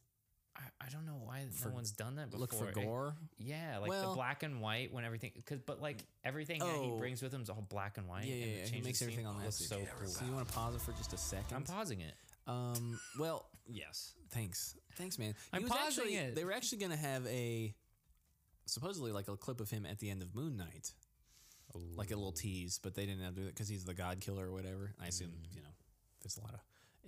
B: I, I don't know why
A: For-
B: no one's done that before. eh?
A: look for
B: It-
A: gore.
B: yeah, like
A: Well-
B: the black and white when everything, cause but like everything that he
A: Oh.
B: brings with him is all black and white.
A: Yeah, yeah,
B: and it
A: yeah. He
B: changes
A: makes
B: the scene.
A: everything on
B: It
A: that.
B: looks
A: suit.
B: so cool.
A: So you want to pause it for just a 2nd
B: I'm pausing it.
A: Um. Well, yes. Thanks. Thanks, man.
B: I'm
A: was
B: pausing
A: actually,
B: it.
A: They were actually gonna have a supposedly like a clip of him at the end of Moon Knight, like a little tease, but they didn't have to do that because he's the God Killer or whatever. And I assume
B: Mm.
A: you know there's a lot of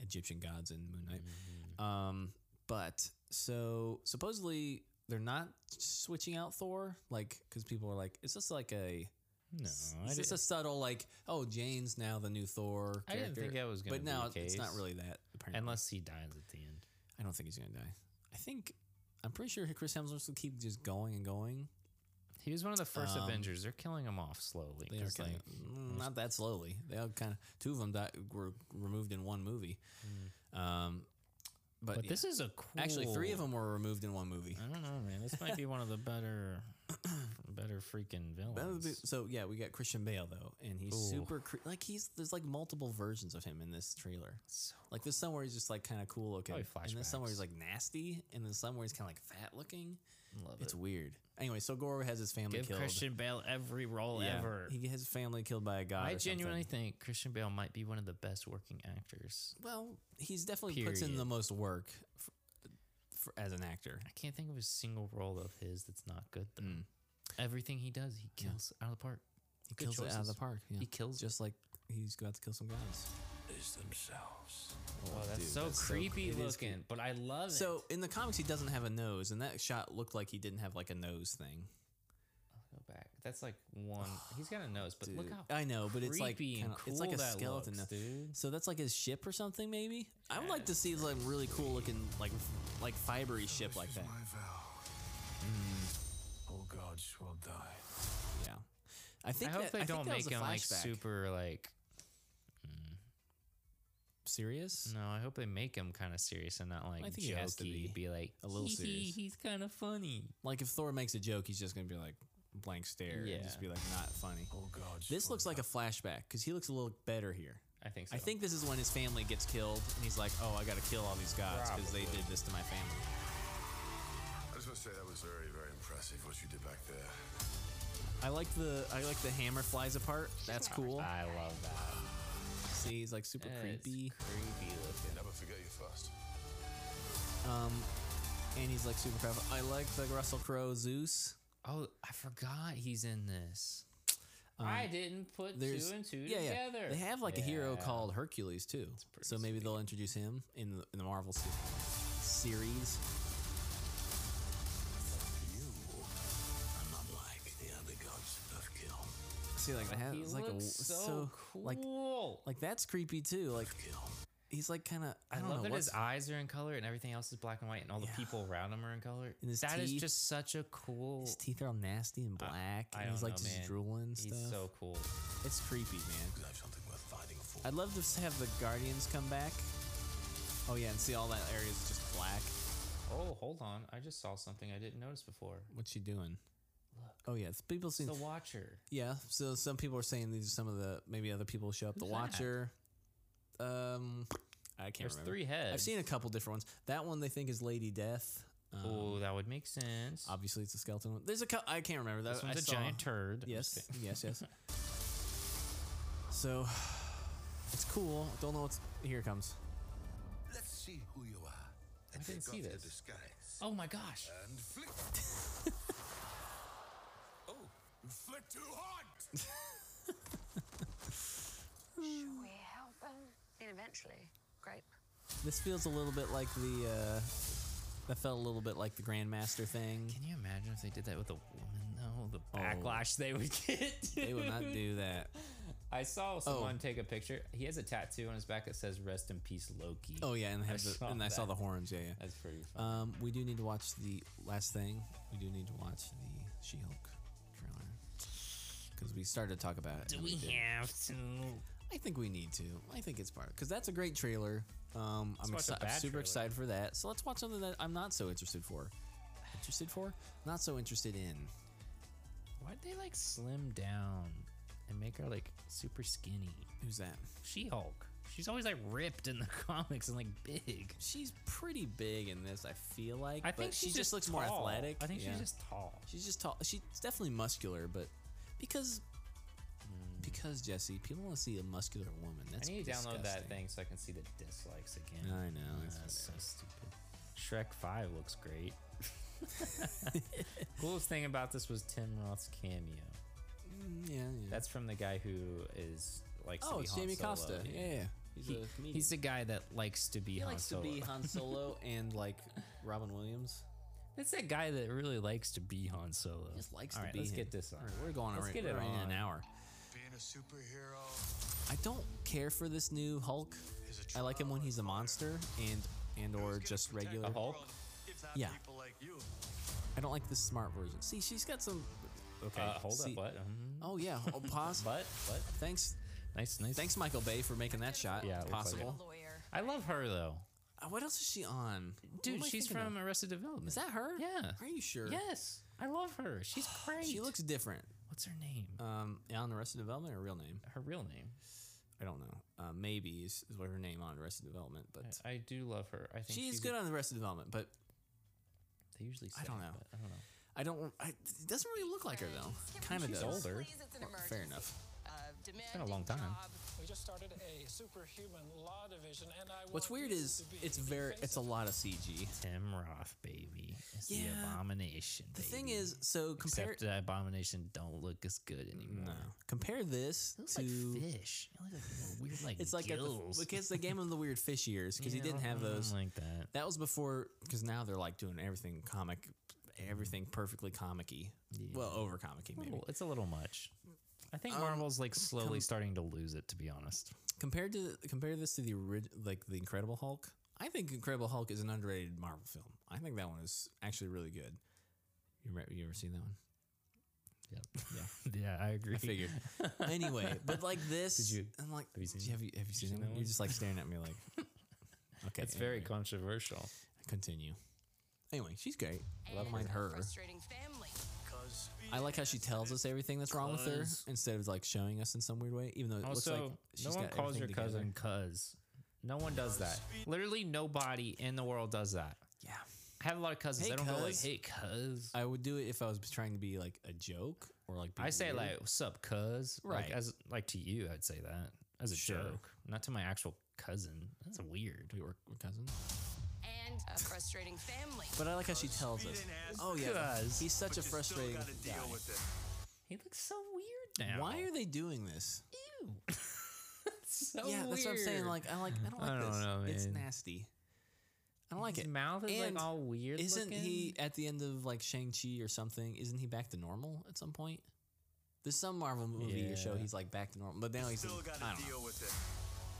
A: Egyptian gods in Moon Knight.
B: Mm-hmm.
A: Um. But so supposedly they're not switching out Thor, like because people are like, is this like a
B: No, Oh, I
A: is this a
B: didn't-
A: subtle like, oh, Jane's now the new Thor?
B: I didn't
A: character?
B: think that was gonna
A: But
B: be
A: now
B: the
A: it's not
B: case.
A: really that. Apparently.
B: unless he dies at the end.
A: I don't think he's gonna die. I think I'm pretty sure Chris Hemsworth will keep just going and going.
B: He was one of the first
A: Um,
B: Avengers. They're killing him off slowly.
A: They are
B: 'cause,
A: kind
B: like,
A: "Mm, not that slowly. They all kind of two of them died, were removed in one movie. Um, but
B: Hmm. but
A: yeah.
B: this is a cool.
A: actually three of them were removed in one movie.
B: I don't know, man. This might be one of the better, better freaking
A: That would be-
B: villains.
A: so yeah, we got Christian Bale though, and he's
B: Ooh.
A: super cre- like he's there's like multiple versions of him in this trailer. like there's some where he's just like kind of cool looking,
B: Probably
A: and then some where
B: flashbacks.
A: he's like nasty, and then some where he's kind of like fat looking.
B: Love
A: It's weird. Anyway, so Goro has his family
B: Give
A: killed.
B: Christian Bale every role
A: Yeah,
B: ever.
A: He has family killed by a god.
B: I
A: or
B: genuinely
A: something.
B: think Christian Bale might be one of the best working actors.
A: Well, he's definitely puts in
B: Period.
A: the most work for, for, as an actor.
B: I can't think of a single role of his that's not good though.
A: Mm.
B: Everything he does, he kills it out of the park.
A: He
B: Good
A: kills it out of the
B: choices.
A: park. Yeah.
B: He kills it.
A: just like he's about to kill some guys.
B: Oh, that's
A: dude,
B: so
A: that's so
B: creepy
A: cre- it is
B: looking, but I love
A: So in the comics, he doesn't have a nose, and that shot looked like he didn't have like a nose thing.
B: it. Go back. That's like one. He's got a nose, but look
A: Dude,
B: how
A: I know, but it's like
B: creepy and
A: kinda- it's like
B: cool
A: a
B: that
A: skeleton.
B: looks,
A: now.
B: dude.
A: So that's like his ship or something, maybe. I would like to see like really cool looking, like f- like fibery ship like that.
J: My vow.
B: Hmm.
J: All gods will die.
A: Yeah, I
B: I,
A: think.
B: hope
A: that,
B: they
A: I think
B: don't
A: that
B: make
A: was a
B: him like
A: flashback.
B: super like.
A: serious.
B: No, I hope they make him kind of serious and not like
A: I think he has to
B: jokey. Be.
A: be
B: like
A: a little
B: "Hee hee,
A: serious."
B: He's kind of funny.
A: Like if Thor makes a joke, he's just gonna be like blank stare
B: Yeah.
A: and just be like not funny.
J: All gods.
A: This looks like a flashback because he looks a little better here.
B: I think so.
A: I think this is when his family gets killed and he's like, "Oh, I gotta kill all these gods because they did this to my family."
J: I just want to say that was very, very impressive what you did back there.
A: I like the I like the hammer flies apart. That's cool.
B: I love that.
A: See, he's like super
B: Yeah, it's
A: creepy
B: creepy looking.
J: Never forget you first.
A: and he's like super powerful. I like the Russell Crowe Zeus.
B: Oh, I forgot he's in this. I didn't put two
A: Um, There's
B: and two
A: yeah, yeah.
B: together.
A: They have like a hero
B: Yeah.
A: called Hercules too.
B: pretty
A: So maybe they'll introduce him in the, in the Marvel se- series.
J: You are not like the other gods of kill.
A: See, like that
B: He
A: it's like a w-
B: looks so,
A: like
B: cool.
A: like that's creepy too. Like he's like kind of I
B: I,
A: don't
B: love
A: know
B: that his
A: what's
B: eyes are in color and everything else is black and white, and all the people around him are in color. That
A: And
B: is
A: his teeth.
B: just such a cool.
A: his teeth are all nasty and black,
B: I
A: and he's
B: don't
A: like
B: know,
A: just
B: man.
A: drooling and stuff.
B: He's so cool.
A: it's creepy, man.
J: I have something worth fighting for.
A: I'd love to s- have the Guardians come back. Oh yeah, and see all that area is just black.
B: Oh, hold on! I just saw something I didn't notice before.
A: What's she doing? Oh yeah, it's- people
B: It's
A: seen
B: the Watcher.
A: Yeah, so some people are saying these are some of the maybe other people show up. The
B: Who's that?
A: Watcher. Um, I can't
B: There's
A: remember.
B: three heads.
A: I've seen a couple different ones. That one they think is Lady Death. Um,
B: Oh, that would make sense.
A: Obviously, it's a skeleton one. There's a cou- I can't remember that.
B: This one's
A: I
B: a
A: saw-
B: giant turd. I'm just
A: Yes,
B: kidding.
A: yes, yes. So it's cool. Don't know what's here it comes.
J: Let's see who you are.
B: I didn't
J: take
B: see
J: off your
B: this.
J: disguise.
B: Oh my gosh.
J: And flick. oh, you flick too hard.
D: Should we help him? And eventually, grape.
A: This feels a little bit like the. Uh, that felt a little bit like the Grandmaster thing. Can
B: you imagine if they did that with a woman? No, the backlash they would get.
A: Oh. They would not Oh. do that.
B: I saw someone take a picture. He has a tattoo on his back that says "Rest in Peace, Loki."
A: Oh yeah, and they have the, and I saw
B: that.
A: the horns. Yeah, yeah.
B: That's pretty.
A: Um, we do need to watch the last thing. We do need to watch the She-Hulk trailer because we started to talk about it.
B: Do
A: and
B: we
A: didn't.
B: have to?
A: I think we need to. I think it's part because that's a great trailer. Um, I'm,
B: Let's watch a
A: exci- I'm
B: bad
A: super
B: trailer.
A: excited for that. So let's watch something that I'm not so interested for. Interested for? Not so interested in.
B: Why'd they like slim down and make her like super skinny?
A: Who's that?
B: She Hulk. She's always like ripped in the comics and like big.
A: She's pretty big in this. I feel like.
B: I
A: but
B: think
A: she
B: she's
A: just,
B: just
A: looks more
B: tall.
A: athletic.
B: I think she's just tall.
A: She's just tall. She's definitely muscular, but because because Jesse, people want to see a muscular woman. That's
B: Mm. I need to download that
A: disgusting.
B: thing so I can see the dislikes again.
A: I know, it's
B: That's so stupid. Shrek 5 looks great. Coolest thing about this was Tim Roth's cameo.
A: Mm, yeah, yeah.
B: That's from the guy who is like.
A: Oh, it's Jamie Costa. Yeah, yeah. He's
B: He's,
A: a
B: he,
A: comedian.
B: he's the guy that likes to be
A: he
B: Han
A: likes
B: Solo.
A: to be Han Solo and like Robin Williams.
B: That's that guy that really likes to be Han Solo.
A: Just likes
B: All
A: to
B: right,
A: be
B: Let's
A: him.
B: get this on.
A: All right, we're going
B: Let's
A: already-
B: get it
A: we're already in
B: on.
A: an hour.
J: Being a superhero
A: I don't care for this new Hulk. I like him when he's a monster and and or just
B: Uh,
A: regular
J: gives out
A: Yeah.
J: people like you.
A: I don't like the smart version. See, she's got some. Okay,
B: Uh, hold
A: see-
B: up. What? Um,
A: Oh yeah. Oh, pause.
B: But what?
A: Thanks.
B: Nice, nice.
A: Thanks, Michael Bay, for making that shot
B: Yeah, it looks like it.
A: possible.
B: I love her though.
A: Uh, what else is she on? What am
B: Dude,
A: I
B: she's
A: thinking of?
B: from Arrested Development.
A: Is that her?
B: Yeah.
A: Are you sure?
B: Yes. I love her. She's great.
A: She looks different.
B: What's her name?
A: Um, on Arrested Development, her real name?
B: Her real name.
A: I don't know. Uh, maybe is, is what her name on Arrested Development, but
B: I, I do love her. I think
A: she's,
B: she's a-
A: good on Arrested Development. But
B: they usually. Say
A: I don't
B: it,
A: know.
B: but I don't know.
A: I don't. I, it doesn't really look like her though. Kind of
B: She's
A: does.
B: older.
G: Please, it's an
A: Well,
G: emergency. Uh,
A: fair enough.
G: It's
B: been a long time.
E: We just started a superhuman law division, and I
A: What's
E: want
A: weird
E: these
A: is
E: to be
A: it's very. It's a lot of CG.
B: Tim Roth, baby. It's the
A: Yeah.
B: abomination.
A: The thing
B: baby.
A: is, so compare
B: except uh, the abomination don't look as good anymore.
A: no. compare this
B: It looks
A: to
B: like fish. It looks like weird, like
A: it's like at the,
B: gills.
A: because they gave him the weird fish ears because
B: Yeah, mm-hmm.
A: he didn't
B: I
A: have
B: don't
A: those.
B: like that.
A: That was before because now they're like doing everything comic, everything perfectly comic-y. Well, over comic-y maybe.
B: Little- It's a little much. I think
A: Um,
B: Marvel's like slowly
A: com-
B: starting to lose it. To be honest,
A: Compared to compare this to the orig- like the Incredible Hulk. I think Incredible Hulk is an underrated Marvel film. I think that one is actually really good. You re- you ever seen that one?
B: yeah, I agree.
A: I figured. anyway, but like this,
B: Did you-
A: I'm like,
B: have you seen
A: have you have you seen,
B: seen
A: that
B: that
A: one?
B: one?
A: You're just like staring at me like, okay,
B: It's very
A: anyway,
B: controversial.
A: continue. Anyway, she's great. I love
G: And
A: mine
G: a
A: her.
G: Frustrating family.
I: Cause
A: I like how she tells us everything that's wrong with her
B: Cuz.
A: instead of like showing us in some weird way, even though it
B: Also,
A: looks like she's
B: no one
A: got
B: calls your
A: everything together.
B: cousin cuz. No one does that. Literally, nobody in the world does that.
A: Yeah,
B: I have a lot of cousins.
A: Hey,
B: they don't go like,
A: cuz.
B: "Hey, cuz."
A: I would do it if I was trying to be like a joke or like. be
B: I say
A: weird.
B: like, "What's up, cuz?"
A: Right.
B: Like as like to you, I'd say that as a
A: Sure.
B: joke, not to my actual cousin. That's weird.
A: we were, we're cousins.
G: And a frustrating family.
A: But I like how she tells us. Oh yeah,
B: Cuz.
A: he's such a frustrating.
I: gotta deal
A: guy.
I: with it.
B: He looks so weird now.
A: Why are they doing this?
B: you? so
A: yeah, that's what I'm saying.
B: weird.
A: Like I like I don't like
B: I don't
A: this.
B: know,
A: It's
B: man.
A: nasty. I don't like
B: his
A: it.
B: mouth is
A: And
B: like all weird.
A: Isn't
B: looking.
A: he at the end of like Shang Chi or something? Isn't he back to normal at some point? There's some Marvel movie or show
B: Yeah.
A: he's like back to normal, but now he's
I: Still got
A: I don't
I: to
A: know.
I: deal with it.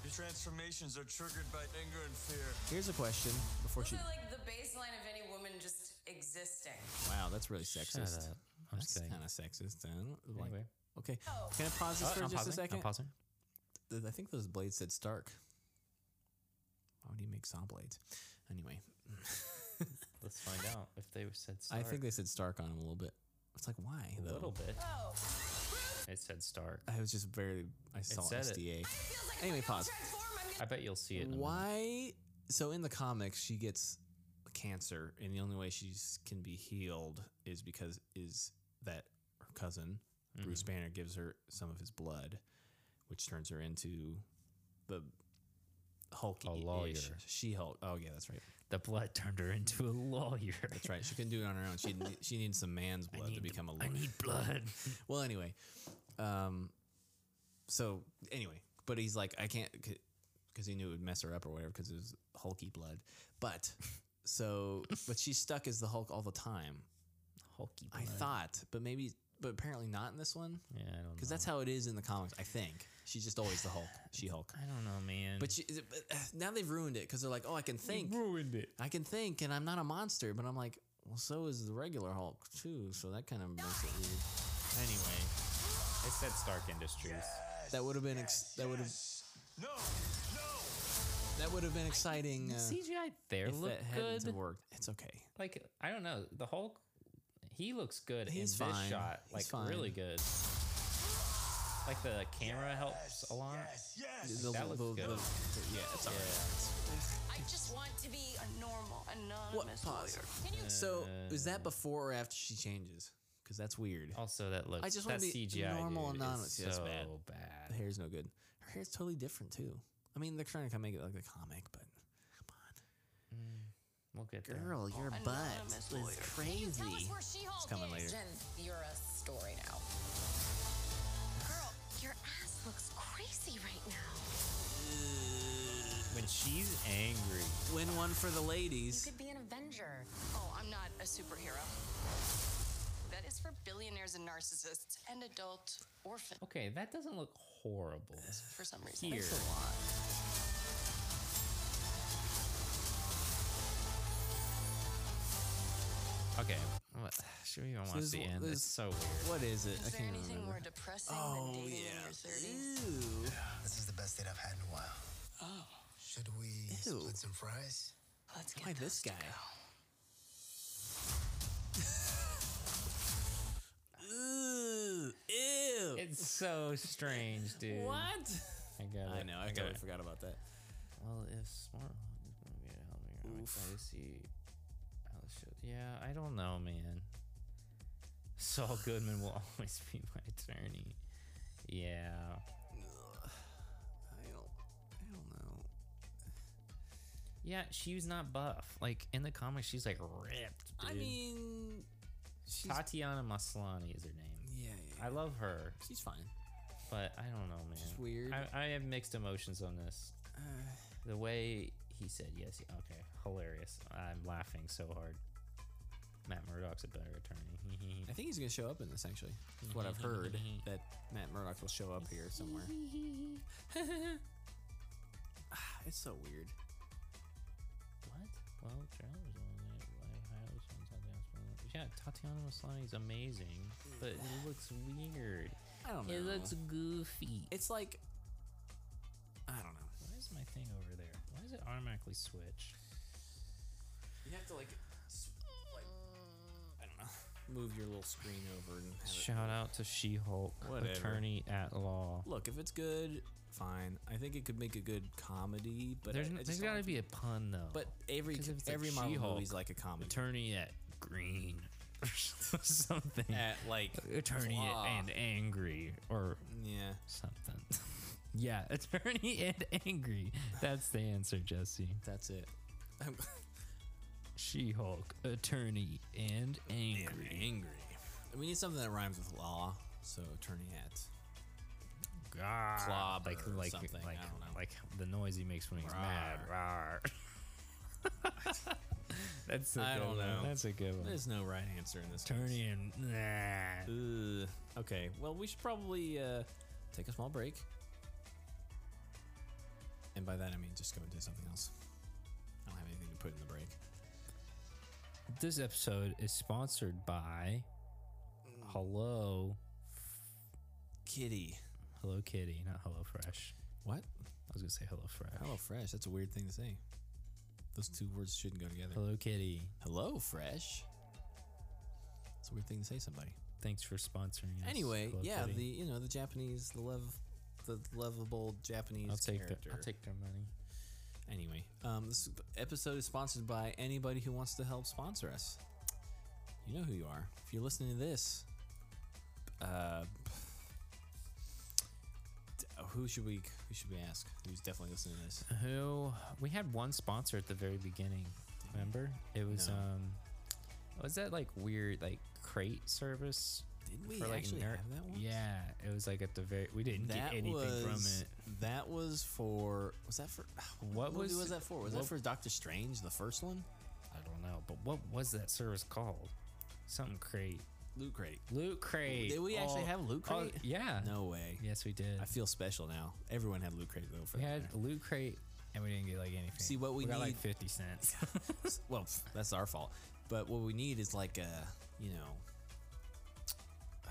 I: Your transformations are triggered by anger and fear.
A: Here's a question before she.
K: like the baseline of any woman just existing.
A: Wow, that's really sexist.
B: up. I'm
A: that's
B: just kidding.
A: kind of sexist. I don't like.
B: Anyway.
A: Okay, can I pause this
B: Oh,
A: for
B: I'm
A: just
B: pausing.
A: a second?
B: I'm pausing.
A: Th- I think those blades said Stark. Why would he make saw blades? Anyway,
B: Let's find out if they said.
A: I
B: Stark.
A: think they said Stark on him a little bit. It's like why
B: a
A: though?
B: little bit. It said Stark.
A: I was just very. I saw
B: said it.
A: SDA. Anyway, pause.
B: I bet you'll see it. in a minute.
A: Why? So in the comics, she gets cancer, and the only way she can be healed is
B: Mm-hmm.
A: because is that her cousin Bruce Banner gives her some of his blood, which turns her into the Hulky
B: lawyer.
A: She Hulk. Oh yeah, that's right.
B: The blood turned her into a lawyer.
A: That's right. She couldn't do it on her own. She ne- she needs some man's blood to become a lawyer.
B: I need blood.
A: well, anyway, um, so anyway, but he's like, I can't because he knew it would mess her up or whatever because it was Hulky blood. But so, but she's stuck as the Hulk all the time.
B: Hulky.
A: I
B: blood.
A: thought, but maybe, but apparently not in this one.
B: Yeah, I don't
A: Because that's how it is in the comics. I think she's just always the Hulk. She Hulk.
B: I don't know, man.
A: But, she, but uh, now they've ruined it because they're like, oh, I can think.
B: ruined it.
A: I can think, and I'm not a monster. But I'm like, well, so is the regular Hulk too. So that kind of makes it weird.
B: Anyway, it said Stark Industries.
A: That would have been ex- that would have
J: No,
A: that would have been exciting. Uh,
B: CGI there
A: if
B: looked
A: that hadn't
B: good.
A: worked, it's okay.
B: Like I don't know, the Hulk. He looks good in
A: He's
B: this
A: fine.
B: shot.
A: He's
B: Like
A: fine.
B: really good. Like the camera helps a lot.
J: yes.
A: The-
B: that looks
A: the-
B: good.
A: the- yeah, it's all right.
G: I just want to be a normal,
A: What
G: anonymous
A: pause?
G: lawyer. Can you?
A: So is that before or after she changes? Because that's weird.
B: Also, that looks.
A: I just
B: that
A: wanna be
B: CGI
A: normal
B: dude,
A: anonymous.
B: Is
A: Yeah, it's
B: so
A: bad. The
B: bad.
A: hair's no good. Her hair's totally different too. I mean, they're trying to make it like the comic, but
B: We'll get there.
A: girl, your
G: Anonymous
A: butt is
G: lawyer. Can you tell us
A: crazy.
G: where She-Hulk
A: It's coming
G: is?
A: later.
K: Jen, you're a story now.
D: Girl, your ass looks crazy right now.
B: When she's angry,
A: Win one for the
K: You
A: ladies.
K: could be an Avenger.
G: Oh, I'm not a superhero. That is for billionaires and narcissists and adult orphans
B: okay, that doesn't look horrible.
G: for some reason.
B: Here, okay. What? Should we even watch
A: there's
B: the
A: one-
B: end?
A: there's-
B: It's so weird.
A: What is it?
G: Is there anything more depressing
A: Oh
G: than dating in
A: yeah.
G: your 30s?
A: Ew.
E: This is the best date I've had in a while. Should we split some fries?
G: Let's get
A: Why
G: those
A: this guy?
G: to go.
A: Ew. Ew.
B: It's so strange, dude.
A: what?
B: I got it.
A: I know. I
B: got
A: totally
B: it.
A: forgot about that.
B: Well, if smart home is going to be a hell of a year, I'm excited to see how the show. Yeah, I don't know, man. Saul Goodman will always be my attorney. Yeah.
A: I don't. I don't know.
B: Yeah, she's not buff. Like in the comics, she's like ripped. Dude.
A: I mean, she's
B: Tatiana Maslany is her name.
A: yeah, yeah.
B: I love her,
A: She's fine.
B: but I don't know, man.
A: She's weird. Uh.
B: I, I have mixed emotions on this. the way he said yes, okay, hilarious. I'm laughing so hard. Matt Murdock's a better attorney.
A: I think he's gonna show up in this actually. Is what I've heard that Matt Murdock will show up here somewhere. Ah, it's so weird.
B: What? Well, Charles on it. Like, how was on Tatiana Maslany? Yeah, Tatiana Maslany is amazing, but it looks weird.
A: I don't know.
B: It looks goofy.
A: It's like I don't know.
B: Why is my thing over there? Why does it automatically switch?
A: You have to like, s- like I don't know. Move your little screen over and have it.
B: Shout out to She Hulk,
A: Whatever.
B: attorney at law.
A: Look, if it's good, fine. I think it could make a good comedy, but
B: There's,
A: I,
B: n-
A: I just
B: there's
A: don't
B: got to
A: like-
B: be a pun though.
A: But every
B: 'Cause if it's, like,
A: every Marvel
B: She-Hulk,
A: movie's like a comedy.
B: attorney at green or something.
A: At like
B: attorney
A: Flaw.
B: and angry or
A: yeah.
B: something. yeah, attorney and angry. That's the answer, Jesse.
A: That's it. I'm
B: She Hulk, attorney and angry.
A: angry. We need something that rhymes with law. So attorney at.
B: Rawr.
A: Clobber
B: like
A: or
B: like
A: something,
B: like
A: I don't know.
B: like the noise he makes when he's mad. Rawr. That's a
A: I
B: good
A: don't
B: one.
A: know.
B: That's a good one.
A: There's no right answer in this.
B: attorney and nah.
A: Ugh. Okay. Well, we should probably uh, take a small break. And by that I mean just go and do something else. I don't have anything to put in the break.
B: This episode is sponsored by Hello
A: Kitty.
B: Hello Kitty, not Hello Fresh.
A: What?
B: I was gonna say Hello Fresh.
A: Hello Fresh. That's a weird thing to say. Those two words shouldn't go together.
B: Hello Kitty,
A: Hello Fresh. It's a weird thing to say to somebody.
B: thanks for sponsoring us.
A: Anyway,
B: Hello
A: yeah,
B: Kitty.
A: the you know the Japanese, the love, the lovable Japanese
B: I'll take the,
A: character.
B: I'll take their money.
A: Anyway, um, this episode is sponsored by anybody who wants to help sponsor us. You know who you are. If you're listening to this, uh, d- oh, who should we who should we ask? Who's definitely listening to this?
B: Who we had one sponsor at the very beginning. Remember? It was
A: No.
B: um was that like weird like crate service?
A: Did we actually have that one?
B: Yeah, it was like at the very we didn't get anything from it.
A: That was for was that for
B: What
A: movie
B: was-
A: was that for? Was that
B: what-
A: for Doctor Strange, the first one?
B: I don't know, but what was that service called? Something crate.
A: Loot crate.
B: Loot crate.
A: Did we actually
B: Oh,
A: have loot
B: oh,
A: crate?
B: yeah.
A: No way.
B: Yes, we did.
A: I feel special now. Everyone had loot crate though. For
B: We
A: that
B: had
A: matter.
B: loot crate and we didn't get like anything.
A: See what we,
B: got
A: need.
B: like fifty cents.
A: well, pff, that's our fault. But what we need is like a you know, uh,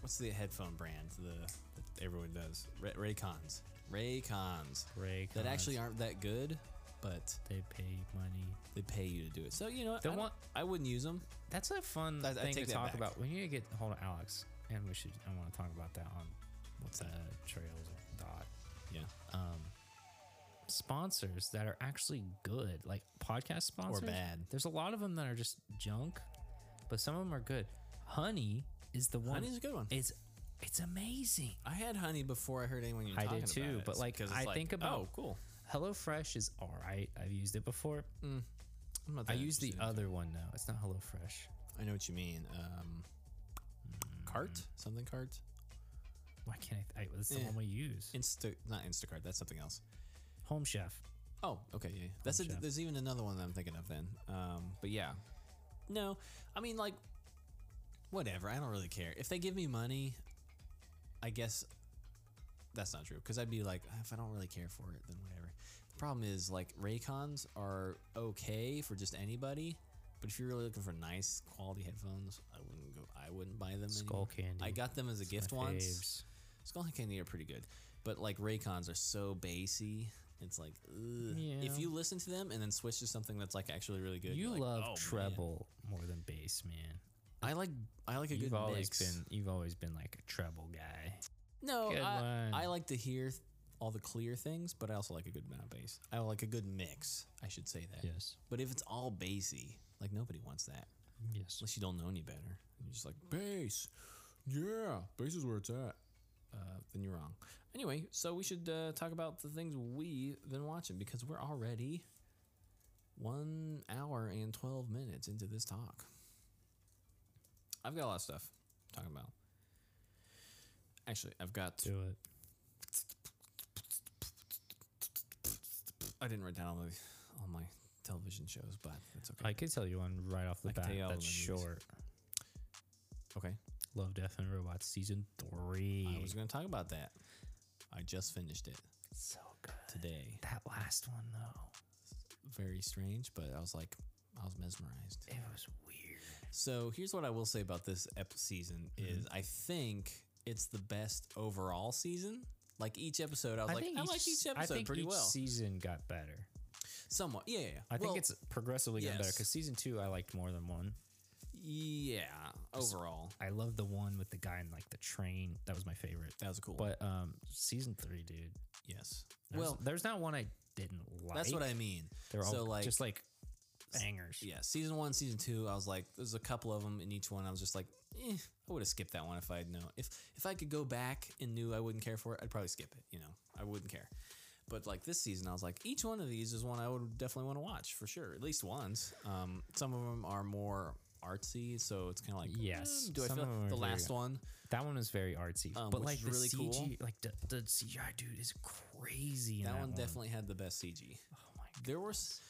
A: what's the headphone brand the, that everyone does? Ra- Raycons. Raycons.
B: Raycons.
A: That actually aren't that good, but
B: they pay money.
A: They pay you to do it. So you know, what?
B: The
A: I, don't-
B: one-
A: I wouldn't use them.
B: That's a fun
A: I- I
B: thing
A: take
B: to
A: that
B: talk
A: back.
B: about. We need to get hold of Alex, and we should. I want to talk about that on what's that trails dot.
A: Yeah.
B: Um, sponsors that are actually good, like podcast sponsors
A: bad.
B: There's a lot of them that are just junk, but some of them are good. Honey is the one.
A: Honey's a good one.
B: It's it's amazing.
A: I had honey before I heard anyone. You
B: I
A: talking
B: did
A: about
B: too,
A: it.
B: but like
A: 'Cause it's
B: I think about
A: Oh, cool.
B: HelloFresh is all right. I've used it before.
A: I'm not
B: I
A: that
B: use the
A: interested in it.
B: other one now. It's not HelloFresh.
A: I know what you mean. Um, cart something cart.
B: Why can't I? Th- I that's the
A: Yeah.
B: one we use.
A: Insta not Instacart. That's something else.
B: Home Chef.
A: Oh, okay, yeah. yeah. That's a,
B: Chef.
A: there's even another one that I'm thinking of then. Um, but yeah, no, I mean like, whatever. I don't really care if they give me money. I guess that's not true because I'd be like, "Ah, if I don't really care for it, then whatever. The problem is like Raycons are okay for just anybody, but if you're really looking for nice quality headphones, I wouldn't go. I wouldn't buy them.
B: Skull
A: anymore. I
B: Candy.
A: got them as a
B: my
A: gift once.
B: faves.
A: Skull and Candy are pretty good, but like Raycons are so bassy. It's like, ugh.
B: Yeah.
A: if you listen to them and then switch to something that's like actually really good,
B: You
A: you're like,
B: love
A: "Oh, man."
B: treble more than bass, man.
A: I like I like a
B: you've
A: good
B: always
A: mix.
B: been you've always been like a treble guy.
A: no,
B: Good
A: I,
B: one.
A: I like to hear th- all the clear things, but I also like a good amount of bass. I like a good mix. I should say that.
B: Yes.
A: But if it's all bassy, like nobody wants that
B: Yes.
A: unless you don't know any better. You're just like bass. Yeah, bass is where it's at. Uh, then you're wrong. Anyway, so we should uh, talk about the things we've been watching because we're already one hour and 12 minutes into this talk. I've got a lot of stuff to talk about. Actually, I've got.
B: Do it.
A: I didn't write down all my, all my television shows, but that's okay.
B: I could tell you one right off the
A: I can
B: bat
A: tell you all
B: that's
A: the movies.
B: short.
A: okay.
B: Love, Death, and Robots season three.
A: I was going to talk about that. I just finished it
B: so good.
A: today.
B: That last one though,
A: very strange, but I was like, I was mesmerized.
B: it was weird.
A: So here's what I will say about this ep- season:
B: Mm-hmm.
A: is I think it's the best overall season. Like each episode, I was like, I like each
B: I
A: episode
B: think
A: pretty
B: each
A: well.
B: season got better.
A: Somewhat, yeah. yeah, yeah.
B: I
A: Well,
B: think it's progressively gotten better
A: yes.
B: because season two I liked more than one.
A: yeah. Overall,
B: I love the one with the guy in like the train. That was my favorite.
A: that was cool.
B: But um, season three, dude.
A: yes,
B: There's,
A: well,
B: there's not one I didn't like.
A: that's what I mean.
B: They're all
A: so like,
B: just like bangers.
A: yeah, season one, season two, I was like, there's a couple of them in each one. I was just like, eh, I would have skipped that one if I had known. If if I could go back and knew I wouldn't care for it, I'd probably skip it. You know, I wouldn't care. But like this season, I was like, each one of these is one I would definitely want to watch for sure, at least once. Um, some of them are more artsy, so it's kind of like,
B: Yes,
A: mm, do I
B: some
A: feel
B: of 'em are
A: the
B: very-
A: last one?
B: That one is very artsy,
A: Um,
B: but
A: which
B: like
A: is
B: the
A: really
B: CG,
A: cool.
B: like the, the CGI dude is crazy. in
A: That, one definitely had the best CG.
B: Oh my god.
A: There was.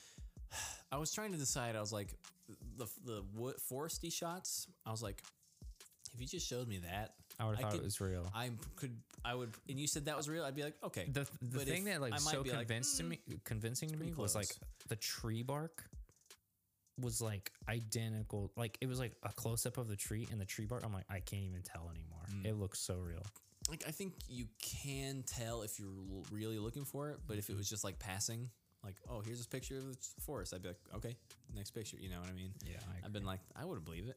A: I was trying to decide. I was like, the the wood, foresty shots. I was like, if you just showed me that,
B: I would've thought it
A: could-
B: was real.
A: I could. I would. And you said that was real. I'd be like, okay.
B: The, the
A: But
B: thing
A: if-
B: that like
A: I
B: was
A: might
B: so
A: be like, "Hmm,
B: convinced to me, convincing to me
A: pretty
B: was like
A: close.
B: the tree bark was like identical. Like it was like a close up of the tree and the tree bark. I'm like, I can't even tell anymore.
A: Mm.
B: It looks so real.
A: like I think you can tell if you're l- really looking for it. But if it was just like passing, like, oh, here's this picture of the forest, I'd be like, okay, next picture. You know what I mean?
B: Yeah, I
A: I've been like, I would have believed it.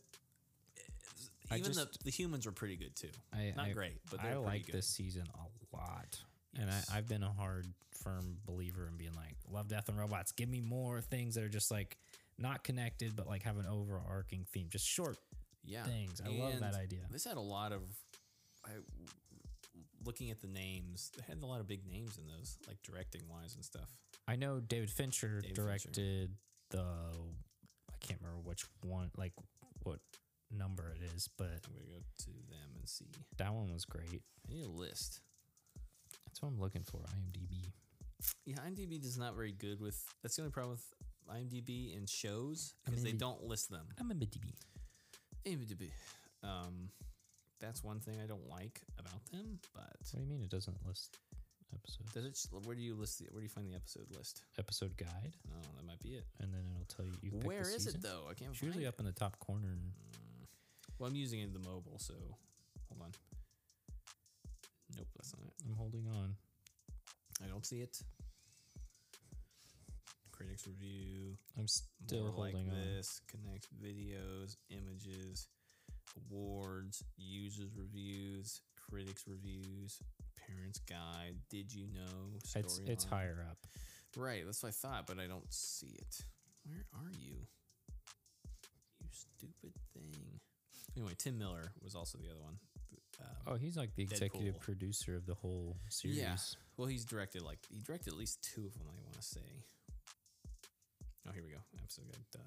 B: I
A: Even
B: just-
A: the, the humans were pretty good too.
B: I,
A: Not
B: I-
A: great, but
B: I
A: they're pretty
B: like
A: good.
B: this season a lot. And
A: Yes.
B: I, I've been a hard, firm believer in being like, love, death, and robots. Give me more things that are just like not connected, but like have an overarching theme. Just short.
A: yeah.
B: things. I love that idea.
A: This had a lot of I looking at the names, they had a lot of big names in those, like directing wise and stuff.
B: I know David Fincher
A: David Fincher.
B: directed the I can't remember which one like what number it is, but
A: I'm gonna go to them and see.
B: that one was great.
A: I need a list.
B: That's what I'm looking for, IMDb.
A: Yeah, IMDb is not very good with. That's the only problem with IMDb and shows because they
B: IMDb.
A: don't list them.
B: IMDb.
A: IMDb. Um, that's one thing I don't like about them. But
B: What do you mean it doesn't list episode
A: does it? sh- Where do you list the? Where do you find the episode list?
B: episode guide?
A: Oh, that might be it.
B: And then it'll tell you. you can pick the
A: Where is
B: season.
A: it though? I can't.
B: It's usually
A: find
B: up in the top corner.
A: It. Well, I'm using it in the mobile, so hold on. Nope, that's not it.
B: I'm holding on.
A: I don't see it. Critics review.
B: I'm still
A: More
B: holding
A: like
B: on.
A: this connect videos images awards users reviews critics reviews parents guide did you know
B: It's it's
A: storyline.
B: higher up.
A: right that's what i thought but i don't see it where are you you stupid thing anyway tim miller was also the other one um,
B: Oh, he's like the executive
A: Deadpool.
B: producer of the whole series.
A: yeah well he's directed like he directed at least two of them i want to say oh here we go episode good duh.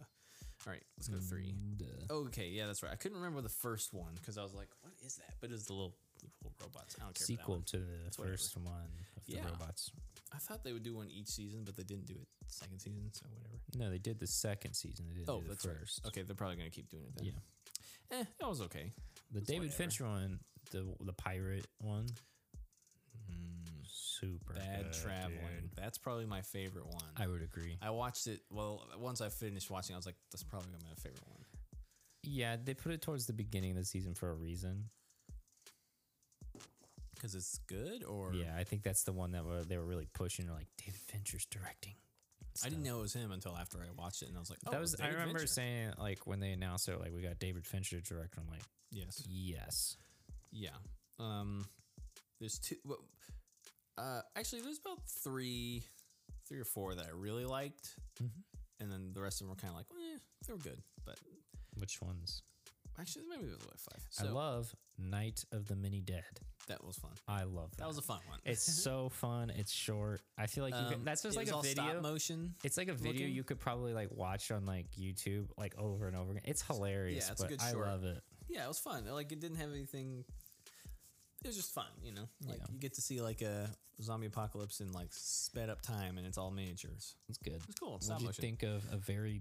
A: all right let's go to three
B: And, uh,
A: Okay, yeah, that's right. I couldn't remember the first one because I was like, "What is that?" But it's the little, the little robots. I don't care. about that
B: sequel
A: one.
B: to the
A: It's whatever.
B: first one of the
A: Yeah.
B: robots.
A: I thought they would do one each season, but they didn't do it second season, so whatever.
B: No, they did the second season. They didn't
A: Oh,
B: do the
A: that's
B: first.
A: right. Okay, they're probably gonna keep doing it then.
B: Yeah.
A: eh, that was okay.
B: The David
A: whatever.
B: Fincher one, the the pirate one, super
A: Hmm. Bad
B: good,
A: traveling.
B: dude.
A: That's probably my favorite one.
B: I would agree.
A: I watched it. Well, once I finished watching, I was like, "That's probably gonna be my favorite one."
B: yeah, they put it towards the beginning of the season for a reason.
A: Because it's good, or
B: yeah, I think that's the one that were, they were really pushing. Like David Fincher's directing.
A: I didn't know it was him until after I watched it, and I was like, "Oh,
B: that was. I
A: David
B: remember
A: Fincher.
B: saying like when they announced it, like we got David Fincher to direct. I'm like,
A: yes."
B: yes,
A: Yeah. Um, there's two. well, Uh, actually, there's about three, three or four that I really liked,
B: Mm-hmm.
A: and then the rest of them were kind of like, eh, they were good, but
B: which ones?
A: actually, maybe it was like five.
B: I
A: So
B: love Night of the Mini Dead.
A: that was fun.
B: I love that.
A: That was a fun one.
B: It's so fun. It's short. I feel like you
A: Um,
B: could, that's just
A: it
B: like
A: was
B: a
A: all stop
B: video.
A: motion.
B: It's like a video
A: looking.
B: you could probably like watch on like YouTube like over and over again. It's hilarious.
A: it's a
B: but
A: good
B: I
A: short.
B: love it.
A: yeah, it was fun. Like it didn't have anything. It was just fun, you know. Like
B: Yeah.
A: you get to see like a zombie apocalypse in like sped up time, and it's all miniatures.
B: It's good.
A: It's cool. It's stop
B: What do you
A: motion.
B: think of a very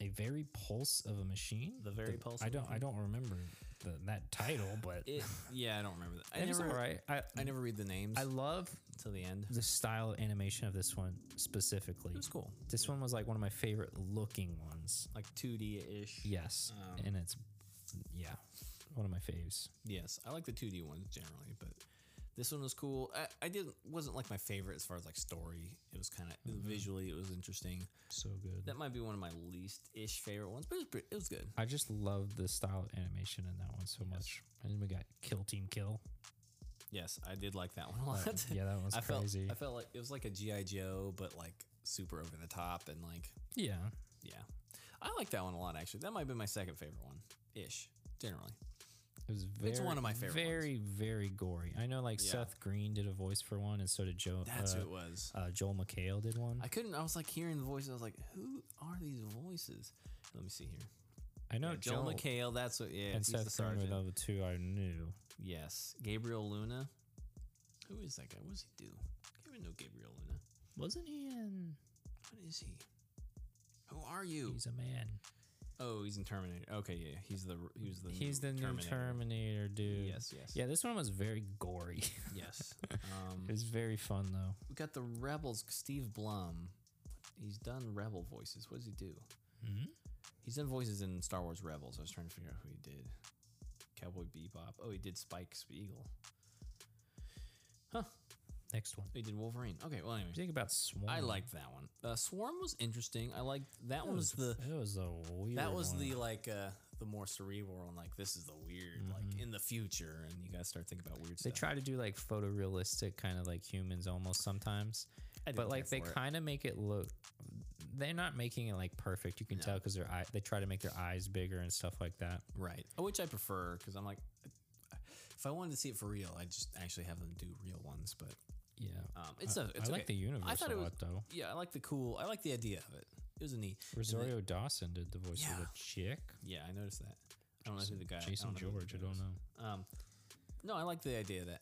B: a very pulse of a machine?
A: The very pulse
B: I
A: of a
B: don't I don't remember the, that title, but
A: It, yeah, I don't remember that. I
B: it's
A: never.
B: all right. I
A: I never read the names
B: I love
A: till the end.
B: the style of animation of this one specifically.
A: It was cool.
B: This one was like one of my favorite looking ones.
A: Like 2D ish.
B: Yes,
A: Um,
B: and it's yeah, one of my faves.
A: Yes, I like the 2D ones generally, but this one was cool. I, I didn't wasn't like my favorite as far as like story. It was kind of
B: Mm-hmm.
A: visually it was interesting.
B: So good.
A: That might be one of my least ish favorite ones, but it was, pretty, it was good.
B: I just love the style of animation in that one so much. And then we got Kill Team Kill.
A: Yes, I did like that one a lot.
B: yeah, that one's
A: I felt,
B: crazy.
A: I felt like it was like a GI Joe, but like super over the top and like
B: Yeah.
A: yeah, I like that one a lot actually. That might be my second favorite one ish generally.
B: It was very,
A: one of my favorite
B: Very, very gory. I know like
A: Yeah.
B: Seth Green did a voice for one, and so did Joe.
A: That's
B: uh,
A: who it was.
B: Uh, Joel McHale did one.
A: I couldn't. I was like hearing the voices. I was like, "Who are these voices?" Let me see here.
B: I, know
A: Yeah, Joel McHale. That's what. Yeah,
B: and
A: he's the
B: Seth Green were
A: sergeant.
B: the other two I knew.
A: Yes, Gabriel Luna. Who is that guy? What does he do? I don't even know Gabriel Luna.
B: Wasn't he uh, in?
A: What is he? Who are you?
B: He's a man.
A: oh, he's in Terminator. Okay, yeah, he's the he was the
B: He's the
A: new
B: new Terminator dude.
A: Yes, yes.
B: Yeah, this one was very gory.
A: Yes, um,
B: it was very fun though.
A: we got the Rebels. Steve Blum. He's done Rebel voices. What does he do? He's done voices in Star Wars Rebels. I was trying to figure out who he did. Cowboy Bebop. Oh, he did Spike Spiegel. Oh,
B: Next one.
A: He did Wolverine. Okay, well, anyway.
B: What do you think about Swarm?
A: I liked that one. Uh, Swarm was interesting. I liked that one was the
B: That was a weird.
A: that was
B: one.
A: the like uh the more cerebral and like this is the weird like in the future and you guys start thinking about weird
B: They
A: stuff.
B: try to do like photorealistic kind of like humans almost sometimes,
A: I didn't
B: but like
A: care
B: they
A: for it.
B: kind of make it look. They're not making it like perfect. You can tell 'cause tell because their
A: Oh,
B: eye. They try to make their eyes bigger and stuff like that.
A: right, which I prefer because I'm like If I wanted to see it for real, I just actually have them do real ones. But
B: yeah,
A: um, it's
B: I-
A: a. It's
B: I like
A: okay.
B: the universe
A: I thought
B: a
A: it was,
B: lot, though.
A: Yeah, I like the cool. I like the idea of it. It was a neat. and then-
B: Rosario Dawson did the voice of
A: Yeah.
B: a chick.
A: Yeah, I noticed that. I don't know who the guy. I
B: Jason
A: don't know who the
B: George, I
A: guy
B: don't
A: was. Um, no, I like the idea of that.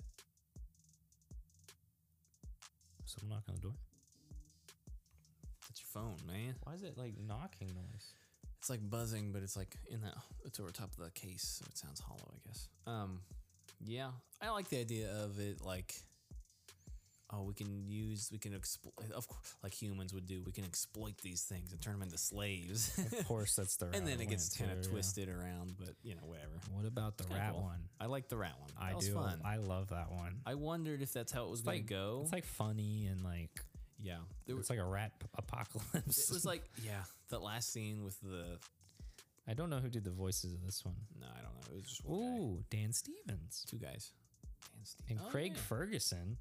B: Someone knock on the door.
A: That's your phone, man.
B: Why is it like knocking noise?
A: It's like buzzing, but it's like in that. It's over top of the case, so it sounds hollow, I guess. Um, yeah, I like the idea of it. Like, oh, we can use, we can exploit, of course, like humans would do. We can exploit these things and turn them into slaves.
B: Of course, that's the
A: and then
B: route
A: it gets
B: went
A: kind of
B: to, yeah.
A: twisted around, but you know, whatever.
B: What about the
A: It's kinda
B: rat
A: cool.
B: one?
A: I like the rat one.
B: I
A: That was
B: do.
A: Fun.
B: I love that one.
A: I wondered if that's how it was
B: It's
A: going
B: like-
A: to go.
B: It's like funny and like
A: yeah,
B: it's like a rat p- apocalypse.
A: it was like yeah, that last scene with the
B: I don't know who did the voices of this one.
A: no, I don't know. It was just one guy.
B: Ooh, Dan Stevens
A: two guys, Dan Stevens.
B: and
A: Oh,
B: Craig
A: yeah.
B: Ferguson.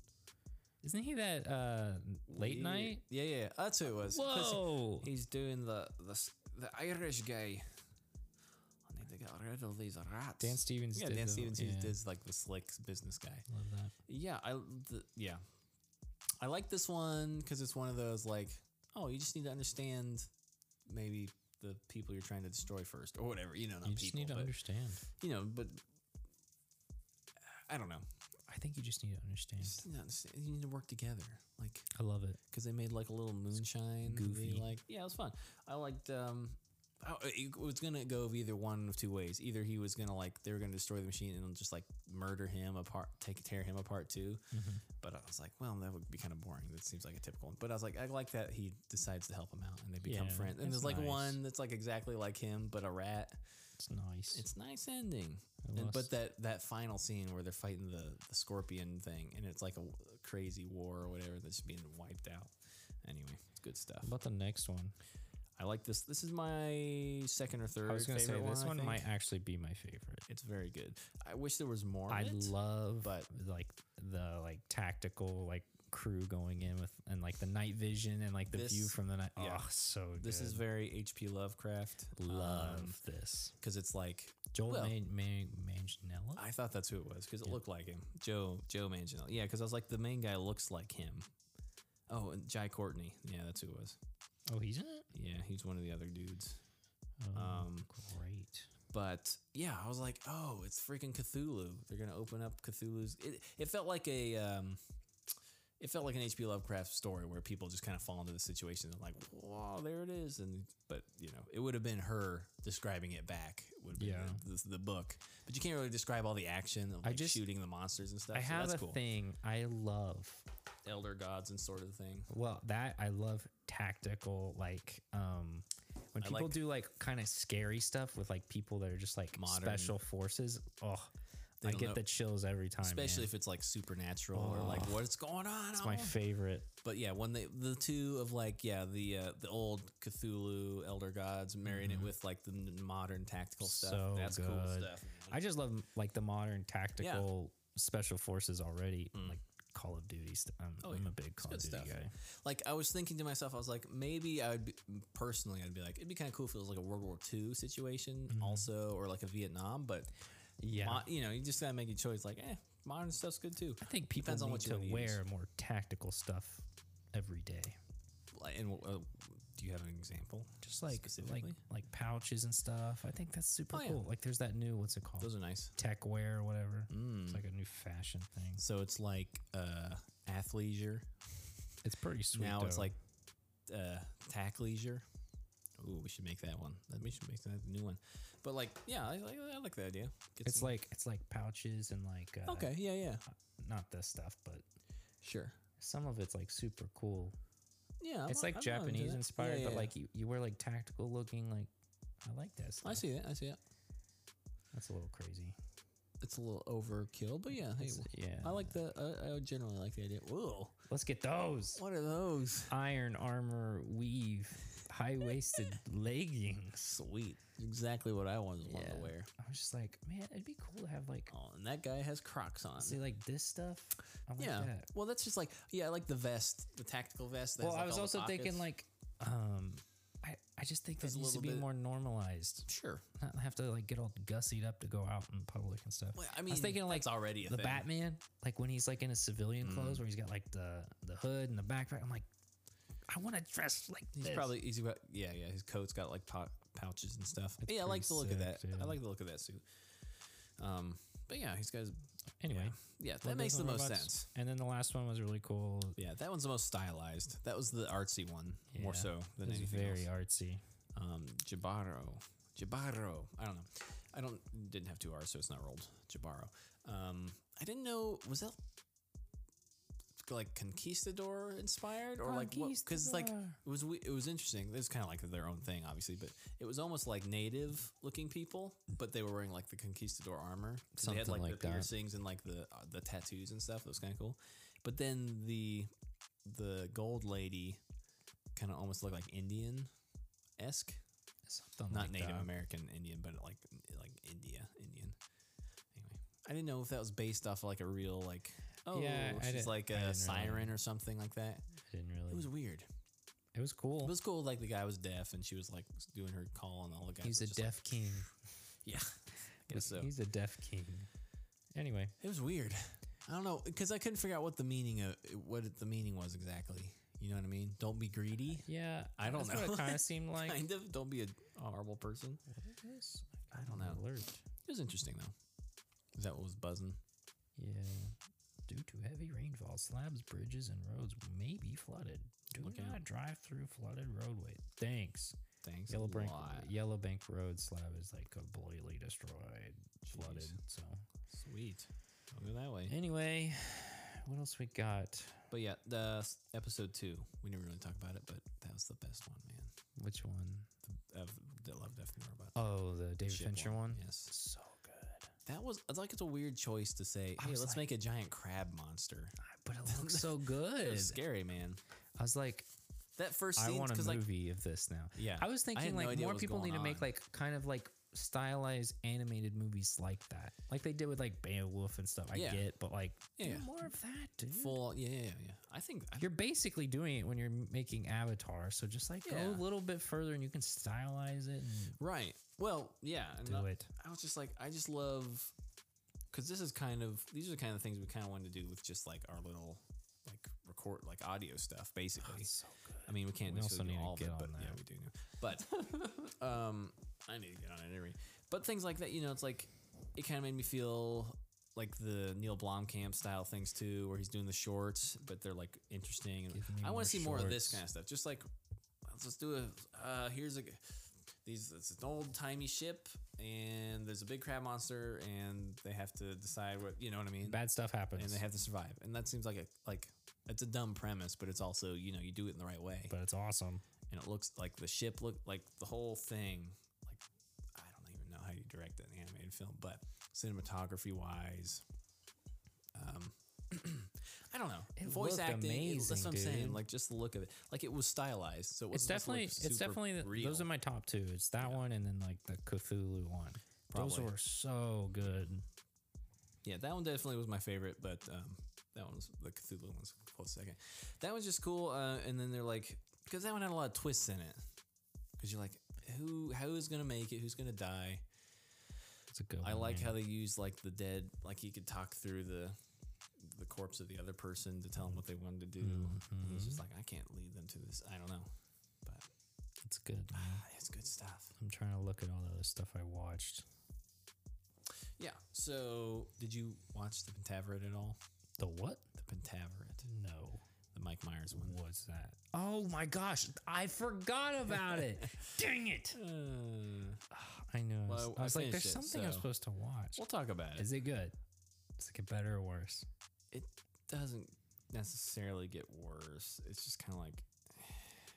B: Isn't he that uh, late
A: Yeah,
B: night?
A: Yeah, yeah, that's who it was. 'Cause
B: Whoa.
A: he's doing the the s- the Irish guy. I need to get rid of these rats.
B: Dan Stevens
A: Yeah,
B: did
A: Dan
B: the-
A: Stevens. He
B: yeah.
A: does like the slick business guy.
B: Love that.
A: Yeah, I the, yeah, I like this one because it's one of those like, oh, you just need to understand maybe the people you're trying to destroy first or whatever. You know, not
B: You just
A: people,
B: need to
A: but,
B: understand.
A: You know, but I don't know.
B: I think you just need to understand.
A: Just need to understand- You need to work together, like
B: I love it.
A: because they made like a little moonshine.
B: goofy.
A: Goofy, like yeah, it was fun. I liked. um oh, it was gonna go of either one of two ways. Either he was gonna like they were gonna destroy the machine and just like murder him apart, take tear him apart too. But I was like, well, that would be kind of boring. That seems like a typical one. But I was like, I like that he decides to help him out and they become
B: Yeah,
A: friends.
B: it's
A: And there's like
B: nice.
A: one that's like exactly like him but a rat.
B: It's nice.
A: It's nice ending.
B: I
A: And,
B: lost-
A: but that that final scene where they're fighting the the scorpion thing and it's like a, w- crazy war or whatever that's being wiped out. Anyway, it's good stuff.
B: How about the next one?
A: I like this. This is my second or third.
B: I was gonna say
A: favorite
B: this
A: I
B: one
A: think.
B: might actually be my favorite.
A: It's very good. I wish there was more. of
B: I
A: it.
B: love
A: but-
B: like the like tactical like crew going in with and like the night vision and like the view
A: This-
B: from the night.
A: yeah.
B: Oh, so good.
A: This is very H.P. Lovecraft.
B: love this.
A: because it's like
B: Joel
A: well,
B: Man- Man- Manganiello.
A: I thought that's who it was because it looked like him. Joe Joe Manganiello. Yeah, because I was like the main guy looks like him. Oh, and Jai Courtney. Yeah, that's who it was.
B: oh, he's in it.
A: Yeah, he's one of the other dudes.
B: Oh,
A: Um,
B: great.
A: But yeah, I was like, oh, it's freaking Cthulhu. They're gonna open up Cthulhu's. It, it felt like a, um, it felt like an H.P. Lovecraft story where people just kind of fall into the situation and like, wow, there it is. And but you know, it would have been her describing it back. Would have been
B: Yeah.
A: the, the, the book, but you can't really describe all the action of
B: I
A: like
B: just-
A: shooting the monsters and stuff.
B: I
A: so
B: have
A: that's
B: a
A: cool.
B: thing I love.
A: elder gods and sort of thing.
B: Well, that I love tactical like um when
A: I
B: people
A: like-
B: do like kind of scary stuff with like people that are just like
A: Modern-
B: special forces. Oh,
A: They
B: I
A: don't
B: get
A: know-
B: the chills every time.
A: Especially
B: man.
A: if it's like supernatural or like what's going on?
B: it's my
A: over
B: favorite.
A: But yeah, when they the two of like yeah the uh, the old Cthulhu elder gods marrying it with like the n- modern tactical stuff.
B: Mm-hmm. So
A: That's
B: good.
A: cool stuff.
B: I just love like the modern tactical special forces already, like Call of Duty. St- I'm, I'm
A: Mm. Oh, yeah.
B: a big
A: It's
B: Call of
A: good
B: Duty
A: stuff.
B: guy.
A: Like I was thinking to myself, I was like, maybe I would be, personally, I'd be like, it'd be kind of cool if it was like a World War II situation, also, or like a Vietnam. But
B: Mm-hmm. Yeah,
A: mo- you know, you just gotta make a choice. Like, eh, modern stuff's good too.
B: I think people
A: depends
B: need
A: on what you
B: to
A: wanna
B: wear more tactical stuff every day.
A: Like, and uh, do you have an example?
B: Just like like
A: Specifically?
B: like pouches and stuff. I think that's super
A: Oh, yeah.
B: cool. Like there's that new what's it called?
A: Those Mm. are nice.
B: Tech wear or whatever. It's like a new fashion thing.
A: So it's like uh, athleisure.
B: It's pretty sweet.
A: now it's
B: though.
A: like uh, tack leisure. Ooh, we should make that one. That- We should make that a new one. But like, yeah, I, I, I like the idea. Get
B: it's
A: some-
B: like it's like pouches and like uh,
A: okay, yeah, yeah,
B: not this stuff, but
A: sure,
B: some of it's like super cool.
A: yeah. I'm
B: it's
A: not-
B: like
A: I'm not into
B: Japanese
A: that.
B: inspired,
A: Yeah,
B: but
A: yeah,
B: like you, you wear like tactical looking. Like I like this.
A: yeah. I see it. I see it.
B: That's a little crazy.
A: It's a little overkill, but yeah, hey,
B: It's- yeah.
A: I like the. I, I generally like the idea. Whoa,
B: Let's get those
A: what are those?
B: iron armor weave high waisted leggings.
A: Sweet, exactly what I wanted wanted to wear.
B: I was just like, man, it'd be cool to have like
A: Oh, and that guy has Crocs on.
B: see like this stuff. I like
A: yeah.
B: that.
A: Well, that's just like yeah, I like the vest, the tactical vest. that
B: Well,
A: has, like,
B: I was
A: all the
B: also thinking
A: pockets.
B: like, um, I I I just think
A: It's
B: that
A: a
B: needs to
A: little
B: be
A: bit-
B: more normalized.
A: Sure.
B: Not have to like get all gussied up to go out in public and stuff.
A: Well, I
B: I was
A: mean,
B: thinking like
A: that's already a
B: the
A: thing. Mm.
B: Batman, like when he's like in his civilian clothes where he's got like the the hood and the backpack. I'm like, I want to dress like
A: He's
B: this.
A: probably easy. About, yeah, yeah. His coat's got like po- pouches and stuff. yeah, I like
B: pretty
A: the look of that.
B: sick, yeah.
A: I like the look of that suit. Um, but yeah, he's got. His,
B: Anyway,
A: yeah,
B: Love
A: that makes
B: those
A: the
B: little
A: most
B: robots.
A: sense.
B: And then the last one was really cool.
A: Yeah, that one's the most stylized. That was the artsy one more
B: Yeah,
A: so than
B: it was
A: anything
B: very
A: else.
B: artsy.
A: Um, Jabaro, Jabaro. I don't know. I don't didn't have two R's, so it's not rolled. Jabaro. Um, I didn't know was that like conquistador inspired or like what? Because like
F: Conquistador.
A: it was we- it was interesting. It was kind of like their own thing, obviously, but it was almost like native looking people, but they were wearing like the conquistador armor. 'Cause they had
B: Something
A: like,
B: like
A: the
B: that.
A: piercings and like the uh, the tattoos and stuff. That was kind of cool. But then the the gold lady kind of almost looked like Indian esque,
B: something
A: not
B: like uh,
A: Native
B: that.
A: American Indian, but like like India Indian. Anyway, I didn't know if that was based off like a real like oh
B: Yeah, I
A: she's
B: didn't-
A: like
B: I didn't
A: a
B: really-
A: siren or something like that.
B: I didn't really.
A: It was weird.
B: It was cool.
A: It was cool. Like the guy was deaf and she was like doing her call and all the guys.
B: He's
A: were
B: a
A: just like-
B: deaf king.
A: yeah, I guess so.
B: He's a deaf king. Anyway,
A: It was weird. I don't know because I couldn't figure out what the meaning of what the meaning was exactly. You know what I mean? Don't be greedy.
B: yeah,
A: I don't
B: that's
A: know.
B: What it kind of seemed like.
A: kind of. Don't be a horrible person. I don't know. It was interesting though. Is that what was buzzing?
B: Yeah. Due to heavy rainfall, slabs, bridges, and roads may be flooded. Do
A: Look
B: not
A: out.
B: drive through flooded roadway. Thanks.
A: Thanks.
B: Yellow
A: a
B: Bank,
A: lot.
B: Yellow Bank Road slab is like completely destroyed, flooded. So
A: Sweet. I'll go that way.
B: anyway, what else we got?
A: But yeah, the s- episode two. We didn't really talk about it, but that was the best one, man.
B: Which one?
A: The, of the Love Death and Robots.
B: Oh, the David
A: Ship
B: Fincher one.
A: Yes.
B: So good.
A: That was it's like it's a weird choice to say. Hey,
B: was
A: let's make
B: like-
A: a giant crab monster.
B: But it looks so
A: It
B: good.
A: was scary, man.
B: I was like,
A: That first
B: I
A: scene,
B: want a
A: because like
B: movie of this now.
A: Yeah.
B: I was
A: I had
B: thinking
A: no
B: like
A: idea
B: more
A: what was
B: people need
A: going
B: to
A: on.
B: make like kind of like stylized animated movies like that, like they did with like Beowulf and stuff. I
A: Yeah.
B: get, but like do
A: Yeah.
B: more of that, dude.
A: full, yeah, yeah, yeah, yeah. I think I,
B: You're basically doing it when you're making Avatar, so just like go
A: Yeah.
B: a little bit further and you can stylize it. And
A: Right. Well, yeah. And
B: Do
A: I,
B: it.
A: I was just like, I just love because this is kind of these are the kind of things we kind of wanted to do with just like our little like record like audio stuff basically. I mean, we can't
B: We
A: necessarily
B: also
A: do
B: need
A: all
B: to
A: of it,
B: get
A: but
B: on
A: yeah,
B: that.
A: we do know. But um, I need to get on it anyway. But things like that, you know, it's like it kind of made me feel like the Neil Blomkamp style things too, where he's doing the shorts, but they're like interesting. And
B: Give me
A: I
B: more
A: want to see more of this
B: shorts.
A: kind of stuff. Just like let's just do a uh, here's a g- these it's an old timey ship and there's a big crab monster and they have to decide what you know what I mean
B: bad stuff happens,
A: and they have to survive and that seems like a like it's a dumb premise but it's also you know you do it in the right way
B: but it's awesome.
A: and it looks like the ship look like the whole thing like I don't even know how you direct an animated film but cinematography wise um I don't know.
B: It
A: Voice
B: looked
A: acting, it- that's
B: amazing,
A: what I'm saying.
B: dude.
A: Like just the look of it, like it was stylized. So it
B: It's
A: wasn't just, like,
B: definitely, it's
A: super
B: definitely. the-
A: real.
B: Those are my top two. It's that one and then like the Cthulhu one. Those
A: Probably.
B: were so good.
A: Yeah, that one definitely was my favorite, but um, that one was the Cthulhu one's close second. That one's just cool, uh, and then they're like, because that one had a lot of twists in it. Because you're like, who, who is gonna make it? Who's gonna die?
B: It's a good.
A: I
B: one,
A: like
B: Oh, man.
A: how they use like the dead, like he could talk through the the corpse of the other person to tell him what they wanted to do. And he's just
B: Mm-hmm.
A: like, I can't lead them to this. I don't know, but
B: It's good. man.
A: ah, it's good stuff.
B: I'm trying to look at all the other stuff I watched.
A: Yeah. So, did you watch the Pentaveret at all?
B: The what?
A: The Pentaveret,
B: No.
A: the Mike Myers one.
B: What's that? Oh my gosh, I forgot about it. Dang it.
A: Uh,
B: I know. I was,
A: Well,
B: I was
A: I
B: like,
A: finished
B: there's
A: it,
B: something I'm
A: so-
B: supposed to watch.
A: we'll talk about it.
B: Is it good? Does it get better or worse?
A: it doesn't necessarily get worse. It's just kind of like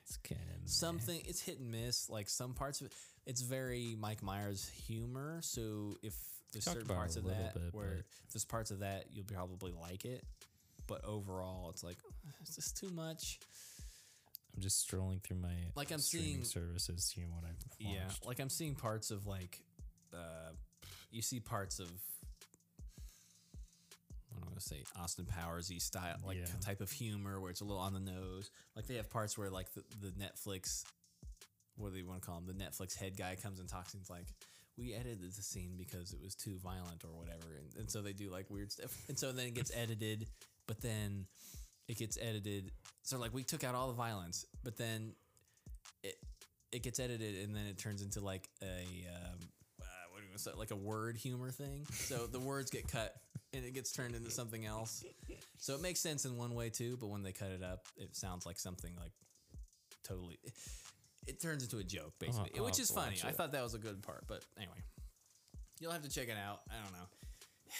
B: It's kind of
A: something. It's hit and miss. Like some parts of it, it's very Mike Myers humor. So if there's
B: talked
A: certain
B: about it
A: parts
B: a
A: of
B: little
A: that
B: bit,
A: where
B: but-
A: if there's parts of that you'll probably like it, but overall it's like is this too much?
B: I'm just strolling throrough my
A: Like, I'm seeing-
B: streaming services, seeing what I've watched.
A: Yeah, like I'm seeing parts of like, uh, you see parts of. What am I gonna say? Austin Powersy style, like
B: Yeah.
A: type of humor where it's a little on the nose. Like they have parts where like the, the Netflix what do you want to call him? The Netflix head guy comes and talks and he's like, we edited the scene because it was too violent or whatever. And, and so they do like weird stuff. And so then it gets edited, but then it gets edited. So like we took out all the violence, but then it, it gets edited and then it turns into like a, um, uh, what do you say, like a word humor thing. So the words get cut and it gets turned into something else. So it makes sense in one way too, but when they cut it up, it sounds like something like totally. It turns into a joke basically,
B: I'll
A: which
B: have
A: is
B: to
A: funny.
B: watch
A: I
B: it.
A: thought that was a good part, but anyway, you'll have to check it out. I don't know.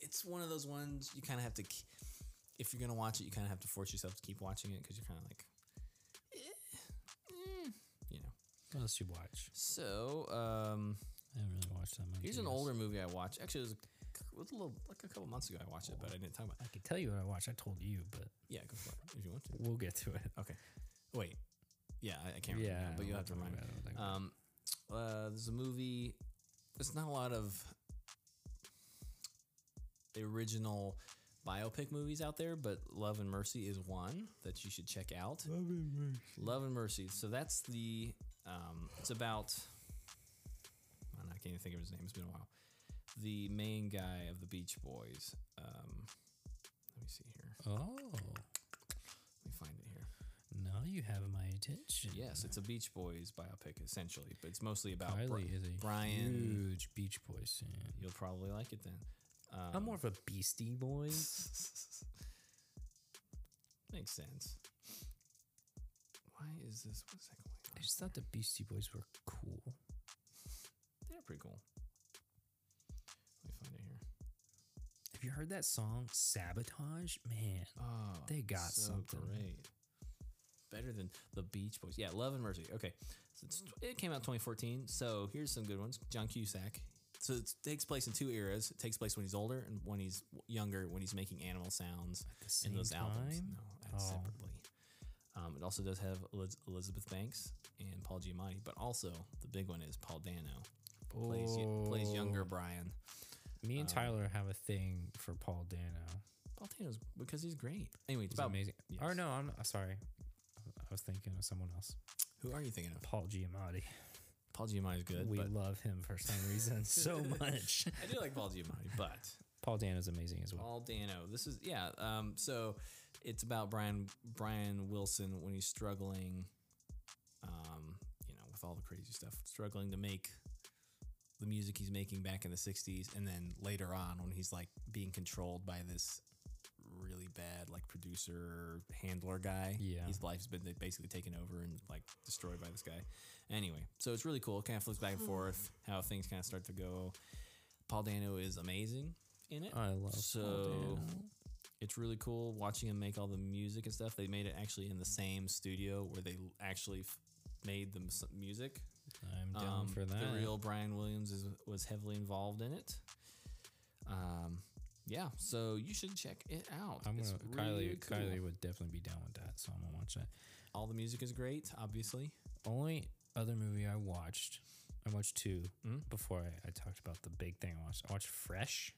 A: It's one of those ones you kind of have to. k- If you're gonna watch it, you kind of have to force yourself to keep watching it because you're kind of like, you know.
B: What else you watch?
A: So, um,
B: I haven't really watched that much.
A: Here's an
B: I guess.
A: older movie I watched. Actually, it was, a, it was a little like a couple months ago. I watched it, but I didn't talk about. it.
B: I can tell you what I watched. I told you, but
A: Yeah, go for it if you want to.
B: we'll get to it.
A: Okay. Wait. Yeah, I, I can't remember,
B: Yeah,
A: now, but
B: I
A: you'll have
B: don't
A: to remind me.
B: remember, I don't
A: Um,
B: think.
A: uh, there's a movie. There's not a lot of original biopic movies out there, but Love and Mercy is one that you should check out. Love and Mercy. Love and Mercy. So that's the. Um, it's about. man, I can't even think of his name. It's been a while. The main guy of the Beach Boys. Um, let me see here.
B: Oh.
A: Let me find it here.
B: Now you have my attention.
A: Yes, it's a Beach Boys biopic essentially, but it's mostly about Bri-
B: Kylie is a
A: Brian.
B: huge Beach Boys fan.
A: You'll probably like it then. Um,
B: I'm more of a Beastie Boys.
A: makes sense. Why is this? What's that going on?
B: I just thought the Beastie Boys were cool.
A: They're pretty cool. Let me find it here.
B: Have you heard that song Sabotage? Man,
A: Oh,
B: they got
A: so
B: something.
A: great. Better than the Beach Boys. Yeah, Love and Mercy. Okay, so it's, it came out 2014. So here's some good ones. John Cusack. So it takes place in two eras. It takes place when he's older and when he's younger. When he's making animal sounds in those
B: same
A: albums.
B: time?
A: No, at-
B: Oh.
A: separately. Um, it also does have Eliz- Elizabeth Banks and Paul Giamatti, but also the big one is Paul Dano. Plays, y- plays younger
B: Oh.
A: Brian.
B: Me and
A: Um,
B: Tyler have a thing for Paul Dano.
A: Paul Dano's because he's great. Anyway, it's
B: He's
A: about
B: amazing.
A: Yes.
B: Or no, I'm uh, sorry. I was thinking of someone else.
A: Who are you thinking of?
B: Paul Giamatti.
A: Paul Giamatti's good.
B: we
A: but
B: love him for some reason so much.
A: I do like Paul Giamatti, but
B: Paul Dano's amazing as well.
A: Paul Dano. This is yeah. Um, so it's about Brian Brian Wilson when he's struggling, um, you know, with all the crazy stuff, struggling to make the music he's making back in the '60s, and then later on when he's like being controlled by this really bad like producer handler guy.
B: Yeah.
A: his life's been basically taken over and like destroyed by this guy. Anyway, so it's really cool. It kind of flips back and forth how things kind of start to go. Paul Dano is amazing in it.
B: I love Paul
A: so
B: Dano.
A: it's really cool watching him make all the music and stuff. They made it actually in the same studio where they l- actually f- made the mus- music.
B: I'm down
A: Um,
B: for that.
A: The real Brian Williams is, was heavily involved in it. Um, yeah, so you should check it out.
B: I'm
A: It's
B: gonna,
A: really
B: Kylie.
A: cool.
B: Kylie would definitely be down with that, so I'm gonna watch that.
A: All the music is great, obviously.
B: Only other movie I watched, I watched 2
A: Hmm?
B: before I, I talked about the big thing I watched. I watched Fresh.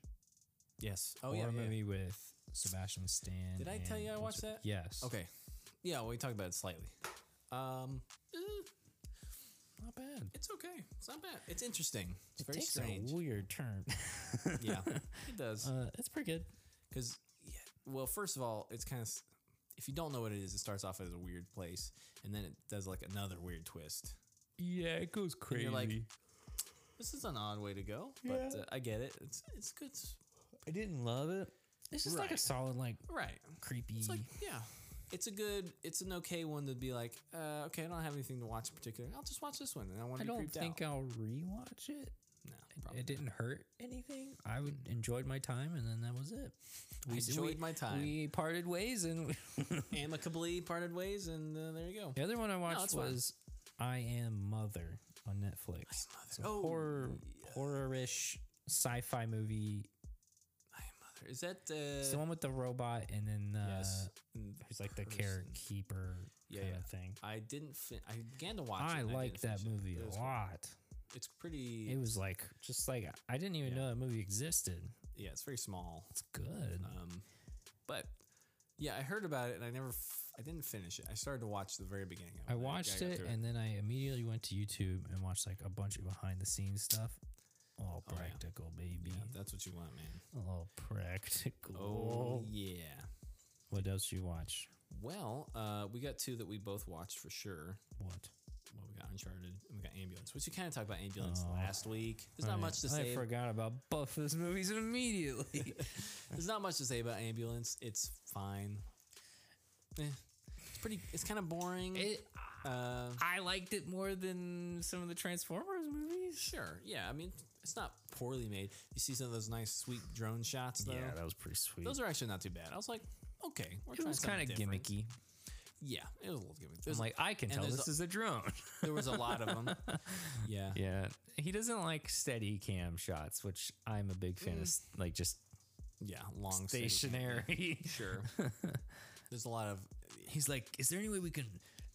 A: Yes. Oh
B: horror
A: yeah, yeah.
B: movie with Sebastian Stan.
A: Did I tell
B: and
A: you I watched
B: what's her-
A: that?
B: Yes.
A: Okay. Yeah, we talked about it slightly. Um, eh,
B: Not bad.
A: it's okay. It's not bad. It's interesting. It's very
B: takes
A: strange.
B: a weird turn.
A: yeah, it does.
B: uh, it's pretty good.
A: Because, yeah, well, first of all, it's kind of if you don't know what it is, it starts off as a weird place, and then it does like another weird twist.
B: Yeah, it goes
A: And
B: crazy.
A: you're like, this is an odd way to go, but uh, I get it. It's it's good, s-
B: I didn't love it. This is like a
A: Right.
B: solid, like
A: right?
B: creepy.
A: It's like yeah, it's a good, it's an okay one to be like, uh, okay, I don't have anything to watch in particular. I'll just watch this one, and I want to
B: I
A: be
B: don't
A: creeped
B: think
A: out.
B: I'll rewatch it.
A: no,
B: It-
A: probably
B: It didn't hurt anything. I would enjoyed my time, and then that was it.
A: I enjoyed my time.
B: We parted ways, and
A: amicably parted ways, and uh, there you go.
B: the other one I watched
A: it's fine.
B: was I Am Mother on Netflix. It's a
A: Oh,
B: horror, horror-ish sci-fi movie.
A: I am mother. Is that uh,
B: It's the one with the robot, and then uh,
A: Yes, Mm, and the
B: who's like the carrot
A: person.
B: keeper
A: Yeah,
B: kind
A: yeah.
B: of thing.
A: I didn't. Fin- I began to watch. it,
B: I
A: and
B: like
A: didn't
B: that
A: finish it.
B: movie
A: It was-
B: a lot.
A: It's pretty.
B: It was like just like I didn't even know that movie existed.
A: yeah, it's very small.
B: It's good.
A: Um, but yeah, I heard about it and I never. F- I didn't finish it. I started to watch the very beginning. of
B: I
A: it. got
B: watched
A: through
B: it and then I immediately went to YouTube and watched like a bunch of behind the scenes stuff. All
A: Oh, yeah.
B: practical, baby.
A: Yeah, that's what you want, man.
B: All practical.
A: Oh yeah.
B: What else you watch?
A: Well, uh, we got two that we both watched for sure.
B: What?
A: Well, we got Uncharted and we got Ambulance, which we kind of talked about Ambulance
B: Oh.
A: last week. There's
B: I-
A: not much to say.
B: I forgot about both those movies immediately.
A: There's not much to say about Ambulance. It's fine. Eh, it's pretty. It's kind of boring.
B: It-
A: uh,
B: I liked it more than some of the Transformers movies.
A: Sure. Yeah. I mean, it's not poorly made. You see some of those nice, sweet drone shots, though.
B: Yeah, that was pretty sweet.
A: Those are actually not too bad. I was like, okay, we're
B: it was
A: kind
B: kind of gimmicky.
A: Yeah, it was a little gimmicky.
B: I'm
A: There's-
B: like, I can
A: and
B: tell
A: there's
B: this is a drone.
A: there was a lot of 'em. Yeah.
B: Yeah. He doesn't like steady cam shots, which I'm a big fan of,
A: Mm.
B: s- like just
A: yeah long steady cam.
B: stationary.
A: Sure. There's a lot of.
B: He's like, is there any way we can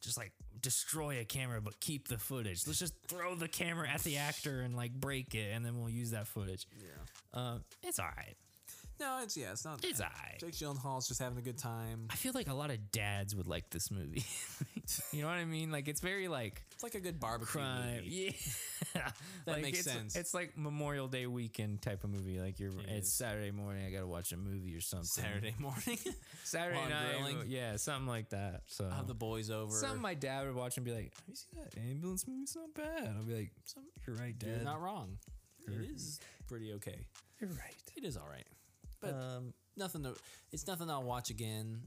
B: just like destroy a camera but keep the footage? Let's just throw the camera at the actor and like break it, and then we'll use that footage. Yeah. Um, it's all right.
A: No, it's yeah, it's not.
B: It's
A: bad.
B: aight.
A: Jake Gyllenhaal's just having a good time.
B: I feel like a lot of dads would like this movie. you know what I mean? Like it's very like
A: It's like a good barbecue
B: crime.
A: movie.
B: Yeah. that
A: makes sense.
B: It's like Memorial Day weekend type of movie. Like you're,
A: It
B: it's
A: is.
B: Saturday morning. I gotta watch a movie or something.
A: Saturday morning.
B: Saturday
A: While I'm
B: night.
A: grilling.
B: Yeah, something like that. So
A: I'll have the boys over.
B: Some my dad would watch and be like, "Have you seen that ambulance movie? It's not bad." I'll be like, "You're right, Dad.
A: You're not wrong. It is pretty okay.
B: You're right."
A: It is all right, but
B: Um,
A: nothing to. It's nothing I'll watch again.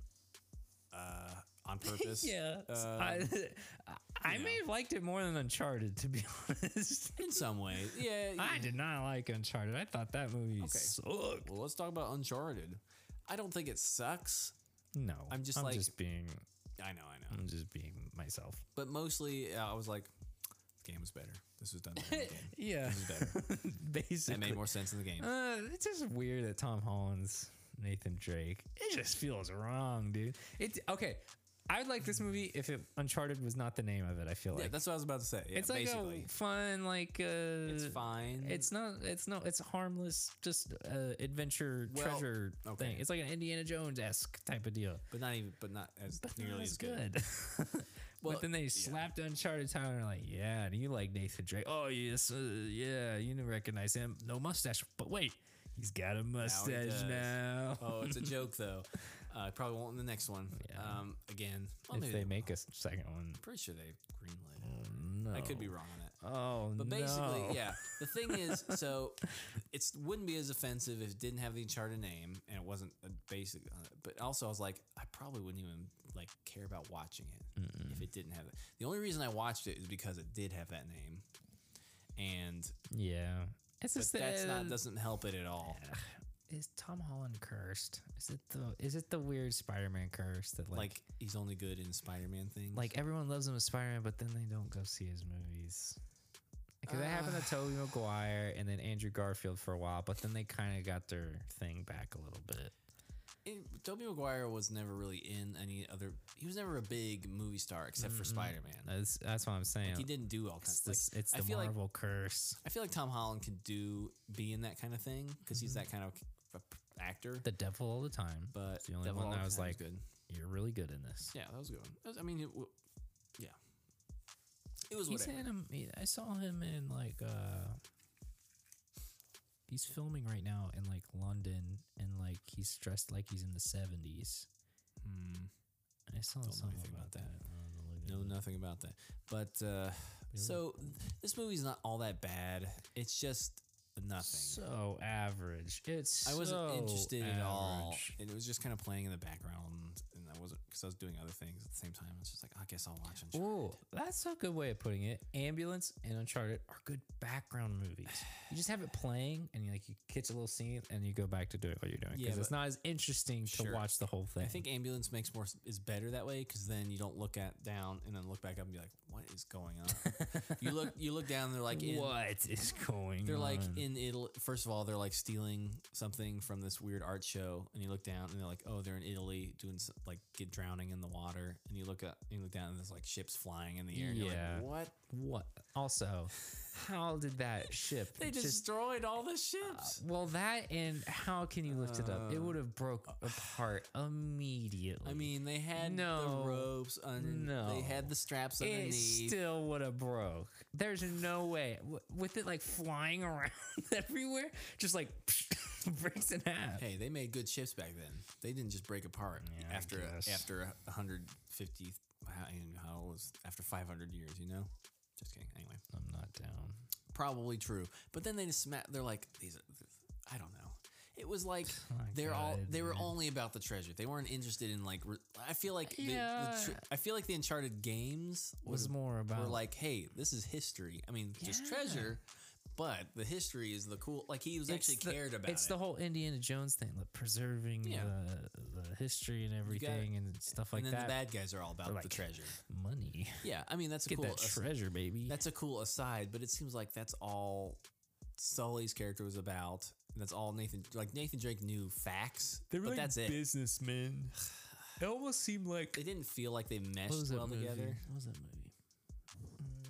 A: Uh, on purpose.
B: yeah,
A: Um,
B: I, I may have liked it more than Uncharted, to be honest.
A: in some way. Yeah.
B: I did not like Uncharted. I thought that movie
A: Okay.
B: sucked.
A: Well, let's talk about Uncharted. I don't think it sucks.
B: No,
A: I'm just like-
B: being,
A: I know, I know.
B: I'm just being myself.
A: But mostly, uh, I was like, the game was better. This was done better. in the game.
B: Yeah,
A: This is better. That
B: basically.
A: made more sense in the game.
B: Uh, it's just weird that Tom Holland's Nathan Drake. It just feels wrong, dude. It okay. I would like this movie if it Uncharted was not the name of it. I feel like
A: yeah, that's what I was about to say. Yeah,
B: it's like
A: basically,
B: a fun like uh,
A: it's fine.
B: It's not. It's not. It's harmless. Just uh, adventure
A: Well,
B: treasure
A: okay.
B: thing. It's like an Indiana Jones esque type of deal.
A: but not even, but not as
B: But
A: nearly
B: not as
A: as good.
B: good.
A: Well,
B: but then they
A: yeah.
B: slapped Uncharted Town and are like, yeah, and you like Nathan Drake. Oh, yes. Uh, yeah, you didn't recognize him. No mustache. But wait, he's got a mustache
A: does.
B: now.
A: Oh, it's a joke though. Uh, probably won't in the next one. Um, again, well,
B: if
A: maybe
B: they
A: will.
B: make a s- second one.
A: I'm pretty sure they greenlit it.
B: No.
A: I could be wrong on it.
B: Oh,
A: But basically,
B: no.
A: yeah. The thing is, so it wouldn't be as offensive if it didn't have the Uncharted name and it wasn't a basic. Uh, but also, I was like, I probably wouldn't even like care about watching it if it didn't have it. The only reason I watched it is because it did have that name, and
B: Yeah. It's
A: but
B: just
A: that's
B: that-
A: not doesn't help it at all.
B: Is Tom Holland cursed? Is it the is it the weird Spider Man curse that
A: Like,
B: like
A: he's only good in Spider-Man things.
B: like everyone loves him as Spider-Man, but then they don't go see his movies. Like, 'cause that happened to Tobey Maguire and then Andrew Garfield for a while, but then they kind of got their thing back a little bit.
A: it, Tobey Maguire was never really in any other. He was never a big movie star except for Spider-Man.
B: That's, that's what I'm saying.
A: He didn't do all kinds.
B: It's the,
A: Like,
B: it's
A: I
B: the
A: feel like
B: Marvel curse.
A: I feel like Tom Holland could do be in that kind of thing because he's
B: Mm-hmm.
A: that kind of a p- actor.
B: The devil all the time.
A: but
B: it's the only
A: Devil
B: one
A: All
B: that I
A: the
B: was
A: Time
B: like,
A: good.
B: you're really good in this.
A: Yeah, that was a good. One. That was- I mean, it, w- yeah, it was
B: He's
A: whatever.
B: in him. I saw him in like uh he's filming right now in like London and like he's dressed like he's in the seventies. I saw
A: Hmm. know
B: something
A: anything
B: about,
A: about
B: that.
A: that.
B: I don't know, look it
A: Know
B: up.
A: nothing about that. But uh, so this movie's not all that bad. It's just nothing.
B: So average. It's
A: I wasn't
B: so
A: interested at all,
B: average.
A: and it was just kind of playing in the background, and I wasn't because I was doing other things at the same time. I was just like, I guess I'll watch. Uncharted.
B: Ooh, that's a good way of putting it. Ambulance and Uncharted are good background movies. You just have it playing, and you like you catch a little scene, and you go back to doing what you're doing
A: Yeah,
B: because it's
A: but-
B: not as interesting to
A: Sure.
B: watch the whole thing.
A: I think ambulance makes more s- is better that way because then you don't look at down and then look back up and be like, what is going on? you look you look down. They're like in,
B: what is going?
A: They're like
B: on?
A: in Italy. First of all, they're like stealing something from this weird art show, and you look down and they're like, oh, they're in Italy doing s like get drowning in the water, and you look up, you look down and there's like ships flying in the air. And you're
B: Yeah.
A: like, what?
B: What? Also, How did that ship?
A: They destroyed all the ships.
B: well, that and how can you lift it up? It would have broke apart immediately.
A: Uh. I mean, they had
B: No.
A: the ropes under.
B: No.
A: They had the straps
B: it
A: underneath.
B: still would have broke. There's no way W- with it like flying around everywhere, just like breaks in half.
A: Hey, they made good ships back then. They didn't just break apart
B: I
A: after a,
B: guess.
A: after a 150. How, I mean, how old was after 500 years? You know, just kidding. Anyway,
B: I'm not down.
A: Probably true, but then they just sma- they're like these. Are, I don't know. It was like
B: Oh my
A: they're all
B: God,
A: they were
B: man.
A: only about the treasure. They weren't interested in like. Re- I feel like the-
B: Yeah.
A: the, tr I feel like the Uncharted games
B: Was
A: were-
B: more
A: were
B: about-
A: like, hey, this is history. I mean, just
B: Yeah.
A: treasure, but the history is the cool. Like he was actually
B: the,
A: cared about.
B: It's
A: it.
B: the whole Indiana Jones thing, like preserving
A: Yeah.
B: the, the history and
A: You got it.
B: everything and stuff like
A: and then
B: that.
A: the bad guys are all about
B: They're
A: the
B: like,
A: treasure.
B: money.
A: Yeah, I mean that's a
B: Get
A: cool
B: that
A: as-
B: treasure, baby.
A: That's a cool aside, but it seems like that's all Sully's character was about. And that's all Nathan like Nathan Drake knew facts, but that's it.
B: businessmen. It almost seemed like
A: they didn't feel like they
B: What was
A: meshed
B: that
A: well
B: movie?
A: together.
B: What was that movie?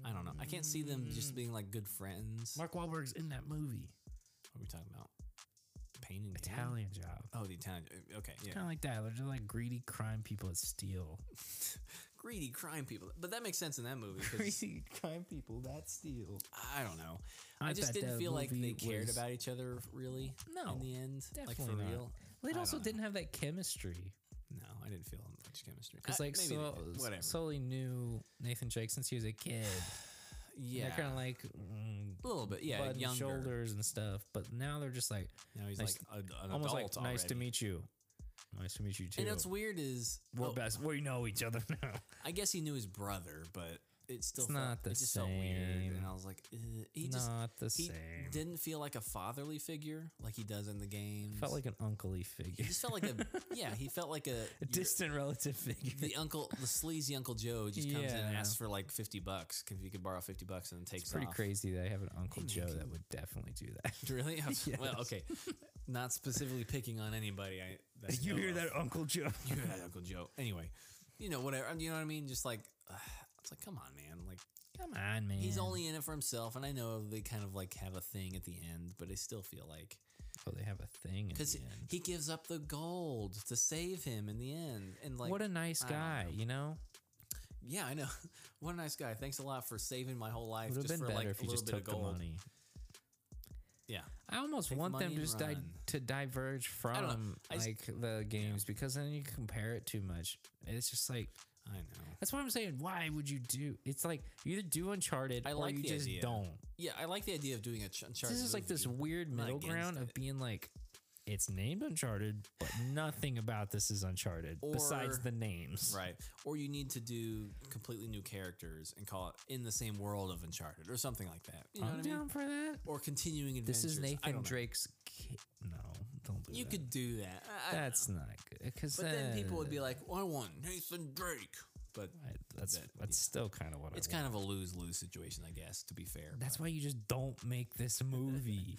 A: I don't know. I can't see them just being like good friends.
B: Mm. Mark Wahlberg's in that movie.
A: What are we talking about? Pain and Gain?
B: Italian Job.
A: Oh, the Italian. Okay, yeah.
B: Kind of like that. They're just like greedy crime people that steal.
A: Greedy crime people, but that makes sense in that movie. 'cause
B: Greedy crime people that steal.
A: I don't know.
B: I
A: I just
B: thought
A: didn't
B: that
A: feel like they
B: movie
A: cared
B: was-
A: about each other really.
B: No,
A: in the end,
B: Definitely
A: like for
B: not.
A: real.
B: They
A: I
B: also
A: don't know.
B: didn't have that chemistry.
A: No, I didn't feel much chemistry.
B: Because
A: I-
B: like
A: Uh, maybe they
B: so,
A: did. whatever.
B: Sully knew Nathan Drake since he was a kid.
A: yeah,
B: They're kind of like mm,
A: a little bit. Yeah,
B: bud and
A: younger.
B: shoulders and stuff. But now they're just like
A: Now he's
B: nice-
A: like a, an
B: almost like
A: adult
B: nice to
A: already.
B: meet you. Nice to meet you too.
A: And what's weird is
B: We're
A: oh,
B: best. We know each other now.
A: I guess he knew his brother, but it still felt-
B: It's not the
A: it just felt weird.
B: same.
A: And I was like, eh, he just
B: Not the
A: he
B: same.
A: didn't feel like a fatherly figure like he does in the game.
B: Felt like an uncle-y figure,
A: he just felt like a yeah. He felt like a,
B: a distant relative figure.
A: The uncle, the sleazy Uncle Joe, just comes in and
B: Yeah.
A: asks for like fifty bucks if you could borrow fifty bucks and then takes
B: It's pretty
A: off.
B: crazy that I have an Uncle
A: Hey,
B: Joe
A: man,
B: that would definitely do that.
A: Really? I'm- Well,
B: Yes.
A: okay. Not specifically picking on anybody. I that I
B: You
A: know
B: hear
A: of.
B: that, Uncle Joe?
A: You hear that, Uncle Joe? Anyway, you know whatever. You know what I mean? Just like uh, it's like, come on, man. Like
B: Come on, man.
A: he's only in it for himself, and I know they kind of like have a thing at the end, but I still feel like
B: Oh, they have a thing.
A: because
B: Because
A: he gives up the gold to save him in the end, and like
B: what a nice
A: I don't
B: guy,
A: know.
B: you know.
A: Yeah, I know. what a nice guy. Thanks a lot for saving my whole life
B: Would have
A: just for
B: been
A: like
B: better if
A: a
B: you
A: little
B: just
A: bit
B: took
A: of
B: the
A: gold.
B: money.
A: Yeah.
B: I almost
A: Take the
B: want them
A: money
B: to
A: and
B: just di-
A: run.
B: to diverge
A: don't know.
B: from
A: I just-
B: like the games because then you compare it too much. It's just like
A: I know.
B: that's what I'm saying. Why would you do? It's like you either do Uncharted
A: I like
B: or you
A: the
B: just
A: idea.
B: don't.
A: Yeah, I like the idea of doing a ch- Uncharted.
B: this is like this
A: movie.
B: weird
A: I'm not
B: middle
A: against
B: ground of
A: it.
B: being like it's named Uncharted, but nothing about this is Uncharted besides
A: Or-
B: the names.
A: Right. Or you need to do completely new characters and call it in the same world of Uncharted or something like that. You know
B: I'm
A: what I
B: down
A: mean?
B: for that.
A: Or continuing adventures.
B: This is
A: I
B: Nathan
A: don't know.
B: Drake's kid. No, don't do
A: You
B: that.
A: could do that. I- I don't
B: That's not good. uh, Because
A: know. But then people would be like, well, I want Nathan Drake. But
B: that's
A: that-
B: that's still kind of what
A: it's
B: I want.
A: kind of a lose lose situation, I guess, to be fair.
B: That's why you just don't make this movie.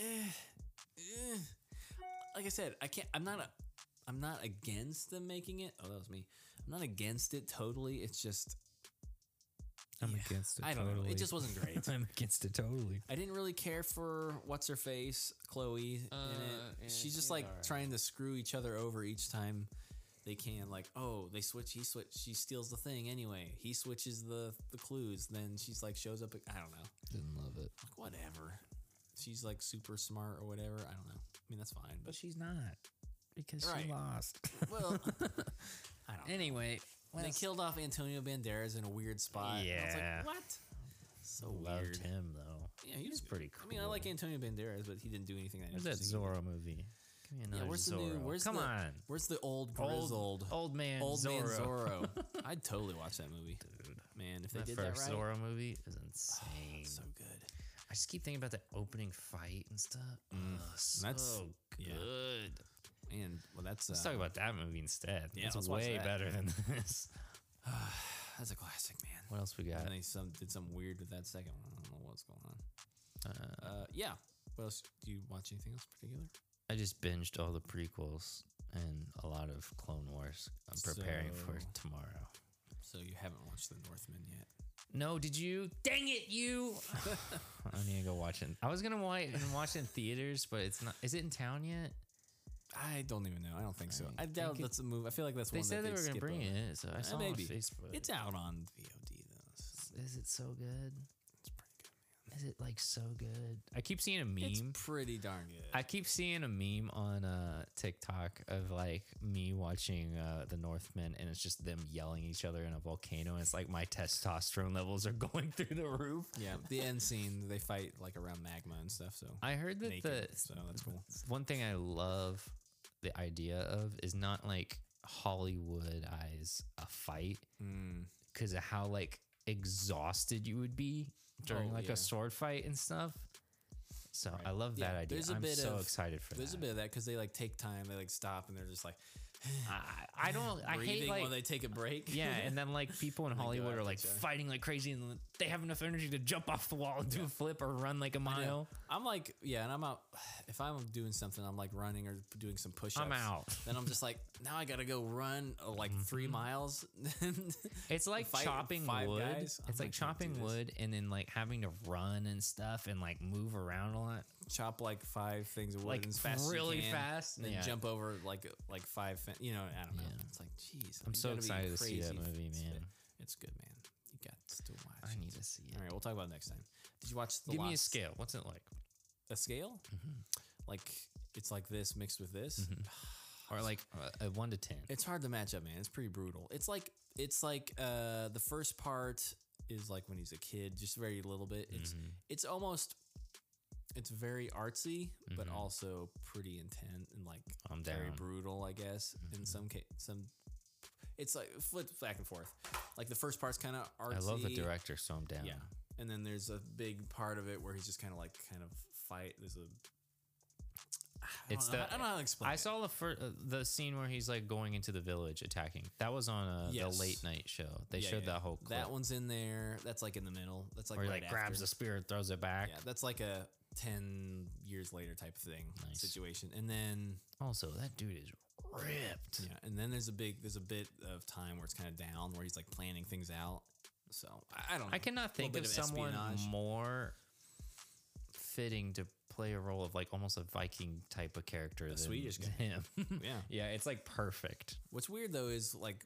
A: Eh, like I said, I can't. I'm not. A, I'm not against them making it. Oh, that was me. I'm not against it totally. It's just
B: I'm against it.
A: I don't know. It
B: totally.
A: just wasn't great.
B: I'm against it totally.
A: I didn't really care for what's her face, Chloe.
B: Uh,
A: in it. She's just like trying to screw each other over each time they can. Like, oh, they switch. He switch. She steals the thing anyway. He switches the the clues. Then she's like shows up. I don't know.
B: Didn't love it.
A: Like whatever. She's like super smart or whatever. I don't know. I mean that's fine.
B: But
A: But
B: she's not because
A: Right.
B: she lost.
A: well, I don't. know.
B: anyway,
A: And they killed off Antonio Banderas in a weird spot. And I
B: Yeah.
A: was like, what? So
B: loved
A: weird.
B: him though.
A: Yeah, he was
B: was
A: good.
B: pretty
A: I mean, I like
B: cool.
A: Antonio Banderas, but he didn't do anything that
B: Where's that
A: interesting.
B: Zorro movie? Give me another
A: Yeah, where's
B: Zorro.
A: the new? Where's
B: Come
A: the,
B: on,
A: Where's the old
B: old,
A: grizzled
B: old man
A: old
B: Zorro.
A: man Zorro? I'd totally watch that movie, Man, if they
B: That
A: did that
B: first
A: right, Oh,
B: Zorro movie is insane.
A: so good.
B: I just keep thinking about that opening fight and stuff. Ugh, so
A: that's-
B: good.
A: yeah. And well, that's uh,
B: Let's talk about that movie instead.
A: yeah,
B: um, Yeah,
A: let's
B: it's
A: watch
B: way
A: that.
B: better than this.
A: that's a classic, man.
B: What else we got?
A: And they some did something weird with that second one. I don't know what's going on. Uh, yeah. What else? Do you watch anything else in particular?
B: I just binged all the prequels and a lot of Clone Wars. I'm preparing for
A: So-
B: tomorrow.
A: So you haven't watched The Northman yet?
B: No, did you? Dang it, you! I need to go watch it. I was gonna watch and watch it in theaters, but it's not. Is it in town yet?
A: I don't even know. I don't think so. I doubt
B: think it-
A: that's a move. I feel like that's
B: they
A: one
B: said
A: that
B: they Uh, were gonna
A: skip
B: bring
A: over.
B: it, so I
A: Eh,
B: saw it on
A: maybe.
B: Facebook.
A: It's out on VOD though.
B: Is it so good? It's pretty good, man. Is it like so good? I keep seeing a meme.
A: It's pretty darn good.
B: I keep seeing a meme on uh, TikTok of like me watching uh, the Northmen, and it's just them yelling at each other in a volcano. And it's like my testosterone levels are going through the roof.
A: Yeah, the end scene they fight like around magma and stuff. So
B: I heard that
A: naked,
B: the
A: so that's cool.
B: One thing I love the idea of is not like Hollywood eyes a fight
A: Mm.
B: because of how like exhausted you would be during
A: Oh,
B: like
A: yeah.
B: a sword fight and stuff. So I love that
A: Yeah,
B: idea. I'm so excited for
A: there's
B: that.
A: a bit of that because they like take time. They like stop and they're just like.
B: I don't. I hate
A: breathing
B: like
A: while they take a break.
B: Yeah, and then like people in
A: They go
B: Hollywood
A: after
B: are like
A: each other.
B: fighting like crazy, and they have enough energy to jump off the wall and do a flip or run like a
A: I know.
B: mile.
A: I'm like, yeah, and I'm out. If I'm doing something, I'm like running or doing some push ups.
B: I'm out. Mm-hmm.
A: Then I'm just like, now I got to go run uh, like three miles.
B: It's like
A: Fight
B: chopping
A: five
B: wood.
A: guys. I'm
B: It's like chopping wood, and then like having to run and stuff, and like move around a lot.
A: Chop like five things of wood
B: Like,
A: as fast
B: really
A: as you can,
B: fast?
A: and then
B: Yeah.
A: jump over like like five. Fin- you know, I don't know. It's like, jeez,
B: I'm
A: you
B: so
A: gotta be
B: excited to see that
A: crazy f-
B: movie, man.
A: It's good, man. You got to watch.
B: I
A: it.
B: need to see it.
A: All right, we'll talk about it next time. Did you watch the?
B: Give me a
A: Lost-
B: scale. Mm-hmm. What's it like?
A: A scale? Like it's like this mixed with this.
B: Mm-hmm. Or like a, a one to ten?
A: It's hard to match up, man. It's pretty brutal. It's like it's like uh the first part is like when he's a kid, just very little bit. It's
B: Mm-hmm.
A: it's almost it's very artsy, but
B: Mhm.
A: also pretty intent and like
B: I'm
A: very
B: down. Mm-hmm.
A: brutal, I guess. In some case, some it's like flip back and forth. Like the first part's kind of artsy.
B: I love the director, so I'm down.
A: Yeah. And then there's a big part of it where he's just kind of like kind of fight. There's a I
B: It's
A: don't know
B: the
A: how- I don't know how to explain
B: I
A: it.
B: saw the first uh, the scene where he's like going into the village attacking. That was on a
A: Yes.
B: the late night show. They
A: Yeah,
B: showed
A: yeah.
B: that whole clip.
A: That one's in there. That's like in the middle. That's like
B: where he
A: right
B: like grabs
A: after.
B: the spear and throws it back.
A: Yeah, that's like a ten years later type of thing
B: Nice.
A: situation. And then
B: Also, that dude is ripped.
A: yeah, and then there's a big there's a bit of time where it's kind of down where he's like planning things out. So I, I don't. know.
B: I cannot
A: Little
B: think
A: bit
B: of someone
A: espionage.
B: more fitting to play a role of like almost a Viking type of character than
A: Swedish guy.
B: him.
A: Yeah.
B: yeah, it's like perfect.
A: What's weird though is like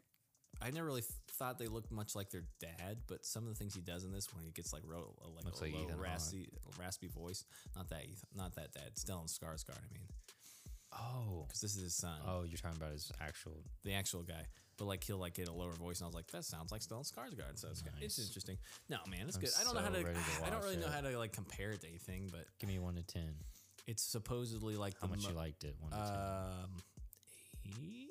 A: I never really th- thought they looked much like their dad, but some of the things he does in this when he gets like real uh, like
B: Looks
A: a
B: like
A: low
B: Ethan Hawke.
A: raspy raspy voice. Not that Ethan, not that dad. Stellan Skarsgård. I mean,
B: Oh,
A: because this is his son.
B: oh, you're talking about his actual.
A: the actual guy. But like he'll like get a lower voice, and I was like, that sounds like Stellan Skarsgård. So it's, it's
B: Nice.
A: interesting. No, man, it's
B: I'm
A: good. I don't know
B: so
A: how to.
B: ready to
A: I don't
B: watch
A: really know
B: it.
A: how to like compare it to anything, but
B: Give me one to ten.
A: it's supposedly like
B: How
A: the
B: much
A: mo-
B: you liked it? One to ten.
A: Um, eight.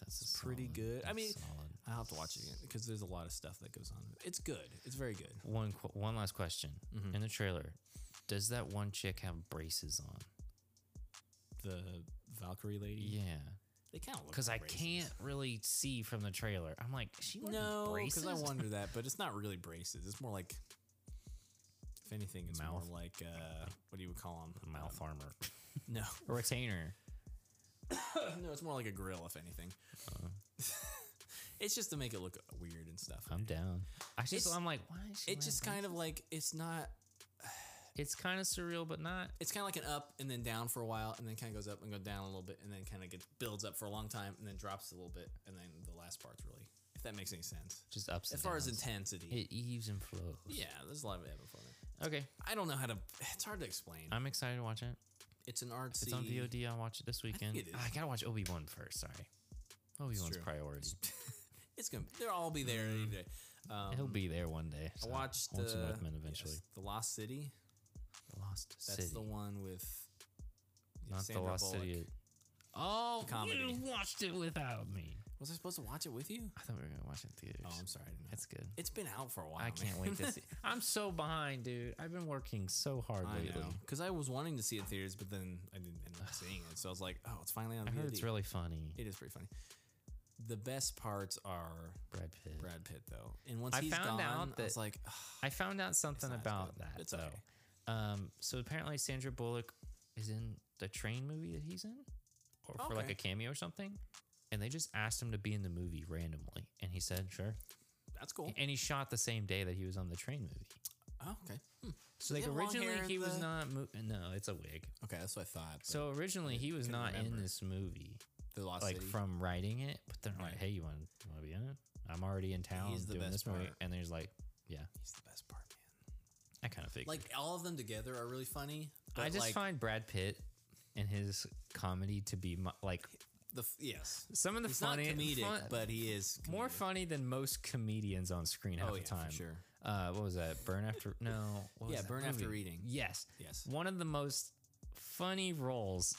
B: That's
A: It's pretty
B: solid.
A: good. I
B: That's
A: mean,
B: solid.
A: I'll have to watch it again because there's a lot of stuff that goes on. It's good. It's very good.
B: One qu- one last question.
A: Mm-hmm.
B: In the trailer, does that one chick have braces on?
A: The Valkyrie lady.
B: Yeah,
A: They kind of look
B: because I
A: like braces.
B: can't really see from the trailer. I'm like, is she wearing
A: No,
B: braces?
A: because I wonder that, but it's not really braces. It's more like, if anything, it's
B: Mouth.
A: more like uh, what do you would call them?
B: Mouth armor,
A: No,
B: retainer.
A: no, it's more like a grill, if anything. it's just to make it look weird and stuff.
B: I'm down. I just,
A: It's-
B: I'm like, why? Is she
A: It just kind of like it's not.
B: It's kind of surreal, but not.
A: It's kind of like an up and then down for a while, and then kind of goes up and goes down a little bit, and then kind of gets builds up for a long time, and then drops a little bit, and then the last part's really, if that makes any sense,
B: Just ups
A: as
B: and
A: far as
B: downs.
A: intensity.
B: It eaves and flows.
A: yeah, there's a lot of ebb and flow. there.
B: Okay,
A: I don't know how to. It's hard to explain.
B: I'm excited to watch it.
A: it's an artsy.
B: If it's on VOD. I'll watch it this weekend.
A: it is.
B: I gotta watch Obi Wan first. Sorry, Obi Wan's
A: true.
B: priority.
A: It's gonna. They'll all be there
B: Mm.
A: any day. Um,
B: He'll be there one day.
A: I
B: so
A: watched
B: I'll watch the
A: uh,
B: Northman
A: yes,
B: eventually.
A: the Lost City.
B: The Lost
A: That's
B: City.
A: the one with
B: Not
A: Sandra
B: the Lost
A: Bullock.
B: City. Oh,
A: comedy.
B: you watched it without me.
A: Was I supposed to watch it with you?
B: I thought we were gonna watch it in theaters.
A: Oh, I'm sorry. I didn't know.
B: That's good.
A: It's been out for a while.
B: I can't wait to see. I'm so behind, dude. I've been working so hard
A: I
B: lately.
A: know because I was wanting to see it in theaters, but then I didn't end up seeing it. So I was like, oh, it's finally on
B: I
A: VOD.
B: heard it's really funny.
A: It is pretty funny. The best parts are
B: Brad Pitt.
A: Brad Pitt though, and once
B: I
A: he's
B: found
A: gone,
B: out
A: I was
B: that-
A: like,
B: I found out something
A: not as
B: about
A: good.
B: that.
A: It's
B: though.
A: okay.
B: Um, so apparently Sandra Bullock is in the train movie that he's in, or for like
A: Okay.
B: a cameo or something. And they just asked him to be in the movie randomly, and he said, "Sure."
A: "Ah, That's cool.
B: And he shot the same day that he was on the train movie.
A: Oh, okay. Hmm.
B: So
A: Does
B: like
A: he have long
B: originally
A: hair in
B: he was
A: the-
B: not. Mo- no, it's a wig.
A: Okay, that's what I thought. but
B: So originally he was
A: couldn't
B: not
A: remember.
B: in this movie.
A: The Lost
B: like
A: City?
B: from writing it, but they're like, "Hey, you want you want to be in it? I'm already in town
A: He's the
B: doing
A: best
B: this movie."
A: part.
B: And there's like, "Yeah,
A: he's the best part,
B: man." I kind of figured.
A: like all of them together are really funny.
B: I
A: but,
B: just
A: like,
B: find Brad Pitt and his comedy to be mu- like
A: the f- yes
B: some of the
A: He's not
B: funny
A: comedic, but he is
B: more funny than most comedians on screen half
A: Oh,
B: the
A: yeah, for
B: time.
A: sure.
B: Uh, what was that? Burn after no. What was
A: Yeah,
B: that
A: Burn After
B: movie?
A: Reading.
B: Yes.
A: Yes.
B: One of the most funny roles.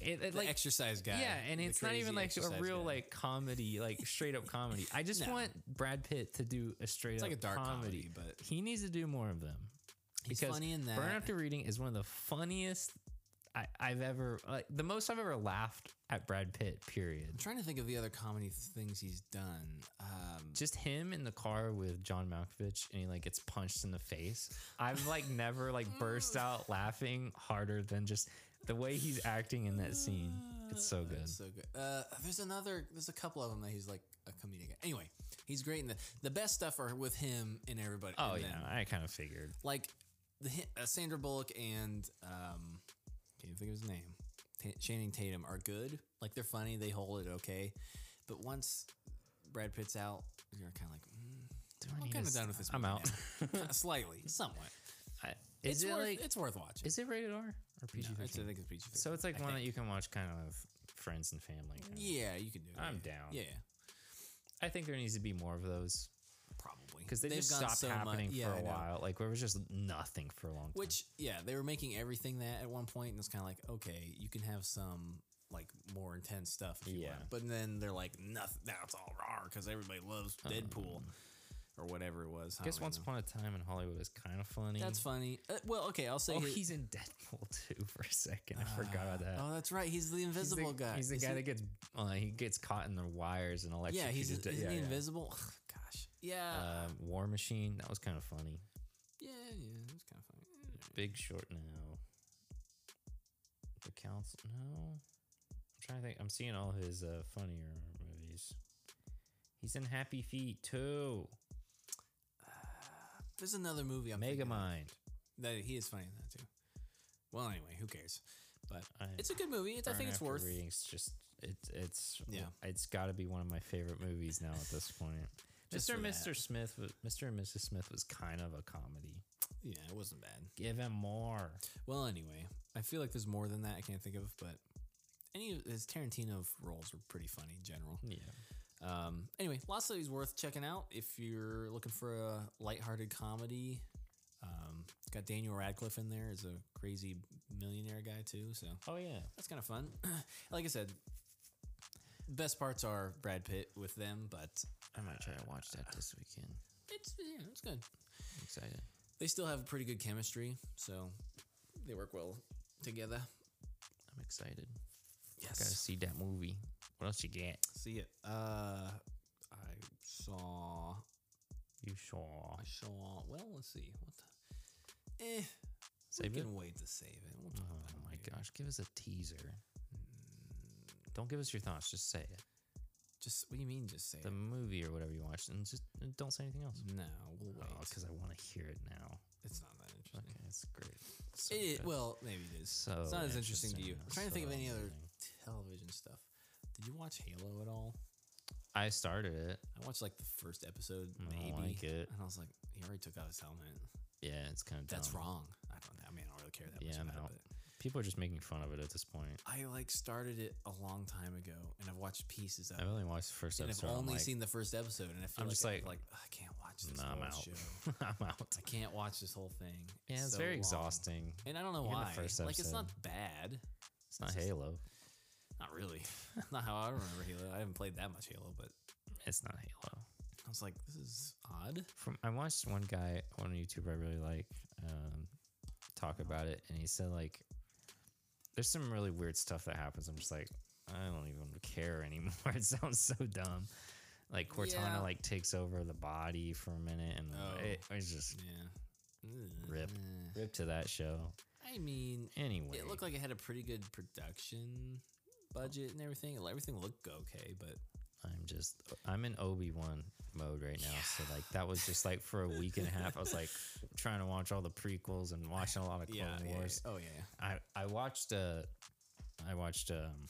B: It, it,
A: The exercise guy,
B: Yeah, and
A: the
B: it's not even
A: crazy
B: like a
A: exercise
B: real
A: guy.
B: like comedy, like straight up comedy. I just
A: No.
B: want Brad Pitt to do a straight
A: It's
B: up
A: like a dark
B: comedy,
A: comedy, but-
B: he needs to do more of them.
A: He's
B: Because
A: funny in that.
B: Burn After Reading is one of the funniest I, I've ever like the most I've ever laughed at Brad Pitt. Period.
A: I'm trying to think of the other comedy things he's done. Um,
B: Just him in the car with John Malkovich, and he like gets punched in the face. I've like never like burst out laughing harder than just the way he's acting in that scene. It's so good.
A: so good. Uh, there's another. There's a couple of them that he's like a comedic. guy. Anyway, he's great in the the best stuff are with him and everybody.
B: Oh
A: and
B: yeah,
A: them.
B: I kind of figured.
A: like the hi- uh, Sandra Bullock and um, can't even think of his name. T- Channing Tatum are good. Like they're funny. They hold it okay. But once Brad Pitt's out, you're kind of like, mm, I'm
B: need
A: kind
B: to
A: of
B: s-
A: done with this.
B: I'm
A: movie
B: out.
A: now. Kinda slightly, somewhat.
B: is
A: it's
B: it
A: worth,
B: like-
A: it's worth watching?
B: Is it rated R or PG?
A: No, it's- I think it's PG.
B: So it's like one that you can watch kind of with friends and family. kind of.
A: Yeah, you can do it.
B: I'm
A: yeah.
B: down.
A: Yeah,
B: I think there needs to be more of those.
A: Probably
B: Because they
A: They've
B: just
A: gone
B: stopped
A: so much-
B: happening
A: yeah,
B: for
A: I
B: a
A: know.
B: while. Like where it was just nothing for a long time.
A: Which, yeah, they were making everything that at one point, and it's kind of like, okay, you can have some like more intense stuff, if you
B: Yeah.
A: want. But then they're like, nothing. That's all rar because everybody loves
B: Uh-huh.
A: Deadpool or whatever it was.
B: I guess Once Upon a Time in Hollywood is kind of funny.
A: That's funny. Uh, well, okay, I'll say
B: oh,
A: he-
B: he's in Deadpool too for a second. I forgot about that.
A: Oh, that's right. He's the
B: He's Ah, the-
A: invisible guy.
B: He's the
A: Is
B: guy
A: he-
B: that gets uh, he gets caught in the wires and
A: Yeah,
B: electrocuted.
A: he's
B: to-
A: isn't
B: yeah,
A: he
B: yeah.
A: invisible? Gosh. Yeah.
B: Uh, War Machine. That was kind of funny.
A: yeah, yeah. It was kind of funny.
B: Big Short now. The Council. No, I'm trying to think. I'm seeing all his uh, funnier movies. He's in Happy Feet too.
A: There's another movie. I'm thinking of
B: Megamind.
A: That he is funny in that too. Well, anyway, who cares? But
B: I-
A: it's a good movie. It's, I
B: Burn
A: think it's
B: After
A: worth.
B: Reading is just it, it's yeah.
A: Yeah.
B: It's got to be one of my favorite movies now at this point.
A: Just
B: Mr.
A: for
B: and
A: that.
B: Mr. Smith, was, Mr. and Mrs. Smith was kind of a comedy.
A: Yeah, it wasn't bad.
B: Give him more.
A: Well, anyway, I feel like there's more than that I can't think of, but any of his Tarantino roles are pretty funny in general.
B: Yeah.
A: Um, anyway, Lost City's worth checking out if you're looking for a lighthearted comedy. Um, it's got Daniel Radcliffe in there as a crazy millionaire guy too, so
B: Oh yeah.
A: that's kind of fun. like I said, best parts are Brad Pitt with them, but
B: I might try to watch that this weekend.
A: it's yeah, it's good.
B: I'm excited.
A: They still have pretty good chemistry, so they work well together.
B: I'm excited.
A: Yes.
B: Gotta see that movie. What else you get?
A: See it. Uh, I saw.
B: You saw.
A: I saw. Well, let's see. What? The, eh.
B: Save
A: we
B: it?
A: can wait to save it. We'll
B: Oh
A: talk about it
B: my
A: later.
B: gosh, give us a teaser. Mm, Don't give us your thoughts. Just say it.
A: Just what do you mean? Just say
B: The
A: it?
B: movie or whatever you watched, and just and don't say anything else.
A: No, we'll wait.
B: Oh, because I want to hear it now.
A: it's not that interesting.
B: Okay, that's great. So
A: It
B: good.
A: well, maybe it is.
B: So
A: it's not as interesting to you.
B: interesting,
A: I'm trying to think of
B: so
A: any other
B: amazing.
A: television stuff. Did you watch Halo at all?
B: I started it.
A: I watched like the first episode,
B: I don't
A: maybe,
B: like it.
A: and I was like, he already took out his helmet.
B: Yeah, it's kind of
A: That's wrong. I don't. I mean, I don't really care that
B: Yeah,
A: much
B: I'm
A: about
B: out.
A: it. But
B: People are just making fun of it at this point.
A: I like started it a long time ago, and I've watched pieces of
B: I've
A: it.
B: only watched the first
A: And I've
B: episode. I'm
A: only
B: like,
A: seen the first episode, and I feel
B: I'm
A: like
B: just
A: I've,
B: like,
A: I can't watch this
B: "Nah, I'm
A: whole
B: out."
A: show.
B: I'm out.
A: I can't watch this whole thing.
B: Yeah, it's
A: so
B: very
A: long.
B: exhausting.
A: and I don't know
B: Even the
A: why.
B: first
A: like, it's not
B: episode.
A: bad.
B: It's not Halo.
A: Not really. not how I remember Halo. I haven't played that much Halo, but
B: It's not Halo.
A: I was like, this is odd.
B: From I watched one guy on YouTube I really like um, talk about it, and he said like, "There's some really weird stuff that happens." I'm just like, I don't even care anymore. It sounds so dumb. Like Cortana
A: Yeah.
B: like takes over the body for a minute, and
A: Oh.
B: it, it's just
A: Yeah.
B: rip,
A: Eh.
B: rip to that show.
A: I mean,
B: Anyway,
A: it looked like it had a pretty good production budget and everything. Everything looked okay, but
B: I'm just I'm in Obi Wan mode right now. So like that was just like for a week and a half. I was like trying to watch all the prequels and watching a lot of Clone
A: Yeah, yeah, yeah.
B: Wars.
A: Oh, yeah, yeah.
B: I I watched uh I watched um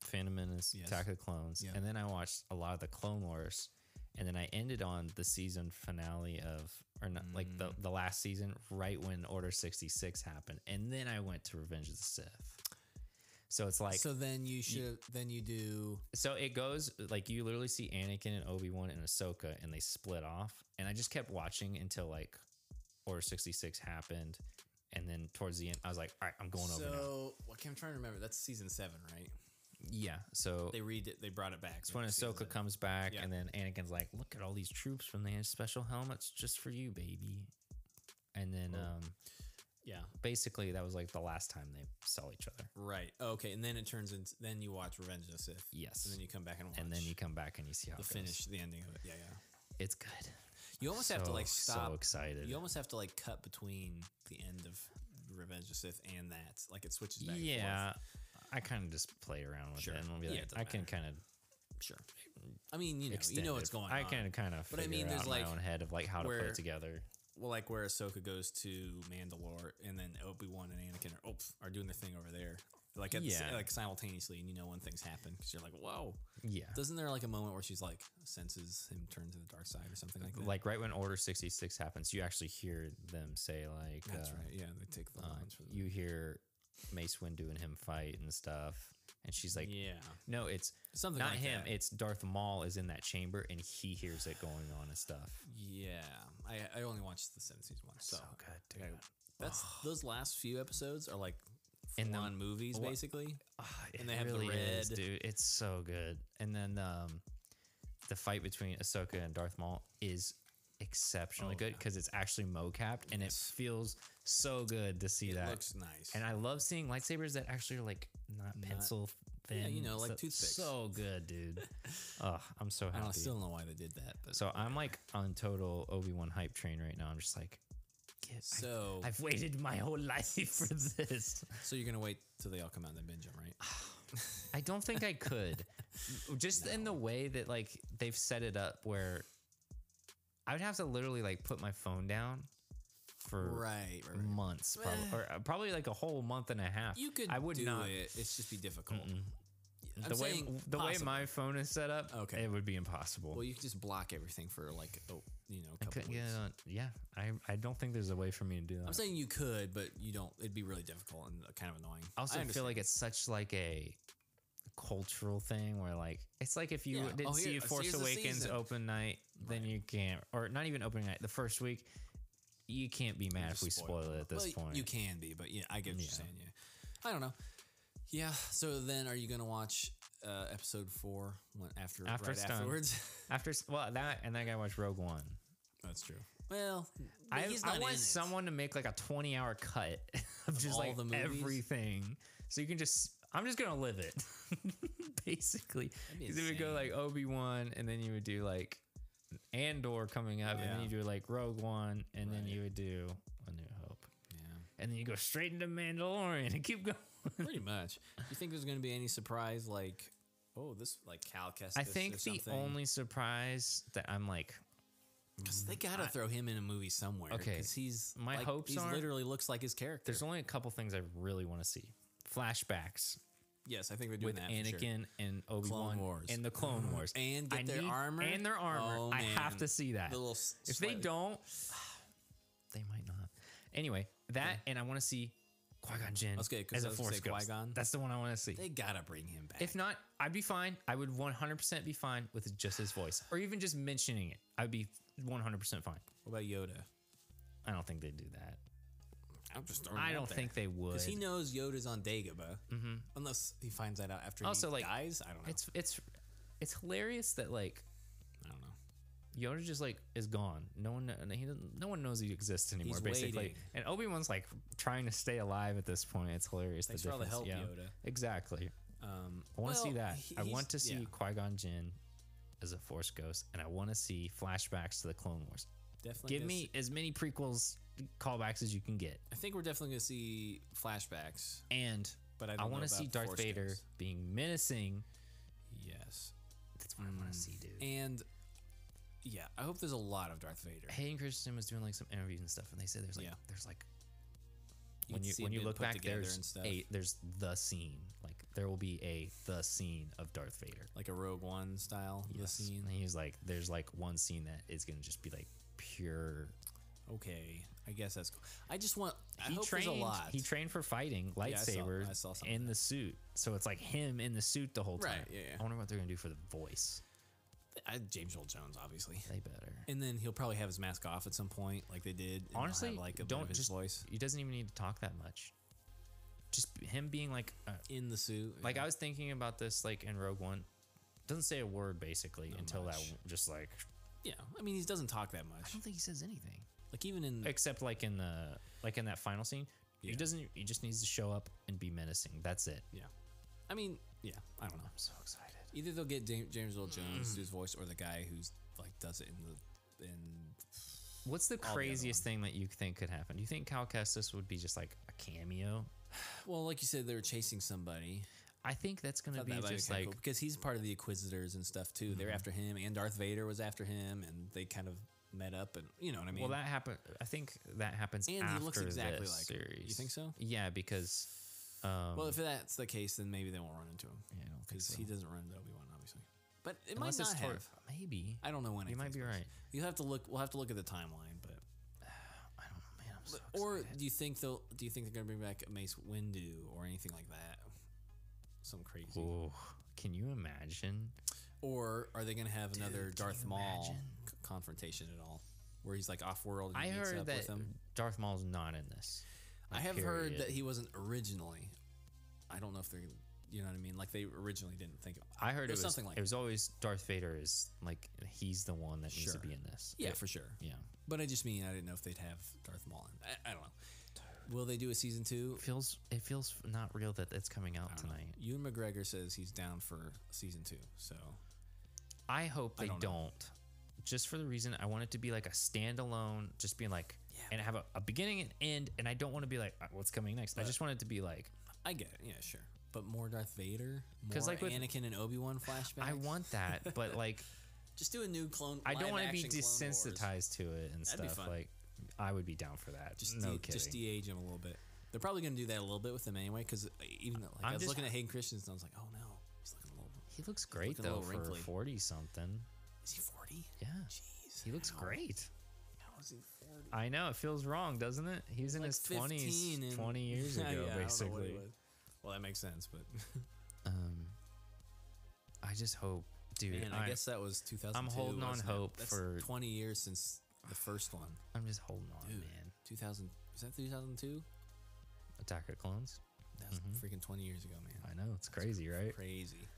B: Phantom Menace,
A: Yes.
B: Attack of the Clones,
A: Yeah.
B: and then I watched a lot of the Clone Wars, and then I ended on the season finale of or not like the
A: Mm.
B: the last season right when Order sixty six happened, and then I went to Revenge of the Sith. So it's like
A: so then you should then you do
B: so it goes like you literally see Anakin and Obi Wan and Ahsoka, and they split off. And I just kept watching until like Order sixty six happened, and then towards the end, I was like, "All right, I'm going
A: so,
B: over now."
A: what I'm trying to remember. That's season seven, right?
B: Yeah, so
A: They read it. They brought it back.
B: it's when Ahsoka comes back, and then Anakin's like, "Look at all these troops from the special helmets just for you, baby." And then,
A: Oh.
B: um,
A: yeah,
B: basically that was like the last time they saw each other.
A: Right. Okay. And then it turns into then you watch Revenge of the Sith.
B: Yes.
A: And then you come back and watch.
B: And then you come back and you see how
A: the
B: it goes.
A: finish, the ending of it. Yeah, yeah.
B: It's good.
A: You almost have to
B: So,
A: like stop.
B: So excited.
A: You almost have to like cut between the end of Revenge of the Sith and that. Like it switches back. And
B: yeah,
A: forth.
B: I kind of just play around with
A: Sure.
B: it and I'll be
A: Yeah,
B: like,
A: it doesn't
B: I can kind of
A: sure. I mean, you know, you
B: extend
A: know
B: it.
A: what's going
B: I
A: on.
B: can kind of,
A: But I mean,
B: out
A: there's
B: in
A: like
B: my own head of like how to put
A: where-
B: it together.
A: Well, like where Ahsoka goes to Mandalore, and then Obi Wan and Anakin are, oh, are doing their thing over there, like at the sa-
B: Yeah.
A: like simultaneously, and you know when things happen because you're like, whoa,
B: Yeah.
A: Doesn't there like a moment where she's like senses him turn to the dark side or something like that?
B: Like right when Order sixty six happens, you actually hear them say like,
A: That's
B: uh,
A: right. Yeah, they take the
B: um,
A: lines from
B: you hear Mace Windu and him fight and stuff, and she's like,
A: Yeah.
B: no, it's
A: Something
B: not
A: like
B: him.
A: that.
B: It's Darth Maul is in that chamber and he hears it going on and stuff.
A: Yeah, I, I only watched the seventh season one. So,
B: good,
A: I- that's those last few episodes are like
B: And the-
A: non movies
B: what-
A: basically,
B: It
A: and they have
B: really
A: the red.
B: is, dude. It's so good. And then um, the fight between Ahsoka and Darth Maul is exceptionally
A: Oh,
B: good because it's actually mocapped and it feels so good to see that.
A: looks nice.
B: And I love seeing lightsabers that actually are like not pencil thin.
A: Yeah, you know, like
B: so,
A: toothpicks.
B: So good, dude. Ugh, I'm so
A: I
B: happy.
A: don't, still don't know why they did that, but
B: so I'm like on total Obi Wan hype train right now. I'm just like,
A: so
B: I've waited my whole life for this.
A: So you're gonna wait till they all come out and then binge them, right?
B: I don't think I could. Just in the way that like they've set it up where I would have to literally like put my phone down for
A: Right, right, right.
B: months probably, or uh, probably like a whole month and a half.
A: You could.
B: I would
A: do
B: not.
A: It. It's just be difficult. I'm
B: the way
A: saying
B: the way
A: possible.
B: my phone is set up,
A: Okay.
B: it would be impossible.
A: Well, you could just block everything for like oh, you know, a
B: I
A: couple
B: couldn't
A: weeks.
B: get it on. Yeah, I I don't think there's a way for me to do that.
A: I'm saying you could, but you don't. It'd be really difficult and uh, kind of annoying.
B: I also feel
A: understand.
B: like it's such like a cultural thing where like it's like if you
A: Yeah.
B: didn't
A: Oh,
B: see
A: here-
B: Force
A: here's the
B: Awakens
A: season.
B: open night, then you can't or not even opening night, the first week, you can't be mad if we spoil it at this
A: Well,
B: point.
A: You can be, but yeah, I get what you're saying. Yeah, I don't know. Yeah. So then, are you gonna watch uh, episode four when, after,
B: after
A: right
B: it's done.
A: afterwards?
B: After s- well that and that guy watched Rogue One.
A: That's true. Well, but
B: I,
A: he's
B: I
A: not
B: want
A: in it.
B: someone to make like a 20 hour cut of just
A: all
B: like
A: the movies?
B: everything. So you can just, I'm just going to live it basically.
A: be
B: Because it would go
A: insane.
B: like Obi Wan and then you would do like Andor coming up and then
A: Yeah.
B: you do like Rogue One and then you would do A New Hope.
A: Yeah,
B: And then you go straight into Mandalorian and keep going.
A: pretty much. You think there's gonna be any surprise? Like, oh, this like Cal Kestis
B: I
A: or
B: think the
A: something?
B: only surprise that I'm like,
A: Because they gotta throw him in a movie somewhere.
B: Okay,
A: because he's
B: my
A: like,
B: hopes
A: He
B: are-
A: literally looks like his character.
B: there's only a couple things I really want to see flashbacks.
A: yes, I think they're doing
B: with
A: that for sure.
B: Anakin and Obi Wan
A: Wars. Mm-hmm.
B: and the Clone Wars
A: And get
B: I
A: their
B: need-
A: armor?
B: and their armor.
A: Oh,
B: I have
A: man.
B: to see that.
A: The little s-
B: if they
A: slightly-
B: don't, they might not. Anyway, that and I want to see Qui Gon Jinn
A: That's good, 'cause
B: as
A: I
B: a
A: was gonna
B: Force
A: say
B: ghost.
A: Qui-Gon.
B: That's the one I want to see.
A: They gotta bring him back.
B: if not, I'd be fine. I would 100% be fine with just his voice, or even just mentioning it. I'd be 100% fine.
A: what about Yoda?
B: I don't think they'd do that.
A: I'm just
B: I don't think they would.
A: because he knows Yoda's on Dagobah, unless he finds that out after
B: Also,
A: he
B: like,
A: dies. I don't know.
B: It's it's it's hilarious that like
A: I don't know.
B: Yoda just like is gone. No one, kn- he doesn't, no one knows he exists anymore. basically,
A: waiting.
B: and Obi Wan's like trying to stay alive at this point. It's hilarious.
A: Thanks
B: the
A: for all the
B: difference,
A: help,
B: yeah.
A: Yoda.
B: Exactly.
A: Um,
B: I want to see
A: well,
B: that.
A: he-
B: I
A: he's-
B: want to see
A: yeah.
B: Qui Gon Jinn as a Force ghost, and I want to see flashbacks to the Clone Wars.
A: Definitely
B: Give
A: gonna
B: me
A: see-
B: as many prequels callbacks as you can get,
A: I think we're definitely gonna see flashbacks.
B: and
A: But I
B: I,
A: don't know
B: want to
A: about
B: see
A: the
B: Darth
A: Force
B: Vader
A: ghosts.
B: being menacing
A: Yes. yes.
B: That's what I
A: Mm.
B: want to see, dude.
A: And yeah, I hope there's a lot of Darth Vader.
B: Hayden Christensen was doing like some interviews and stuff, and they say there's like
A: Yeah.
B: there's like
A: You
B: when
A: can
B: you
A: see it
B: when you
A: being
B: look
A: put
B: back
A: together
B: there's
A: and stuff.
B: a there's the scene like there will be a the scene of Darth Vader
A: like a Rogue One style the
B: yes.
A: scene.
B: And he's like there's like one scene that is gonna just be like pure.
A: Okay, I guess that's cool. I just want. I
B: he
A: hope
B: trained.
A: there's a lot.
B: He trained for fighting
A: Yeah, I saw-
B: lightsaber
A: I saw some of
B: in the suit, so it's like him in the suit the whole time.
A: Right, yeah, yeah.
B: I wonder what they're gonna do for the voice.
A: I, James Earl Jones, obviously.
B: They better.
A: And then he'll probably have his mask off at some point, like they did. and he'll have,
B: Honestly,
A: like a bit
B: don't
A: of his
B: just.
A: voice
B: He doesn't even need to talk that much. Just b- him being like a
A: in the suit.
B: like I was thinking about this like in Rogue One, doesn't say a word basically until that
A: much.
B: w- just like
A: yeah, I mean he doesn't talk that much.
B: I don't think he says anything
A: Like even in
B: except like in the like in that final scene.
A: Yeah.
B: He doesn't. He just needs to show up and be menacing. That's it.
A: yeah, I mean yeah, I don't know.
B: I'm so excited.
A: Either they'll get Dam- James Earl Jones
B: Mm.
A: to do his voice, or the guy who's like does it in the in.
B: What's the
A: the other
B: craziest thing that you think could happen? Do you think Cal Kestis would be just like a cameo?
A: Well, like you said, they were chasing somebody.
B: I think that's gonna
A: Thought
B: be
A: that might be
B: just
A: kinda
B: like Mm-hmm.
A: cool, because he's part of the Inquisitors and stuff too. They're after him, and Darth Vader was after him, and they kind of met up, and you know what I mean.
B: Well, that happened. I think that happens
A: And
B: after
A: he looks exactly
B: this
A: like him.
B: series.
A: You think so?
B: Yeah, because um,
A: well, if that's the case, then maybe they won't run into him.
B: I don't think
A: because
B: so.
A: he doesn't run into Obi Wan, obviously. But it
B: Unless
A: might
B: it's
A: not
B: toward-
A: have.
B: maybe
A: I don't know when.
B: You
A: it
B: might
A: takes
B: be
A: place.
B: right.
A: You'll have to look. We'll have to look at the timeline, but.
B: I don't know, man. I'm so
A: Or do you think they'll? Do you think they're gonna bring back Mace Windu or anything like that? Some crazy.
B: Oh, can you imagine?
A: Or are they gonna have another
B: Dude, can
A: Darth
B: you
A: Maul
B: imagine?
A: c- confrontation at all, where he's like off world? and
B: I
A: he meets up
B: heard that
A: with him?
B: Darth Maul's not in this.
A: I
B: Like,
A: have heard that
B: period.
A: he wasn't originally. I don't know if they're. You know what I mean? Like they originally didn't think. Of,
B: I heard it was
A: something like
B: it was always Darth Vader is like he's the one that needs to
A: Sure.
B: be in this.
A: Yeah,
B: It-
A: for sure.
B: Yeah,
A: But I just mean I didn't know if they'd have Darth Maul. In. I, I don't know. Will they do a season two?
B: feels it feels not real that it's coming out tonight.
A: Ewan McGregor says he's down for season two. So
B: I hope
A: I
B: they
A: don't
B: don't,
A: know.
B: Just for the reason I want it to be like a standalone, just being like, and have a, a beginning and end. And I don't want to be like, "Uh, what's coming next? I just want it to be like,
A: I get it. Yeah, sure. But more Darth Vader,
B: 'Cause,
A: more
B: like, with-
A: Anakin and Obi Wan flashbacks.
B: I want that, but like,
A: just do a new clone.
B: I don't want to be
A: live-action Clone Wars.
B: desensitized to it and
A: That'd be
B: stuff.
A: fun.
B: Like, I would be down for that.
A: Just
B: no
A: de-
B: kidding.
A: just de-age him a little bit. They're probably going to do that a little bit with him anyway. Because even though, like,
B: I'm
A: I was
B: just-
A: looking at Hayden Christensen, I was like, oh no, he's looking a little.
B: he looks great
A: looking a
B: though
A: little
B: for
A: wrinkly.
B: forty something.
A: Is he forty?
B: Yeah,
A: Jeez,
B: he looks
A: how-
B: great.
A: How is he forty?
B: I know it feels wrong, doesn't it? He's in
A: Like
B: his twenties,
A: 15 and-
B: twenty years
A: Yeah,
B: ago,
A: I don't know what it
B: basically.
A: was. Well, that makes sense, but
B: Um, I just hope, dude.
A: man, I, guess that was 2002.
B: I'm holding on
A: wasn't it?
B: hope
A: That's
B: for-
A: 20 years since the first one.
B: I'm just holding on,
A: Dude,
B: man.
A: 2000 was that 2002?
B: Attack of the Clones.
A: That was freaking 20 years ago, man.
B: I know it's crazy, Mm-hmm. right?
A: Crazy.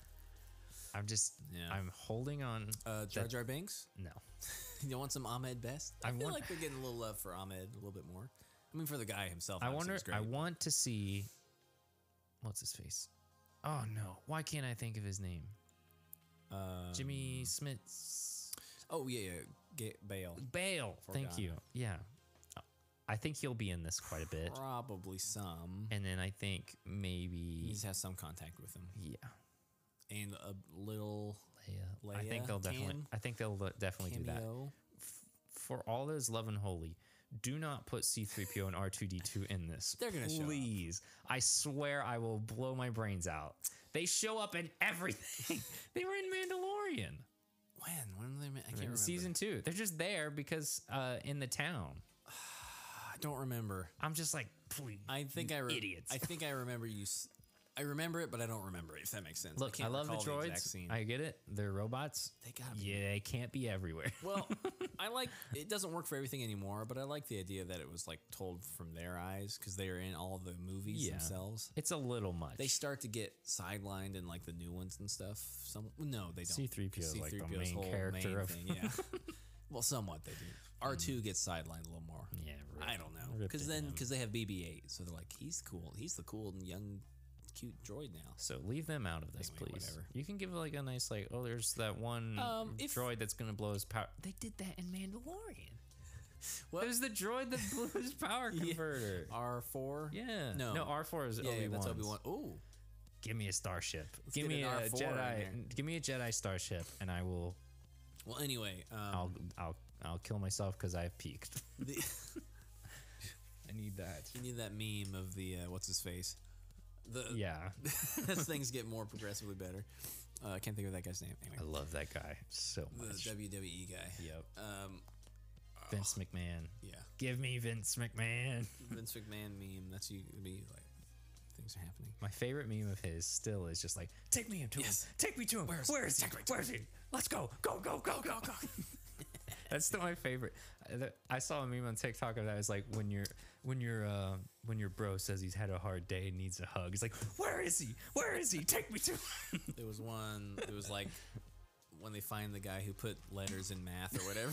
B: I'm just,
A: Yeah.
B: I'm holding on.
A: Uh, Jar
B: that-
A: Jar Banks.
B: no,
A: you want some Ahmed Best? I,
B: I
A: feel
B: want-
A: like they're getting a little love for Ahmed a little bit more. I mean, for the guy himself.
B: I
A: obviously,
B: wonder.
A: he's Great.
B: I want to see. What's his face? Oh no! Why can't I think of his name?
A: Uh,
B: Jimmy Smits
A: oh yeah, yeah. Get Bale.
B: Bale. Thank
A: Forgot.
B: you. Yeah, I think he'll be in this quite a bit,
A: Probably some.
B: and then I think
A: He
B: maybe
A: just has some contact with him,
B: yeah.
A: and a little
B: Leia. I think
A: Leia,
B: they'll definitely.
A: Cam,
B: I think they'll le- definitely do that.
A: cameo.
B: For all that is love and holy, do not put C-3PO and R2-D2 in this.
A: They're gonna show up.
B: please. I swear I will blow my brains out. They show up in everything. they were in Mandalorian.
A: When? When did they? ma- I can't remember.
B: season two. They're just there because uh, in the town.
A: I don't remember.
B: I'm just like, please.
A: I think I re-
B: idiots.
A: I think I remember you. S- I remember it, but I don't remember it. If that makes sense.
B: Look, I,
A: can't
B: love the
A: recall
B: droids.
A: exact scene.
B: I get it. They're robots.
A: They gotta be-
B: Yeah, they can't be everywhere.
A: well, I like it doesn't work for everything anymore, but I like the idea that it was like told from their eyes because they are in all the movies
B: Yeah.
A: themselves.
B: it's a little much.
A: They start to get sidelined in like the new ones and stuff. Some no, they don't.
B: C-3PO is, like, the
A: C-3PO's
B: main
A: whole
B: character
A: main
B: of- Mm.
A: thing, yeah. well, somewhat they do. R two gets sidelined a little more.
B: yeah, rip.
A: I don't know
B: Rip
A: because
B: to
A: then
B: him.
A: because they have BB-8, so they're like he's cool. He's the cool and young, cute droid now.
B: So leave them out of this,
A: Anyway,
B: please.
A: whatever.
B: You can give like a nice like, oh, there's that one
A: Um, if-
B: droid that's gonna blow his power. They did that in Mandalorian.
A: What?
B: There's the droid that blew his power converter.
A: R four.
B: Yeah.
A: No.
B: No, R4 is
A: yeah, yeah,
B: Obi-Wan's.
A: that's Obi Wan. Oh,
B: Give me a starship.
A: Let's
B: give
A: get
B: me
A: an
B: a
A: R4 in there.
B: Jedi. Give me a Jedi starship, and I will.
A: Well, anyway, um,
B: I'll I'll I'll kill myself because I've peaked.
A: I need that. You need that meme of the uh, what's his face. The
B: Yeah.
A: as things get more progressively better. Uh, I can't think of that guy's name. Anyway,
B: I love that guy so
A: the
B: much.
A: WWE guy.
B: Yep.
A: Um, oh,
B: Vince McMahon.
A: Yeah.
B: Give me Vince McMahon.
A: Vince McMahon meme. That's you. it'd Be like things are happening.
B: My favorite meme of his still is just like, take me to
A: Yes.
B: him. Take me to him.
A: Where's-
B: Where is he?
A: take me to
B: Where is he?
A: him."
B: Let's go. Go, go, go, go, go. That's still my favorite. I- that- I saw a meme on TikTok of that. It's like when your when your uh, when your bro says he's had a hard day and needs a hug. He's like, where is he? Where is he? Take me to him.
A: There was one. It was like when they find the guy who put letters in math or whatever,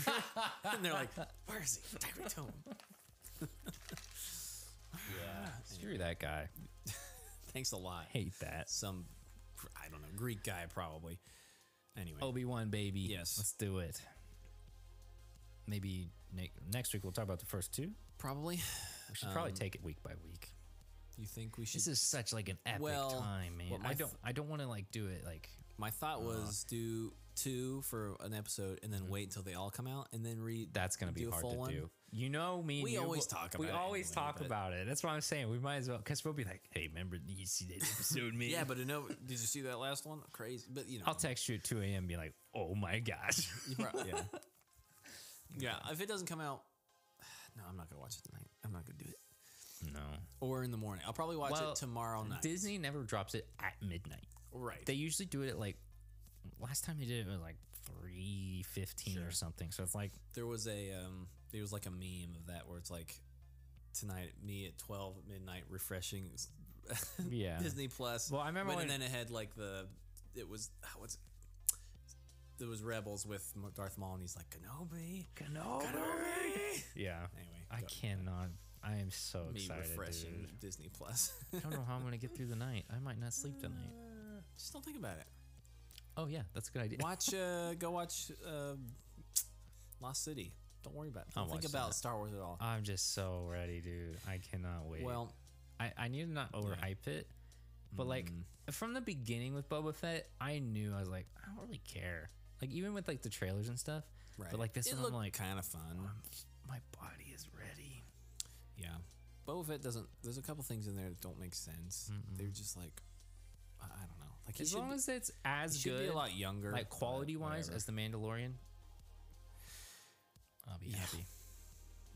A: and they're like, "Where is he? Take me to him." yeah.
B: Screw that guy.
A: Thanks a lot.
B: Hate that.
A: Some, I don't know, Greek guy probably. Anyway,
B: Obi Wan baby.
A: Yes.
B: Let's do it. Maybe ne- next week we'll talk about the first two.
A: probably.
B: We should probably
A: Um,
B: take it week by week.
A: You think we should?
B: This is such like an epic
A: Well,
B: time, man.
A: what my
B: I
A: th-
B: don't I don't want to like do it like
A: My
B: Uh-huh.
A: thought was do two for an episode and then wait until they all come out and then read.
B: Mm-hmm. that's gonna be
A: do a
B: hard
A: full
B: to
A: one.
B: do. You know me. and
A: We
B: you,
A: always
B: we'll-
A: talk
B: We
A: about it
B: always
A: anyway,
B: talk
A: but-
B: about it. That's what I'm saying. We might as well because we'll be like, hey, remember you see that episode, man?
A: Yeah, but I know. Did you see that last one? Crazy, but you know.
B: I'll text you at 2 a.m. and be like, oh my gosh.
A: you prob- yeah. yeah. If it doesn't come out, no, I'm not gonna watch it tonight. I'm not gonna do it.
B: no.
A: Or in the morning. I'll probably watch
B: Well,
A: it tomorrow night.
B: Disney never drops it at midnight.
A: right.
B: They usually do it at like last time they did it was like 3:15 or something. So it's like
A: there was a um there was like a meme of that where it's like tonight me at 12 at midnight refreshing s-
B: Yeah.
A: disney plus
B: Well, I remember
A: but
B: when-
A: and then it had like the it was ah, what's there was rebels with M- darth maul and he's like kenobi
B: Kenobi. Yeah.
A: Anyway,
B: I
A: go.
B: cannot. I am so
A: me
B: excited.
A: refreshing
B: dude.
A: disney plus
B: I don't know how I'm gonna get through the night. I might not sleep tonight.
A: just don't think about it
B: Oh yeah, that's a good idea.
A: watch uh go watch uh lost city don't worry about it
B: I'll
A: don't think
B: watch
A: about
B: that.
A: star wars at all
B: I'm just so ready, dude. I cannot wait.
A: well
B: I, I need to not overhype it, but like
A: Mm.
B: from the beginning with Boba Fett, I knew I was like, I don't really care. Like even with like the trailers and stuff.
A: right
B: But like this
A: it
B: one, I'm like,
A: kind of fun
B: my body is ready.
A: Yeah. Boba Fett doesn't. There's a couple things in there that don't make sense. They're just like, I I don't know. Like he
B: As
A: should
B: long
A: be-
B: as it's
A: he
B: as
A: should
B: good,
A: be a lot younger, but
B: like quality wise,
A: whatever.
B: as the Mandalorian, I'll be happy.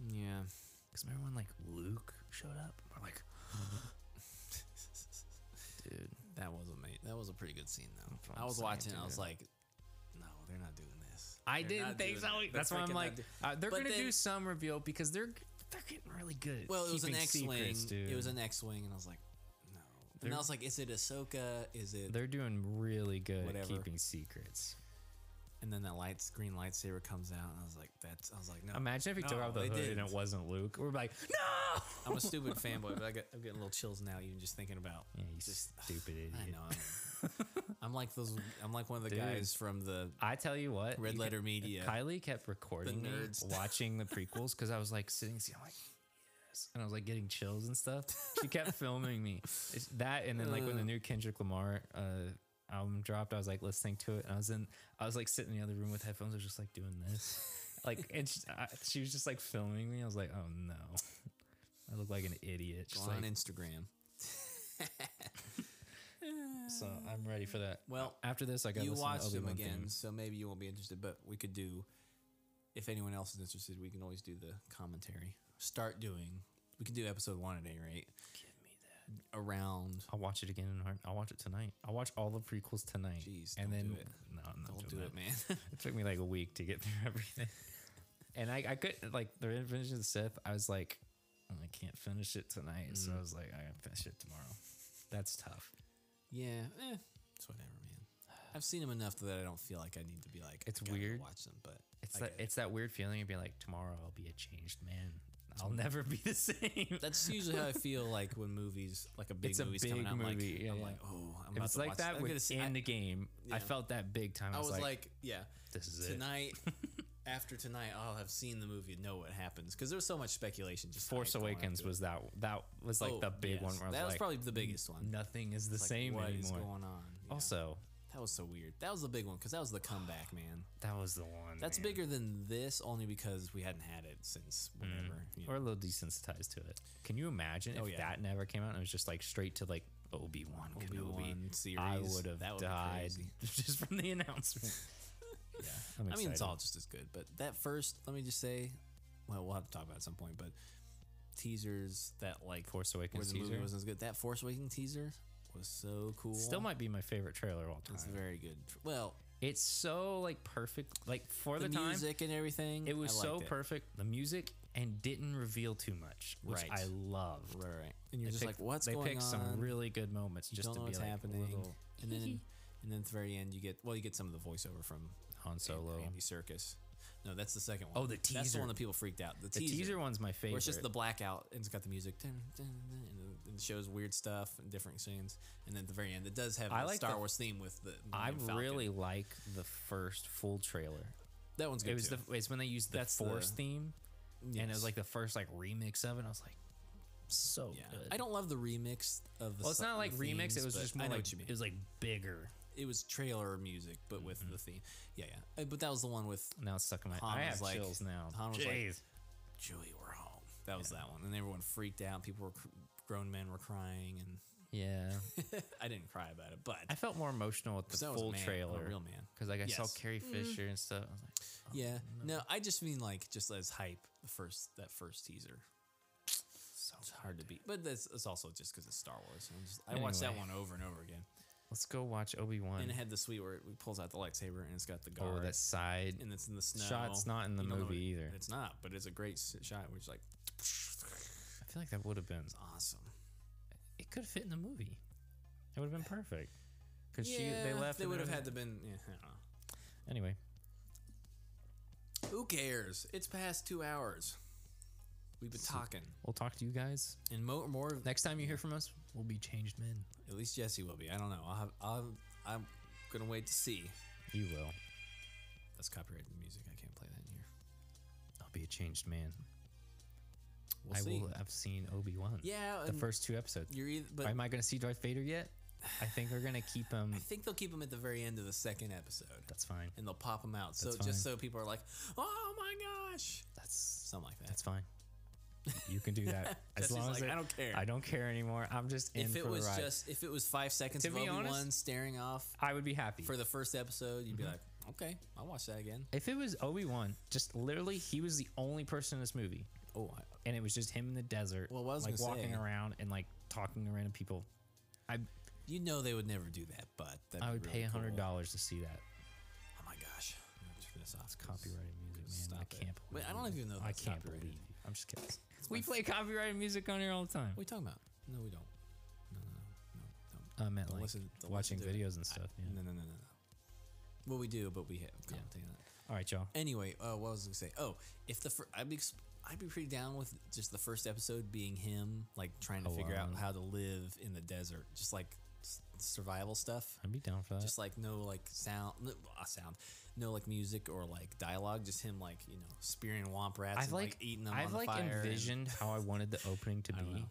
A: yeah.
B: Because remember when like Luke showed up? We're like, dude,
A: That was a that was a pretty good scene though.
B: what
A: I
B: I'm
A: was
B: saying,
A: watching. I was
B: dude.
A: like, no, they're not doing this.
B: I
A: They're
B: didn't
A: not
B: think
A: doing
B: so.
A: it. They're
B: That's why
A: freaking
B: I'm
A: not
B: like,
A: do-
B: uh, they're
A: But
B: gonna do
A: then-
B: some reveal because they're they're getting really good. at
A: Well, it was an
B: keeping
A: X-wing.
B: secrets, dude.
A: It was an X-wing, and I was like, no. And I was like, is it Ahsoka? Is it?
B: They're doing really good at
A: Whatever.
B: keeping secrets.
A: And then that lights green lightsaber comes out, and I was like, that's. I was like, no.
B: Imagine if he took
A: No,
B: off the
A: they
B: hood and
A: didn't.
B: it wasn't Luke. We're like, no.
A: I'm a stupid fanboy, but I get, I'm getting little chills now, even just thinking about.
B: Yeah, you stupid idiot.
A: I know. I'm, I'm like those. I'm like one of the
B: Dude.
A: guys from the
B: I tell you what,
A: Red
B: you
A: Letter
B: kept-
A: Media.
B: Kylie kept recording me
A: nerds.
B: watching the prequels because I was like sitting, see, I'm like, yes, and I was like getting chills and stuff. She kept filming me. It's that and then like when the new Kendrick Lamar uh, album dropped, I was like listening to it, and I was in, I was like sitting in the other room with headphones, I was just like doing this, like, and she, I, she was just like filming me. I was like, oh no, I look like an idiot. Just
A: on
B: like,
A: Instagram.
B: so I'm ready for that.
A: Well,
B: after this, I got
A: you
B: to
A: watched
B: Obi-Wan
A: them again,
B: theme.
A: so maybe you won't be interested. But we could do. If anyone else is interested, we can always do the commentary. Start doing. We can do episode one at any rate. Give me that around.
B: I'll watch it again. In heart. I'll watch it tonight. I'll watch all the prequels tonight.
A: Jeez,
B: and
A: don't
B: then
A: do it.
B: no, I'm not
A: Don't do
B: doing
A: it,
B: that.
A: man.
B: It took me like a week to get through everything. and I, I could like the Revenge of the Sith. I was like, "Oh, I can't finish it tonight. So
A: Mm.
B: I was like, I gotta finish it tomorrow. That's tough.
A: yeah, eh, it's whatever, man. I've seen them enough that I don't feel like I need to be like.
B: It's
A: "Gotta
B: weird.
A: Watch them, but
B: It's
A: I
B: that
A: get it.
B: it's that weird feeling of being like, tomorrow I'll be a changed man. I'll never be the same.
A: That's usually how I feel like when movies, like a big
B: It's a
A: movie's coming
B: big
A: out. I'm like,
B: movie, yeah,
A: I'm
B: yeah.
A: like, oh, I'm
B: if
A: about
B: it's
A: to
B: like
A: watch
B: that
A: I'm gonna
B: with
A: see- I-
B: in the game,
A: yeah.
B: I felt that big time.
A: I was like,
B: like
A: yeah,
B: this is it.
A: tonight after tonight, I'll have seen the movie and know what happens because there was so much speculation. Just
B: Force
A: hype going up
B: Awakens
A: to it.
B: was that that was like
A: Oh,
B: the big one.
A: yes.
B: Where I
A: that was
B: like,
A: probably the biggest one.
B: Nothing is the
A: It's like,
B: same
A: what
B: anymore.
A: is going on? Yeah.
B: Also,
A: that was so weird. That was the big one because that was the comeback, man.
B: That was the one.
A: That's
B: man. Mm.
A: bigger than this only because we hadn't had it since whenever. you know.
B: We're a little desensitized to it. Can you imagine
A: Oh,
B: if
A: yeah.
B: that never came out and it was just like straight to like Obi Wan
A: Obi-Wan
B: Kenobi
A: series.
B: I would have
A: That would be
B: died
A: crazy.
B: just from the announcement. yeah, I'm
A: I mean, it's
B: excited.
A: all just as good. But that first, let me just say, well, we'll have to talk about it at some point. But teasers that like
B: Force Awakens
A: where the
B: teaser?
A: movie wasn't as good. That Force Awakens teaser was so cool.
B: Still might be my favorite trailer of all time.
A: It's very good. Well,
B: It's so like perfect, like for the,
A: the,
B: time.
A: music and everything.
B: It was
A: I
B: so
A: liked it.
B: perfect, the music, and didn't reveal too much, which
A: Right.
B: I loved.
A: Right, right. And you're
B: They
A: just
B: picked-
A: like, what's
B: they
A: going
B: picked some
A: on?
B: really good moments
A: You
B: just
A: don't
B: to
A: know
B: be
A: what's
B: like
A: happening.
B: little
A: and then and then at the very end you get well you get some of the voiceover from
B: Han Solo.
A: Andy Circus. No, that's the second one.
B: Oh, the
A: That's the
B: teaser.
A: one that people freaked out. The,
B: The teaser one's my
A: Where it's just
B: favorite.
A: the blackout and it's got the music dun, dun, dun, and it- it shows weird stuff and different scenes. And then at the very end, it does have
B: I
A: a
B: like
A: Star
B: the-
A: Wars theme with the.
B: I
A: Millennium Falcon.
B: really like the first full trailer.
A: that one's good.
B: It was
A: too.
B: the it's when they used the
A: That's
B: Force
A: the-
B: theme, and it
A: Yes.
B: was like the first like remix of it. and I was like, so good.
A: I don't love the remix of the.
B: Well, it's
A: so-
B: not like
A: the
B: remix.
A: themes,
B: it was
A: but
B: just
A: I
B: more
A: know
B: like
A: what you mean.
B: it was Mm-hmm. like bigger.
A: it was trailer music, but with the theme. Yeah, yeah. Uh, But that was the one with
B: Now it's stuck in my.
A: Han
B: I
A: was
B: have
A: like-
B: chills now.
A: Han was like,
B: Jeez.
A: Julie, we're home. That was that one, and everyone freaked out. People were cr- grown men were crying, and
B: yeah.
A: I didn't cry about it, but
B: I felt more emotional with the
A: 'Cause I was a
B: full
A: man, I'm a
B: trailer.
A: real man.
B: Because like I saw
A: Yes.
B: Carrie
A: Mm.
B: Fisher and stuff. I was like,
A: yeah, no. I just mean like just as hype the first that first teaser. So it's hard to beat, but that's it's also just because it's Star Wars. I'm just, I watched that
B: Anyway.
A: one over and over again,
B: let's go watch Obi Wan.
A: and it had the sweet where it pulls out the lightsaber and it's got the
B: Oh,
A: guard.
B: that side.
A: and it's in the snow.
B: Shot's not in the
A: You don't know
B: movie
A: what it-
B: either.
A: It's not, but it's a great s- shot. Which like
B: I feel like that would have been.
A: awesome.
B: It could have fit in the movie. It would have been perfect. Because she they
A: Yeah,
B: left.
A: They
B: and
A: would have
B: everything.
A: had to been. Yeah, I don't know.
B: Anyway,
A: Who cares? It's past two hours. We've been talking,
B: we'll talk to you guys
A: and mo- more.
B: next time you hear from us. We'll be changed men.
A: At least Jesse will be. I don't know. I'll have, I'll have, I'm gonna wait to see.
B: You will.
A: That's copyrighted music. I can't play that in here.
B: I'll be a changed man.
A: We'll
B: I
A: see.
B: will have seen Obi Wan.
A: Yeah,
B: the
A: and
B: first two episodes.
A: You're either, but
B: Am I going to see Darth Vader yet? I think we're going to keep him.
A: I think they'll keep him at the very end of the second episode,
B: That's fine.
A: and they'll pop him out. So
B: That's
A: just
B: fine.
A: so people are like, "Oh my gosh,"
B: That's
A: something like that.
B: that's fine. You can do that as
A: Jesse's
B: long as
A: like,
B: it-
A: "I don't care."
B: I don't care anymore. I'm just in
A: if it
B: for
A: was
B: the ride.
A: just if it was five seconds
B: To
A: of
B: be
A: Obi
B: honest-
A: Wan staring off
B: I Mm-hmm. would be happy
A: for the first episode, you'd be like, "Okay, I'll watch that again."
B: if it was Obi Wan. Just literally, he was the only person in this movie,
A: Oh, I,
B: and it was just him in the desert,
A: Well, what I was
B: like
A: gonna
B: walking
A: say-
B: around and like talking to random people. I
A: You know they would never do that, but that'd
B: I
A: be
B: would
A: really
B: pay a hundred
A: cool.
B: dollars to see that.
A: Oh my gosh, I'm gonna turn this off. It's
B: Copyrighted music, man.
A: Stop
B: I
A: it.
B: can't
A: Wait,
B: believe.
A: I don't even know
B: I
A: that's
B: can't
A: copyrighted.
B: believe. You. I'm just kidding. We play copyrighted music on here all the time.
A: What are you talking about? No, we don't. No, no, no, no. no.
B: I meant
A: Don't
B: Uh, like
A: listen- don't
B: watching
A: listen to it.
B: videos and stuff. yeah.
A: No, no, no, no, no. Well, we do, but we have commenting on it.
B: All right, y'all.
A: Anyway, uh, what was I gonna say? Oh, if the fir- I'd be ex- I'd be pretty down with just the first episode being him like trying to figure out
B: Alone.
A: how to live in the desert, just like s- survival stuff.
B: I'd be down for that.
A: just like no like sound no, uh, sound no like music or like dialogue just him like you know spearing womp rats
B: I've
A: and,
B: like,
A: like, eating them
B: I've
A: on
B: like
A: the fire and-
B: envisioned how I wanted the opening to
A: don't
B: be,
A: know.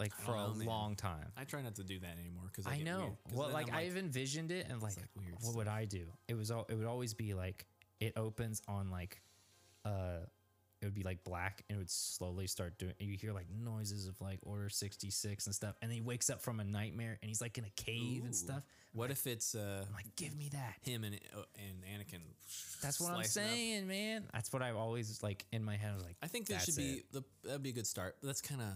B: like
A: I
B: for
A: don't
B: a
A: know, man.
B: long time.
A: I try not to do that anymore because I,
B: I
A: get
B: know.
A: weird, 'cause
B: Well,
A: then
B: like,
A: I'm
B: I've envisioned it, and like,
A: like, weird
B: what would I do? It was all. It would always be like it opens on like, uh, it would be like black, and it would slowly start doing. And you hear like noises of like Order sixty six and stuff, and then he wakes up from a nightmare, and he's like in a cave
A: Ooh.
B: and stuff.
A: what if it's uh
B: I'm like, give me that.
A: him and uh, and Anakin
B: That's what I'm
A: slicing up.
B: saying, man. That's what I've always like in my head. I was like,
A: I think that should
B: "That's
A: be
B: it."
A: the that'd be a good start that's kind of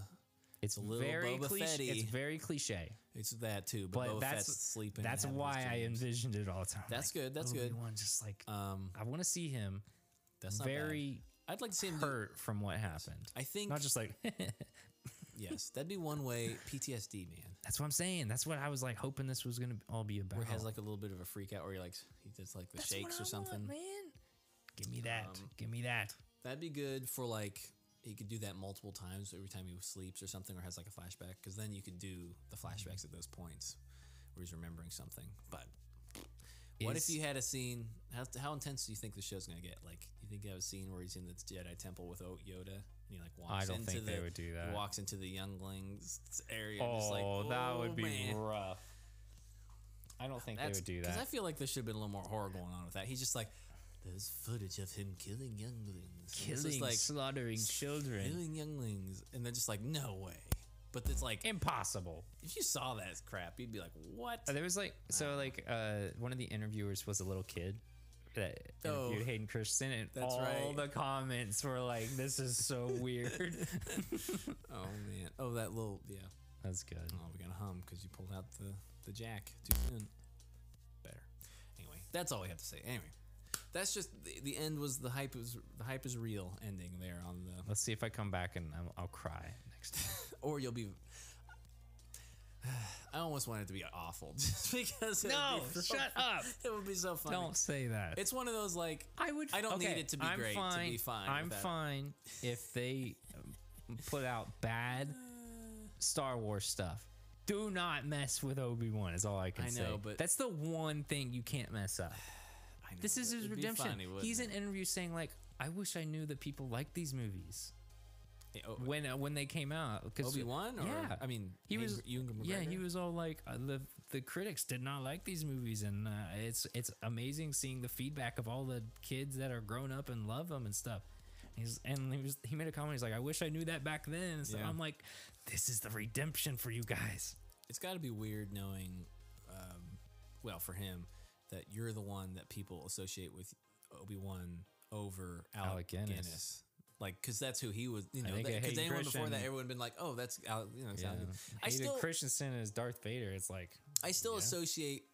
B: It's
A: a little
B: very
A: Boba
B: cliche. It's
A: Fetty.
B: very cliche.
A: it's that too but,
B: but
A: Boba
B: that's
A: Fett's sleeping and
B: That's
A: having his
B: why I
A: dreams.
B: envisioned it all the time.
A: That's good, that's good.
B: Obi-Wan just like
A: um
B: I want to see him
A: that's not bad.
B: very
A: I'd like to see him do-
B: hurt from what happened.
A: I think
B: Not just like
A: yes that'd be one way PTSD man
B: that's what I'm saying. That's what I was like hoping this was gonna all be about.
A: where he has like a little bit of a freak out where he like he does like the
B: That's what
A: shakes
B: I
A: or something
B: want, man. Give me that.
A: Um,
B: Give me that.
A: That'd be good for like he could do that multiple times every time he sleeps or something or has like a flashback because then you could do the flashbacks at those points where he's remembering something. But What if you had a scene? How, how intense do you think the show's gonna get? Like, you think you have a scene where he's in the Jedi Temple with o- Yoda, and he like walks
B: don't
A: into
B: think
A: the
B: they would do that.
A: He walks into the younglings area. and just
B: Oh,
A: like,
B: that would be
A: man."
B: rough. I don't think
A: That's-
B: they would do
A: 'cause
B: that.
A: I feel like there should have been a little more horror going on with that. He's just like, there's footage of him killing younglings, And it's just
B: Killing,
A: like
B: slaughtering children."
A: killing younglings, and they're just like, no way. But it's like
B: impossible.
A: If you saw that crap, you'd be like, what?
B: Uh, There was like so like uh one of the interviewers was a little kid that
A: Oh,
B: interviewed Hayden Christensen and
A: that's
B: all
A: right.
B: the comments were like this is so weird.
A: Oh man. Oh, that little yeah.
B: That's good.
A: Oh, we got to hum because you pulled out the the jack too soon. Better. Anyway, that's all we have to say. Anyway, that's just the, the end was the hype is the hype is real ending there on the
B: Let's see if I come back and I'll, I'll cry next time.
A: or you'll be. I almost want it to be awful just because. it would
B: No,
A: be so
B: shut
A: fun-
B: up.
A: It would be so funny.
B: Don't say that.
A: It's one of those like
B: I would.
A: I don't need
B: Okay,
A: it to be
B: I'm
A: great to be fine.
B: I'm
A: without it.
B: fine if they um, put out bad Star Wars stuff. Do not mess with Obi Wan. Is all I can
A: I
B: say.
A: know, but-
B: that's the one thing you can't mess up. this is
A: but
B: his
A: it'd be
B: redemption.
A: funny, wouldn't
B: He's in
A: it?
B: interviews saying like, "I wish I knew that people liked these movies."
A: Yeah, oh,
B: when uh, when they came out, because
A: Obi-Wan or-
B: yeah,
A: I mean,
B: he
A: Ewan-
B: was
A: Ewan
B: yeah,
A: McGregor?
B: he was all like uh, the the critics did not like these movies, and uh, it's it's amazing seeing the feedback of all the kids that are grown up and love them and stuff. He's, and he was he made a comment. He's like, I wish I knew that back then. So
A: Yeah.
B: I'm like, this is the redemption for you guys.
A: it's got to be weird knowing, um, well, for him, that you're the one that people associate with Obi Wan over Alec,
B: Alec
A: Guinness.
B: Guinness.
A: Like, because that's who he was, you
B: I
A: know.
B: think I
A: Because
B: hate
A: anyone before that,
B: Christian.
A: everyone had been like, "Oh, that's Alec." You know, it's
B: Yeah.
A: Alec. Guinness. I
B: Hayden
A: still,
B: Christensen as Darth Vader. It's like
A: I still associate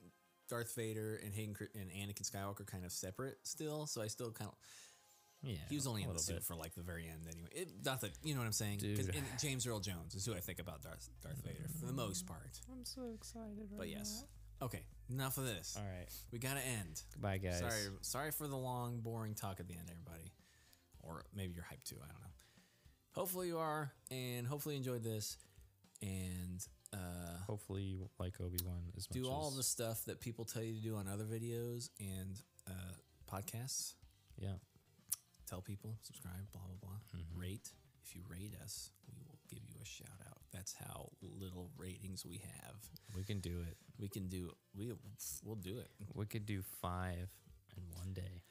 A: Darth Vader and Hayden Chri- and Anakin Skywalker kind of separate still. So I still kind of
B: yeah,
A: he was only
B: a
A: in the
B: little
A: suit
B: bit.
A: for like the very end anyway. It, not that you know what I'm saying. 'Cause-
B: Dude.
A: and James Earl Jones is who I think about Darth Darth Vader for the most part.
B: I'm so excited.
A: But yes. Okay, enough of this.
B: All right.
A: We gotta end.
B: Goodbye, guys.
A: Sorry, sorry for the long, boring talk at the end, everybody. Or maybe you're hyped too. I don't know. Hopefully you are, and hopefully you enjoyed this. And uh,
B: Hopefully, you like Obi Wan as much.
A: do all
B: as,
A: the stuff that people tell you to do on other videos and uh, podcasts.
B: yeah.
A: Tell people, subscribe, blah blah blah. Rate. If you rate us, we will give you a shout out. That's how little ratings we have.
B: We can do it.
A: We can do. We we'll do it.
B: We could do five in one day.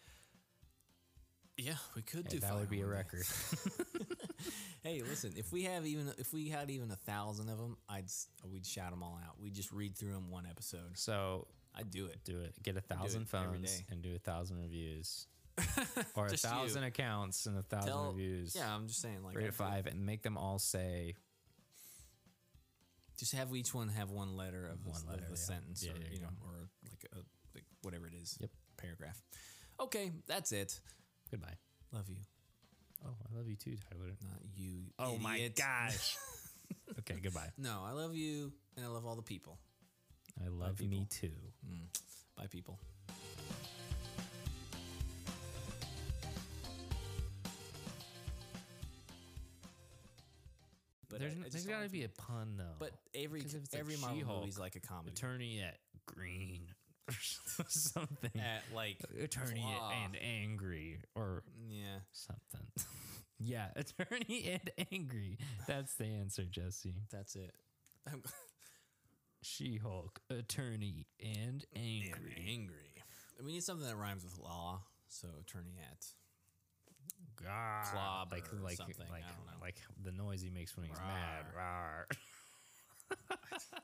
A: Yeah, we could
B: Hey,
A: do.
B: that would
A: fine
B: be a
A: one day.
B: record.
A: hey, listen, if we have even if we had even a thousand of them, I'd s- we'd shout them all out. We'd just read through them one episode.
B: so
A: I'd do it.
B: do it. Get a thousand
A: it every
B: phones
A: day.
B: and do a thousand reviews, or a
A: Just you.
B: thousand accounts and a thousand
A: Tell,
B: reviews.
A: yeah, I'm just saying, like,
B: Rate
A: I'd
B: it
A: do-
B: five and make them all say
A: Just have each one have one letter of one
B: One letter,
A: of the
B: yeah.
A: sentence,
B: Yeah,
A: or
B: there
A: you
B: you
A: know,
B: go.
A: or like a like whatever it is.
B: Yep.
A: Paragraph. Okay, that's it.
B: goodbye.
A: Love you,
B: Oh, I love you too, Tyler.
A: not you. you
B: Oh my
A: idiot.
B: gosh. okay, goodbye.
A: No, I love you, and I love all the people.
B: I love me too.
A: Bye, people. But
B: there's
A: I-
B: n-
A: I just
B: there's
A: don't
B: got to
A: like
B: be a pun though.
A: But every
B: Because if it's like
A: every Marvel
B: She-Hulk,
A: movie's like a comedy.
B: attorney at green or something.
A: At like
B: attorney
A: claw.
B: and angry or
A: yeah,
B: something. yeah, attorney and angry. That's the answer, Jesse.
A: that's it. I'm
B: She Hulk, attorney and angry.
A: angry. We need something that rhymes with law. So attorney at
B: Gah,
A: Clobber
B: like
A: or
B: like
A: something,
B: like
A: I don't know.
B: like the noise he makes when he's mad. Rawr.